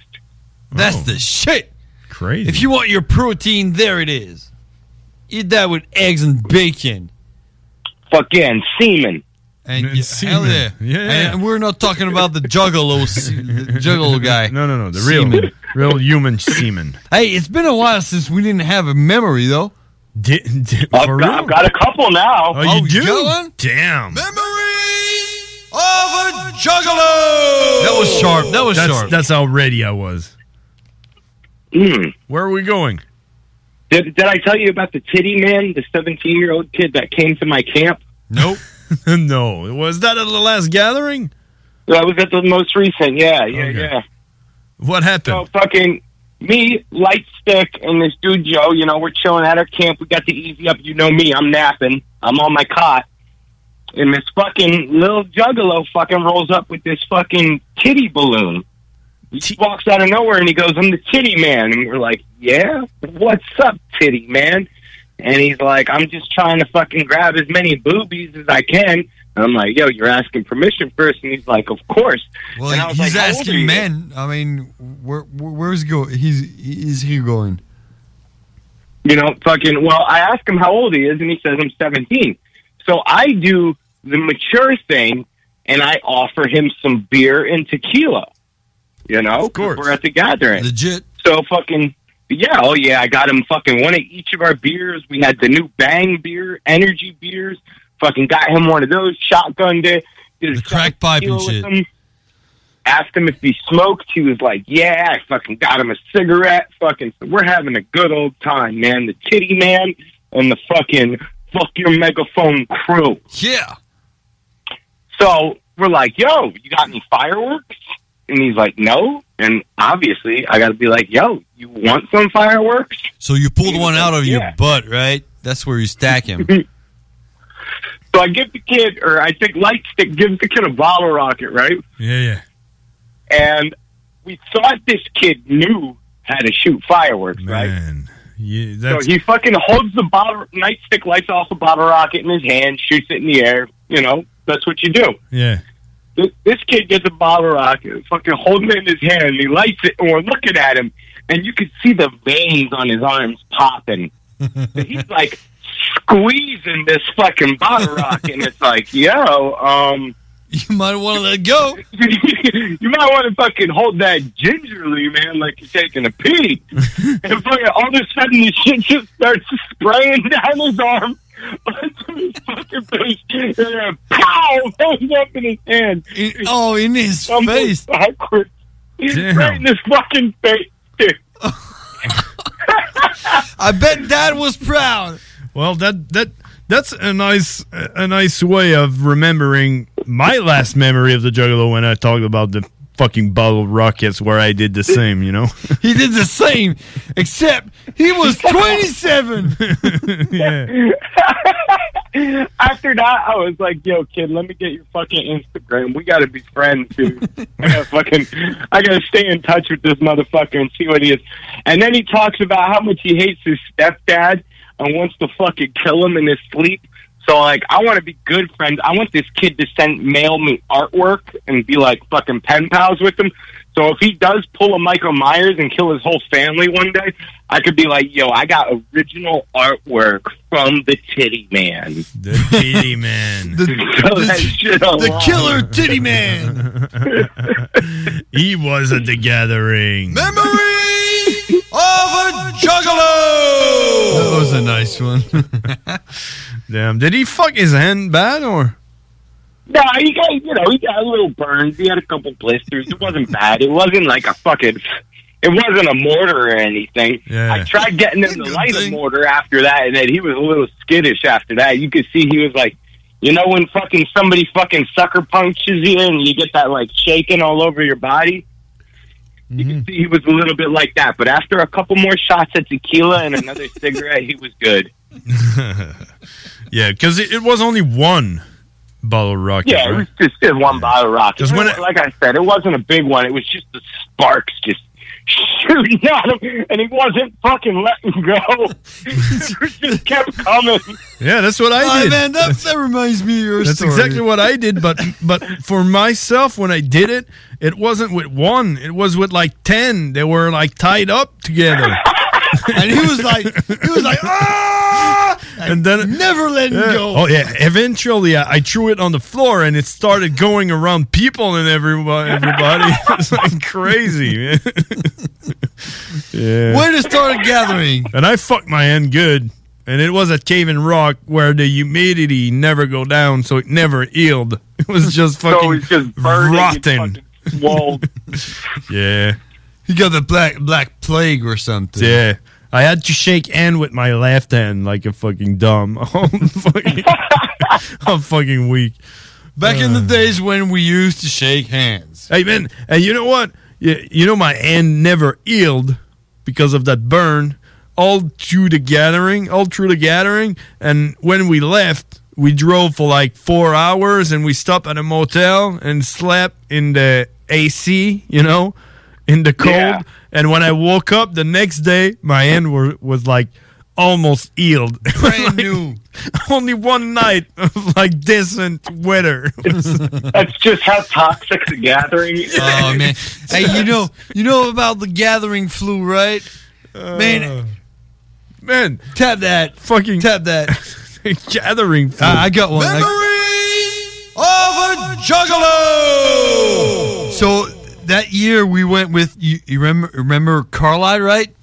That's the shit.
Crazy.
If you want your protein, there it is. Eat that with eggs and bacon.
Fucking semen.
And, yeah, hell yeah.
yeah.
And we're not talking about the juggalo, se- the juggalo guy.
No, no, no. The real,
Semen.
real human semen.
Hey, it's been a while since we didn't have a memory, though.
Did,
I've, got, I've got a couple now.
Oh, you do?
Damn.
Of a juggalo! That was sharp. That was
that's,
sharp.
That's how ready I was.
Hmm.
Where are we going?
Did, did I tell you about the titty man, the 17 year old kid that came to my camp?
Nope.
no. Was that at the last gathering?
That was at the most recent. Yeah, yeah, yeah.
What happened?
So fucking me, light stick, and this dude Joe. You know, we're chilling at our camp. We got the easy up. You know me. I'm napping. I'm on my cot. And this fucking little juggalo fucking rolls up with this fucking titty balloon. He just walks out of nowhere and he goes, I'm the titty man. And we're like, yeah? What's up, titty man? And he's like, I'm just trying to fucking grab as many boobies as I can. And I'm like, yo, you're asking permission first. And he's like, of course.
Well,
and I was
he's
like, "How old are
asking
you?"
men. I mean, where, where where's he go? He's is he going?
you know, fucking. Well, I ask him how old he is, and he says I'm 17. So I do the mature thing, and I offer him some beer and tequila. You know, of course, we're at the gathering.
Legit.
So fucking yeah, oh yeah, I got him fucking one of each of our beers. We had the new Bang beer, energy beers. Fucking got him one of those. Shotgunned it. Did the crack
pipe and shit.
Asked him if he smoked. He was like, "Yeah." I fucking got him a cigarette. Fucking, so we're having a good old time, man. The Kitty Man and the fucking fuck your megaphone crew.
Yeah.
So we're like, "Yo, you got any fireworks?" And he's like, "No." And obviously, I got to be like, "Yo, you want some fireworks?"
So you pulled one out of your
Yeah.
butt, right? That's where you stack him.
So I give the kid, or I think Lightstick gives the kid a bottle rocket, right?
Yeah, yeah.
And we thought this kid knew how to shoot fireworks, right?
Yeah,
So
that's
he fucking holds the bottle, Nightstick lights off a bottle rocket in his hand, shoots it in the air. You know, that's what you do.
yeah.
Th- This kid gets a bottle rocket, fucking holding it in his hand, and he lights it, and we're looking at him, and you can see the veins on his arms popping. And he's like squeezing this fucking bottle rocket, and it's like, yo, um.
You might want to let go.
you might want to fucking hold that gingerly, man, like you're taking a pee. and fucking all of a sudden, this shit just starts spraying down his arm. onto his fucking face, and then pow! Goes up in his hand.
oh, in his
face! Backwards. He's
Damn.
right in his fucking face. dude.
I bet Dad was proud.
Well, that that that's a nice a nice way of remembering my last memory of the Juggalo when I talked about the fucking bottle rockets where I did the same. You know,
he did the same, except he was 27.
After that, I was like, "Yo, kid, let me get your fucking Instagram. We gotta be friends, dude. I gotta fucking, I gotta stay in touch with this motherfucker and see what he is." And then he talks about how much he hates his stepdad and wants to fucking kill him in his sleep. So, like, I want to be good friends. I want this kid to send mail me artwork and be like fucking pen pals with him. So if he does pull a Michael Myers and kill his whole family one day, I could be like, "Yo, I got original artwork from the Titty Man."
The Titty Man.
the,
that shit
the
alive.
killer titty man.
he was at the gathering.
Memory of a juggalo. That was a nice one.
Damn, did he fuck his hand bad or?
No, he got you know he got a little burns. He had a couple blisters. It wasn't bad. It wasn't like a fucking. It wasn't a mortar or anything.
Yeah.
I tried getting him to light a mortar after that, and then he was a little skittish after that. You could see he was like, you know, when fucking somebody fucking sucker punches you and you get that like shaking all over your body. You can see he was a little bit like that, but after a couple more shots at tequila and another cigarette, he was good.
yeah, because it, it was only one Bottle Rocket.
Yeah, it was
right?
just it was one bottle of rocket.
'Cause when
It- like I said, it wasn't a big one. It was just the sparks just shooting at him, and he wasn't fucking letting go. it just kept coming.
Yeah, that's what I
Oh,
did.
man,
that, that reminds me of your
That's
story.
exactly what I did, but but for myself, when I did it, it wasn't with one. It was with like ten. They were like tied up together.
and he was like, he was like, ah!
and then
never letting
Yeah.
go.
Oh yeah. Eventually, I, I threw it on the floor, and it started going around people and everybody. Everybody, it's like crazy, man. yeah.
Where to start a gathering?
And I fucked my hand good. And it was at Cave and Rock where the humidity never go down, so it never healed. It was just
So
fucking
it's just burning, it's
rotten. yeah.
He got the black black plague or something.
Yeah. I had to shake hand with my left hand like a fucking dumb. I'm fucking, I'm fucking weak.
Back in the days when we used to shake hands.
Hey man, hey, Uh. you know what? You, you know my hand never healed because of that burn all through the gathering, all through the gathering, and when we left, we drove for like four hours and we stopped at a motel and slept in the AC, you know, in the cold.
Yeah.
And when I woke up the next day, my hand were, was like almost healed. Brand
new.
Only one night of like decent weather.
That's just how toxic the gathering is.
Oh man. hey, you know, you know about the gathering flu, right?
Uh,
man,
man,
tap that,
fucking
tap that.
gathering flu.
I got one. I- of a juggalo. So that year we went with you. You remember, remember Carlisle, right?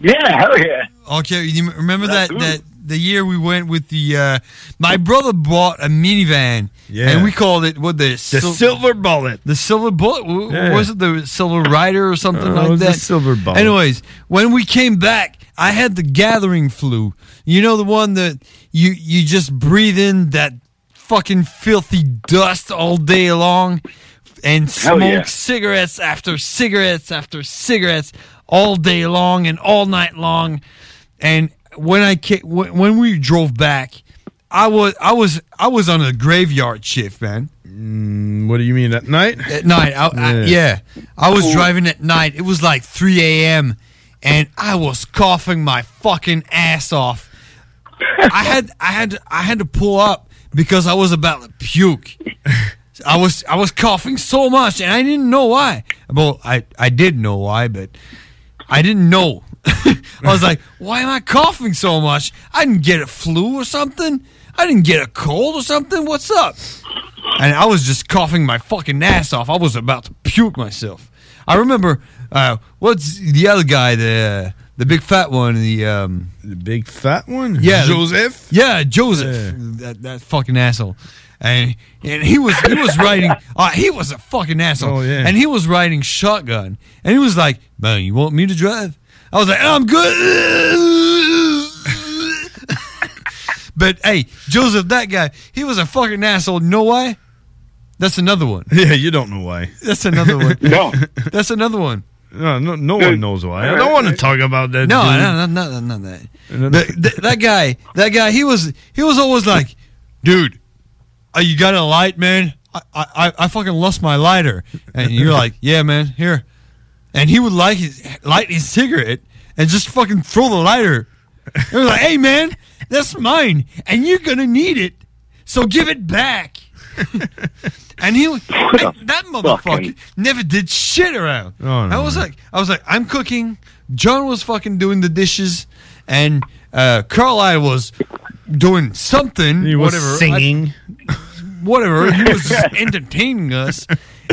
Yeah, hell yeah.
Okay, you m- remember that that the year we went with the uh, my brother bought a minivan.
Yeah.
and we called it what the the
silver bullet.
The silver bullet W-
Yeah.
was it the silver rider or something
Uh, it
like
was the
that?
silver bullet.
Anyways, when we came back, I had the gathering flu. You know the one that you you just breathe in that fucking filthy dust all day long and
Hell
smoke
yeah.
cigarettes after cigarettes after cigarettes all day long and all night long. And when I ca- when when we drove back, I was I was I was on a graveyard shift, man.
Mm, what do you mean at night?
At night, I, I- yeah.
Yeah.
I was
Cool.
driving at night. It was like 3 a.m. and I was coughing my fucking ass off. I had I had I had to pull up because I was about to puke. I was I was coughing so much and I didn't know why. Well, I I did know why, but I didn't know. I was like, why am I coughing so much? I didn't get a flu or something. I didn't get a cold or something. What's up? And I was just coughing my fucking ass off. I was about to puke myself. I remember uh, what's the other guy, the uh, the big fat one, the um,
the big fat one,
yeah,
Joseph?
yeah, Joseph,
Yeah.
that that fucking asshole, and and he was he was riding, uh, he was a fucking asshole,
Oh, yeah.
and he was riding shotgun, and he was like, man, you want me to drive? I was like, I'm good. But hey, Joseph, that guy, he was a fucking asshole. You know why? That's another one.
Yeah, you don't know why.
That's another one.
no.
That's another one.
No, no, no one knows why. I don't want to talk about that.
No,
dude.
no, no, no, no, no, no. That- that- that guy, that guy, he was, he was always like, dude, uh, you got a light, man? I, I, I- I fucking lost my lighter, and you're like, yeah, man, here. And he would light his light his cigarette and just fucking throw the lighter. And we're like, hey, man, that's mine, and you're gonna need it, so give it back. and he, and that motherfucker,
fucking-
never did shit around.
Oh, no.
I was like, I was like, I'm cooking. John was fucking doing the dishes, and uh, Carlisle was doing something.
He was
whatever,
singing.
I- whatever. He was just entertaining us.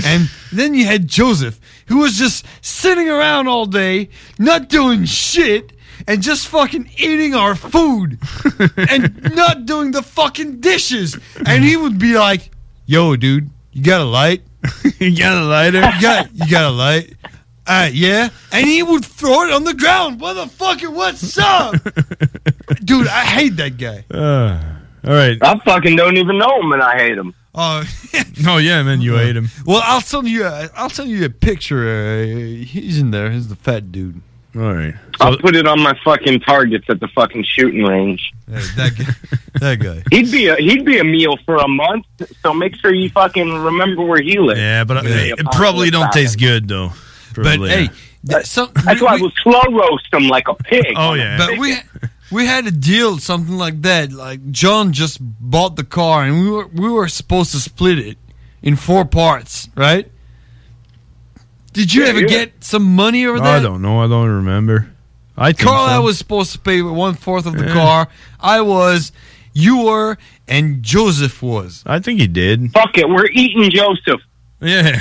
And then you had Joseph, who was just sitting around all day, not doing shit, and just fucking eating our food and not doing the fucking dishes. And he would be like, "Yo, dude, you got a light?
you got a lighter?
You got you got a light? Uh, yeah." And he would throw it on the ground. Motherfucker, what's up, dude? I hate that guy.
all right.
I fucking don't even know him, and I hate him.
Oh,
No, yeah, man, you ate him.
Well, I'll send you. A, I'll send you a picture. Uh, he's in there. He's the fat dude.
All right.
I'll put it on my fucking targets at the fucking shooting range.
that guy. That guy.
He'd be a he'd be a meal for a month. So make sure you fucking remember where he lives.
Yeah, but uh, it probably don't taste good though. Probably, yeah.
that's, why we, slow roast him like a pig.
Oh, yeah.
But we we had a deal, something like that. Like John just bought the car, and we were we were supposed to split it in four parts, right? Did you
Yeah,
ever
yeah.
get some money over
I
that?
don't know. I don't remember. I think
Carl, I
so.
was supposed to pay one fourth of the
Yeah.
car. I was, you were, and Joseph was.
I think he did.
Fuck it, we're eating Joseph.
Yeah.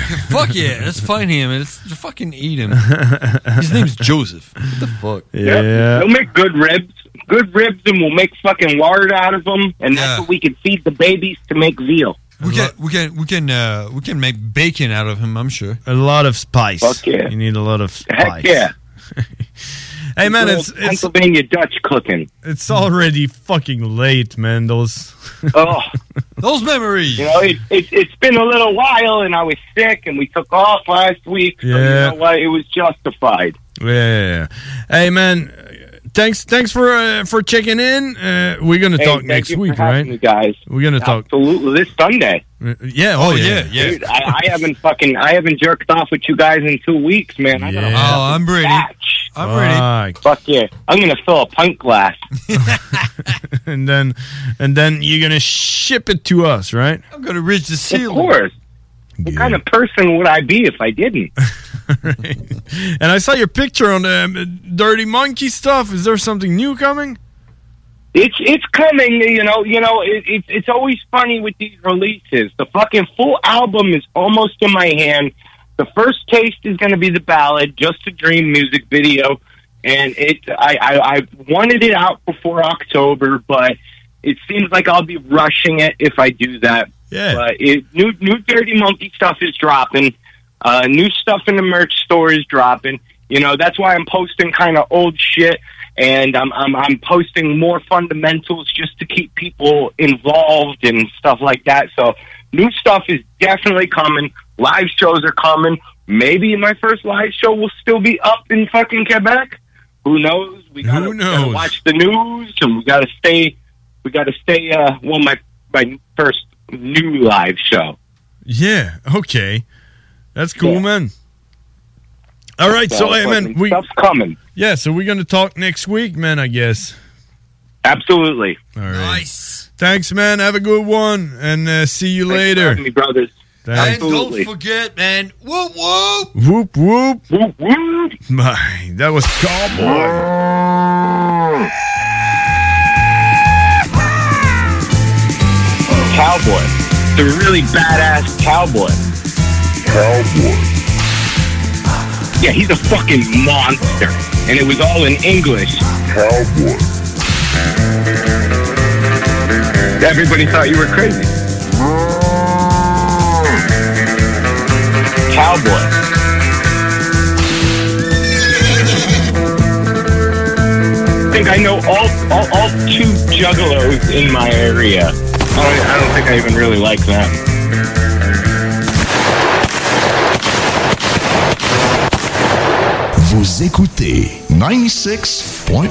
Fuck yeah, let's find him and let's fucking eat him. His name's Joseph. What the fuck?
Yeah. They'll make good ribs. Good ribs, and we'll make fucking lard out of them, and that's what we can feed the babies to make veal.
We can we can we can uh, we can make bacon out of him. I'm sure.
A lot of spice.
Fuck yeah.
You need a lot of
Heck
spice.
yeah.
hey man,
Good
it's,
old
it's
Pennsylvania Dutch cooking.
it's already fucking late, man. Those
oh,
those memories.
You know, it, it, it's been a little while, and I was sick, and we took off last week. So
Yeah.
you know what? It was justified.
Yeah, yeah, yeah. Hey man, thanks thanks for uh, for checking in. Uh, we're gonna
Hey,
talk
thank
next
you for
week,
having
right?
me, guys.
We're gonna talk.
Absolutely, this Sunday.
Uh, Yeah. Oh, yeah. Yeah.
Dude, I, I haven't fucking I haven't jerked off with you guys in two weeks, man. I gotta
Oh, I'm ready. I'm ready.
Fuck yeah! I'm gonna fill a pint glass.
and then and then you're gonna ship it to us, right?
I'm gonna ridge the seal.
Of course. What kind of person would I be if I didn't?
And I saw your picture on the um, Dirty Monkey stuff. Is there something new coming?
It's it's coming, you know. You know, it, it, it's always funny with these releases. The fucking full album is almost in my hand. The first taste is going to be the ballad, "Just a Dream" music video, and it. I, I I wanted it out before October, but it seems like I'll be rushing it if I do that.
Yeah.
But it, new new Dirty Monkey stuff is dropping. Uh, new stuff in the merch store is dropping. You know, that's why I'm posting kind of old shit, and I'm, I'm I'm posting more fundamentals just to keep people involved and stuff like that. So new stuff is definitely coming. Live shows are coming. Maybe my first live show will still be up in fucking Quebec. Who knows? We gotta, we gotta watch the news, and we gotta stay. We gotta stay. Uh, well, my my first new live show.
Yeah. Okay. That's cool,
Yeah.
man. All right. So,
So,
hey, man,
fucking
we
stuff's coming.
Yeah. So we're gonna talk next week, man. I guess.
Absolutely.
All right. Nice. Thanks, man. Have a good one, and uh, see you later.
Me brothers.
And
Thanks.
don't forget, man. Whoop whoop.
Whoop whoop.
Whoop whoop.
My, that was cowboy.
Cowboy. The really badass cowboy. Cowboy. Yeah, he's a fucking monster. And it was all in English. Cowboy. Everybody thought you were crazy. Cowboy. I think I know all, all, all two juggalos in my area. I don't, I don't think I even really like them.
Vous écoutez 96.9,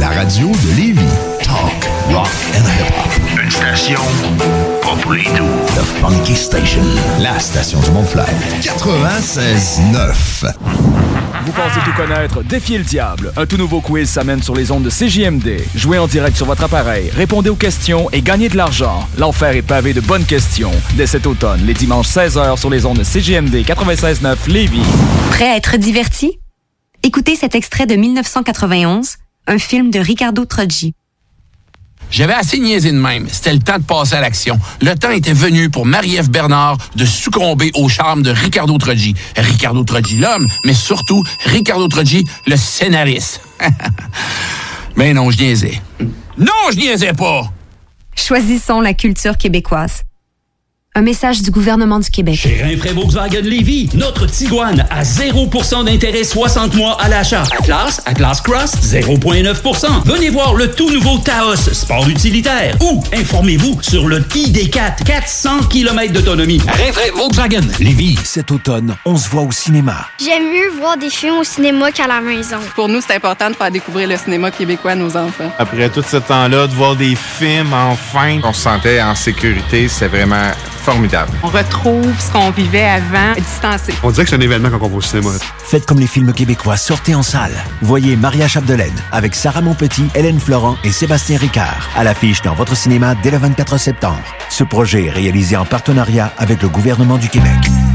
la radio de Lévis. Talk, rock and hip-hop. Une station pas pour les doux. The Funky Station, la station du Mont-Fly. 96.9.
Vous pensez tout connaître? Défiez le diable. Un tout nouveau quiz s'amène sur les ondes de CJMD. Jouez en direct sur votre appareil, répondez aux questions et gagnez de l'argent. L'enfer est pavé de bonnes questions. Dès cet automne, les dimanches 16h sur les ondes de CJMD 96.9 Lévis.
Prêt à être diverti? Écoutez cet extrait de 1991, un film de Ricardo Troggi.
J'avais assez niaisé de même. C'était le temps de passer à l'action. Le temps était venu pour Marie-Ève Bernard de succomber au charme de Ricardo Trogi. Ricardo Trogi, l'homme, mais surtout Ricardo Trogi, le scénariste. Mais non, je niaisais. Non, je niaisais pas!
Choisissons la culture québécoise. Un message du gouvernement du Québec.
Rainfray Volkswagen Lévy, notre Tiguan à 0% d'intérêt 60 mois à l'achat. Atlas, Atlas Cross, 0,9%. Venez voir le tout nouveau Taos, sport utilitaire. Ou informez-vous sur le ID4, 400 km d'autonomie. Rainfray Volkswagen
Lévis, cet automne, on se voit au cinéma.
J'aime mieux voir des films au cinéma qu'à la maison.
Pour nous, c'est important de faire découvrir le cinéma québécois à nos enfants.
Après tout ce temps-là, de voir des films, enfin, on se sentait en sécurité. C'était vraiment formidable.
On retrouve ce qu'on vivait avant, distancé.
On dirait que c'est un événement quand on va au cinéma.
Faites comme les films québécois, sortez en salle. Voyez Maria Chapdelaine avec Sarah Monpetit, Hélène Florent et Sébastien Ricard à l'affiche dans votre cinéma dès le 24 septembre. Ce projet est réalisé en partenariat avec le gouvernement du Québec.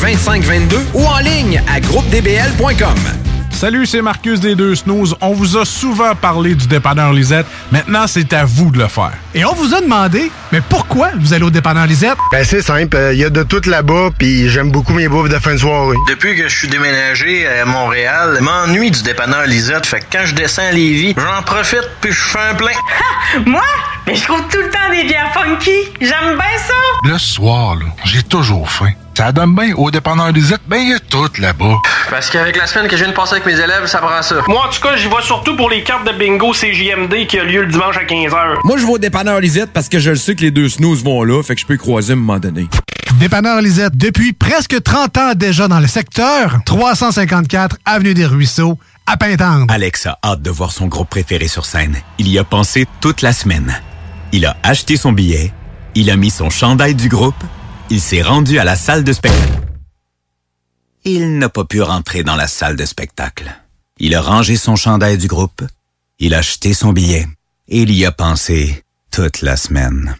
2522 ou en ligne à groupedbl.com.
Salut, c'est Marcus des Deux Snooze. On vous a souvent parlé du dépanneur Lisette. Maintenant, c'est à vous de le faire. Et on vous a demandé, mais pourquoi vous allez au dépanneur Lisette?
Ben, c'est simple, il y a de tout là-bas, puis j'aime beaucoup mes bouffes de fin de soirée.
Depuis que je suis déménagé à Montréal, je m'ennuie du dépanneur Lisette. Fait que quand je descends à Lévis, j'en profite puis je fais un plein.
Moi, mais je trouve tout le temps des bières funky. J'aime bien ça.
Le soir, là, j'ai toujours faim. Ça donne bien. Au dépanneur Lisette, ben, il y a tout là-bas.
Parce qu'avec la semaine que je viens de passer avec mes élèves, ça prend ça. Moi, en tout cas, j'y vais surtout pour les cartes de bingo CJMD qui a lieu le dimanche à 15h.
Moi, je vais au dépanneur Lisette parce que je le sais que les deux snooze vont là, fait que je peux y croiser à un moment donné.
Dépanneur Lisette, depuis presque 30 ans déjà dans le secteur, 354 Avenue des Ruisseaux, à Pintendre.
Alex a hâte de voir son groupe préféré sur scène. Il y a pensé toute la semaine. Il a acheté son billet, il a mis son chandail du groupe, il s'est rendu à la salle de spectacle. Il n'a pas pu rentrer dans la salle de spectacle. Il a rangé son chandail du groupe, il a acheté son billet et il y a pensé toute la semaine.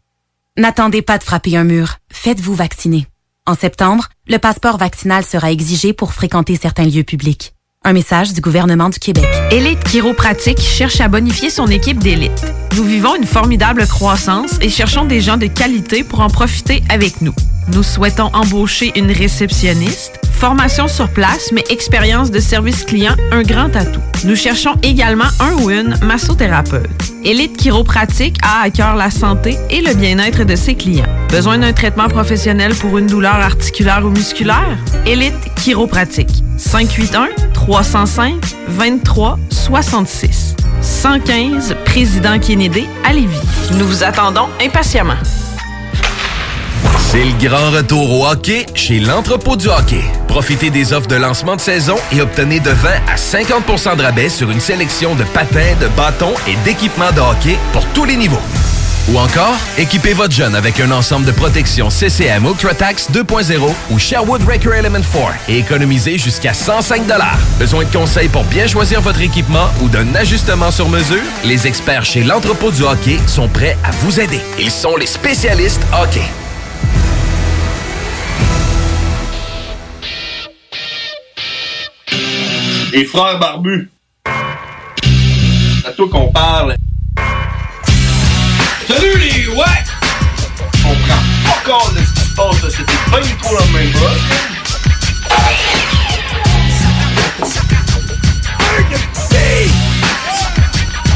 N'attendez pas de frapper un mur. Faites-vous vacciner. En septembre, le passeport vaccinal sera exigé pour fréquenter certains lieux publics. Un message du gouvernement du Québec.
Élite Chiropratique cherche à bonifier son équipe d'élite. Nous vivons une formidable croissance et cherchons des gens de qualité pour en profiter avec nous. Nous souhaitons embaucher une réceptionniste, formation sur place, mais expérience de service client, un grand atout. Nous cherchons également un ou une massothérapeute. Élite Chiropratique a à cœur la santé et le bien-être de ses clients. Besoin d'un traitement professionnel pour une douleur articulaire ou musculaire? Élite Chiropratique. 581 305 23 66. 115 Président Kennedy à Lévis. Nous vous attendons impatiemment.
C'est le grand retour au hockey chez l'entrepôt du hockey. Profitez des offres de lancement de saison et obtenez de 20 à 50 de rabais sur une sélection de patins, de bâtons et d'équipements de hockey pour tous les niveaux. Ou encore, équipez votre jeune avec un ensemble de protection CCM UltraTax 2.0 ou Sherwood Record Element 4 et économisez jusqu'à 105 Besoin de conseils pour bien choisir votre équipement ou d'un ajustement sur mesure? Les experts chez l'entrepôt du hockey sont prêts à vous aider. Ils sont les spécialistes hockey.
Les frères barbus. C'est à toi qu'on parle. Salut les ouais! On prend pas compte de ce qui se passe, là. c'était pas du tout la même chose.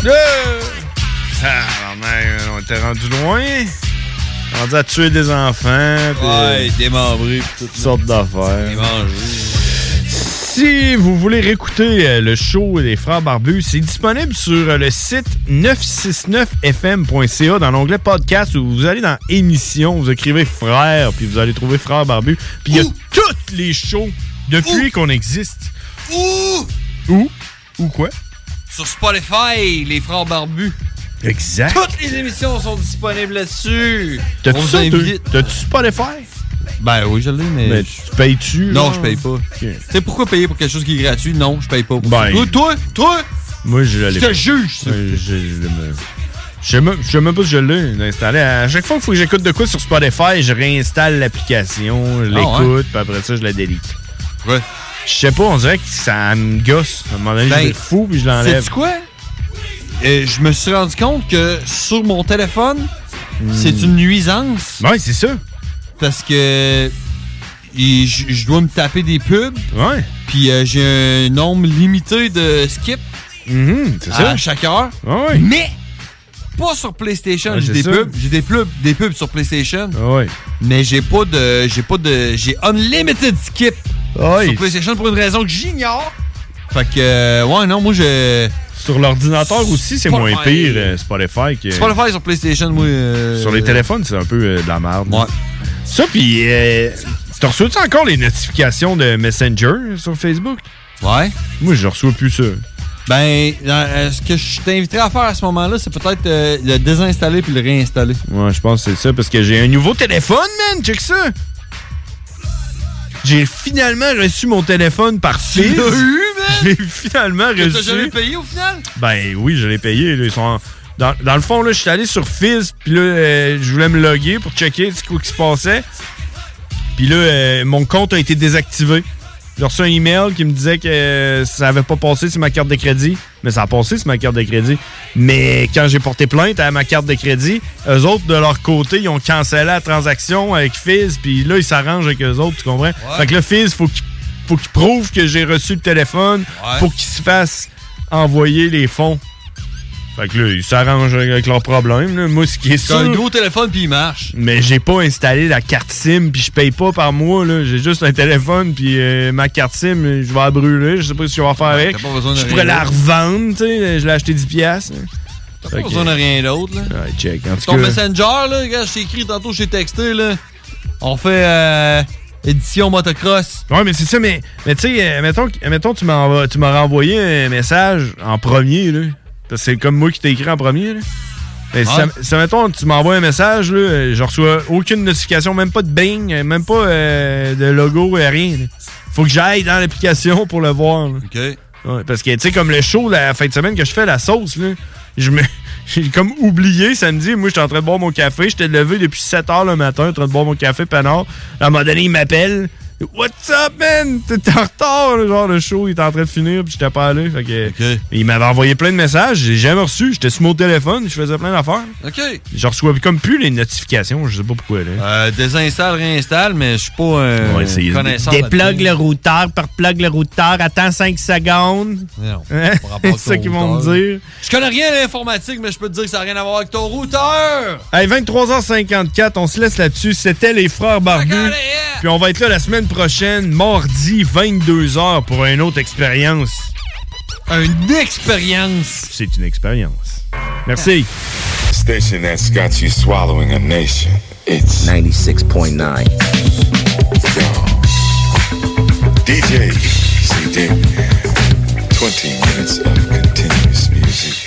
Yeah! Ah, merde, on était rendu loin. Rendu à tuer des enfants. puis-
Ouais, démembré, puis
Toutes sortes d'affaires. Si vous voulez réécouter euh, le show des Frères Barbus, c'est disponible sur euh, le site 969fm.ca dans l'onglet podcast où vous allez dans émission, vous écrivez Frères, puis vous allez trouver Frères Barbus. Puis il y a toutes les shows depuis qu'on existe.
Ouh!
Ou? Ou quoi?
Sur Spotify, les frères barbus.
Exact.
Toutes les émissions sont disponibles là-dessus.
T'as-tu
On vous
ça, toi?
invite.
T'as-tu Spotify?
Ben oui, je l'ai, mais.
Mais tu payes-tu?
Non,
genre?
je paye pas.
Tu
sais pourquoi payer pour quelque chose qui est gratuit? Non, je paye pas. Pour
Ben-
ça. Toi, toi, toi,
Moi, je l'ai. Ben,
Je te juge, ça.
Ouais, je- je- je- Je sais même je sais même pas si je l'ai installé. À chaque fois qu'il faut que j'écoute de quoi sur Spotify, je réinstalle l'application, je
Ah,
l'écoute,
ouais?
puis après ça, je la délite.
Ouais.
Je sais pas, on dirait que ça me gosse. À un moment donné, je
Ben,
vais être fou, puis je l'enlève.
Sais-tu quoi? Euh, je me suis rendu compte que sur mon téléphone, c'est une nuisance.
Oui, c'est ça.
Parce que il- je je dois me taper des pubs.
Ouais.
Puis euh, j'ai un nombre limité de skips
Mm-hmm, c'est
à
ça.
chaque heure.
Ah Ouais.
Mais pas sur PlayStation.
Ouais,
j'ai
c'est
des
ça. Ah
pubs. J'ai des pubs, des pubs sur PlayStation.
Ouais.
Mais j'ai pas de. J'ai pas de. J'ai unlimited skip sur PlayStation pour une raison que j'ignore. Fait que, euh, ouais, non, moi, je.
Sur l'ordinateur aussi, c'est moins pire, euh, Spotify. Que...
Spotify sur PlayStation, moi. euh,
Sur les téléphones, c'est un peu euh, de la merde. Ouais. Ça, puis, euh, tu reçois-tu encore les notifications de Messenger sur Facebook?
Ouais.
Moi, je reçois plus ça.
Ben, euh, ce que je t'inviterais à faire à ce moment-là, c'est peut-être euh, le désinstaller puis le réinstaller.
Ouais, je pense que c'est ça, parce que j'ai un nouveau téléphone, man! Check ça! J'ai finalement reçu mon téléphone par fil.
l'as eu,
man! J'ai finalement
Que t'as
reçu.
jamais payé au final?
Ben oui, je l'ai payé. là, ils sont en- dans, dans le fond, là, je suis allé sur Fizz, puis là, euh, je voulais me loguer pour checker ce qui se passait. Puis là, euh, mon compte a été désactivé. J'ai reçu un email qui me disait que euh, ça avait pas passé sur ma carte de crédit. Mais ça a passé sur ma carte de crédit. Mais quand j'ai porté plainte à ma carte de crédit, eux autres, de leur côté, ils ont cancellé la transaction avec Fizz. Puis là, ils s'arrangent avec eux autres, tu comprends? Fait que là, Fizz, faut qu'il faut qu'il prouve que j'ai reçu le téléphone
Ouais.
pour qu'ils se fassent envoyer les fonds. Fait que là, ils s'arrangent avec leurs problèmes. là. Moi, ce qui est
T'as un
sûr-
gros téléphone puis il marche.
mais j'ai pas installé la carte SIM, puis je paye pas par mois. là. J'ai juste un téléphone, puis euh, ma carte SIM, euh, je vais la brûler. Je sais pas ce que je vais en faire avec.
t'as pas besoin de
Je pourrais
rien
la
d'autre.
revendre, tu sais. Je l'ai acheté 10$. piastres, hein.
T'as
Fait
pas
que-
besoin de rien d'autre, là.
Ouais, check. En tout
Ton
cas,
Messenger, là, regarde, je t'ai écrit tantôt, je t'ai texté, là. On fait euh, édition motocross.
Ouais, mais c'est ça, mais, mais tu sais, euh, mettons, que- mettons tu m'envoies- tu m'as renvoyé un message en premier, là. Parce que c'est comme moi qui t'ai écrit en premier, là. Mais si
Ouais.
ça, si, mettons, tu m'envoies un message, là, euh, je reçois aucune notification, même pas de bing, euh, même pas euh, de logo, euh, rien. là. Faut que j'aille dans l'application pour le voir. là. Ouais, parce que, tu sais, comme le show la fin de semaine que je fais, la sauce, là, je me. J'ai comme oublié samedi. Moi, j'étais en train de boire mon café. J'étais levé depuis 7 h le matin, en train de boire mon café, panard. À un moment donné, il m'appelle. What's up, man? T'es en retard, là. genre, le show, il était en train de finir, puis j'étais pas allé. Fait que. Il m'avait envoyé plein de messages. J'ai jamais reçu. J'étais sur mon téléphone, je faisais plein d'affaires.
OK.
Je reçois comme plus les notifications. Je sais pas pourquoi, là.
Euh, désinstalle, réinstalle, mais je suis pas
On
un
va essayer.
connaisseur.
Déplugue
là-dedans.
le routeur, perplugue le routeur, attends 5 secondes.
Non,
Hein?
par rapport
C'est
à
ça
ton
qu'ils vont me
routeur.
dire.
Je connais rien à l'informatique, mais je peux te dire que ça n'a rien à voir avec ton routeur.
Hey, 23h54, on se laisse là-dessus. C'était les frères barbus. Puis on va être là la semaine prochaine, mardi 22h pour une autre expérience.
Une expérience.
C'est une expérience. Merci.
Station that's got you swallowing a nation. It's 96.9. DJ CD. 20 minutes of continuous music.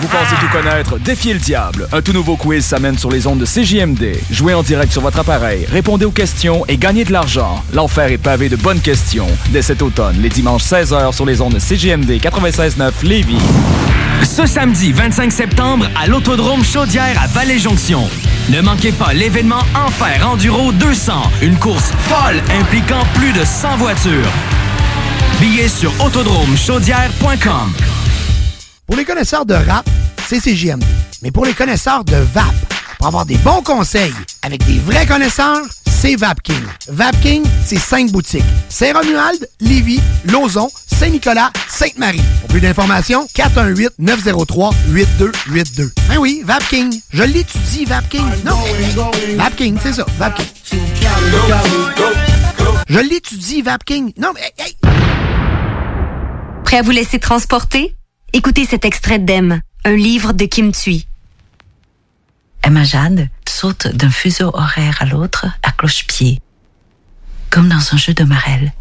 Vous pensez tout connaître? Défiez le diable. Un tout nouveau quiz s'amène sur les ondes de CJMD. Jouez en direct sur votre appareil, répondez aux questions et gagnez de l'argent. L'enfer est pavé de bonnes questions. Dès cet automne, les dimanches 16h sur les ondes de CJMD 96.9 Lévis.
Ce samedi 25 septembre à l'Autodrome Chaudière à Vallée-Jonction. Ne manquez pas l'événement Enfer Enduro 200, une course folle impliquant plus de 100 voitures. Billets sur autodromechaudière.com.
Pour les connaisseurs de rap, c'est CGMD. Mais pour les connaisseurs de VAP, pour avoir des bons conseils avec des vrais connaisseurs, c'est VapKing. VapKing, c'est cinq boutiques. Saint-Romuald, Lévis, Lauson, Saint-Nicolas, Sainte-Marie. Pour plus d'informations, 418-903-8282. Ben oui, VapKing. Je l'étudie, VapKing. Non, mais- VapKing, c'est ça, VapKing. Je l'étudie, VapKing. Non, mais... hey, hey,
Prêt à vous laisser transporter Écoutez cet extrait d'Em, un livre de Kim Thuy.
Emma Jade saute d'un fuseau horaire à l'autre à cloche-pied, comme dans un jeu de marelle.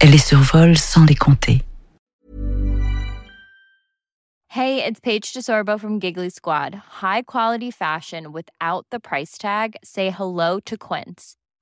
Elle les survole sans les compter.
Hey, it's Paige DeSorbo from Giggly Squad. High quality fashion without the price tag. Say hello to Quince.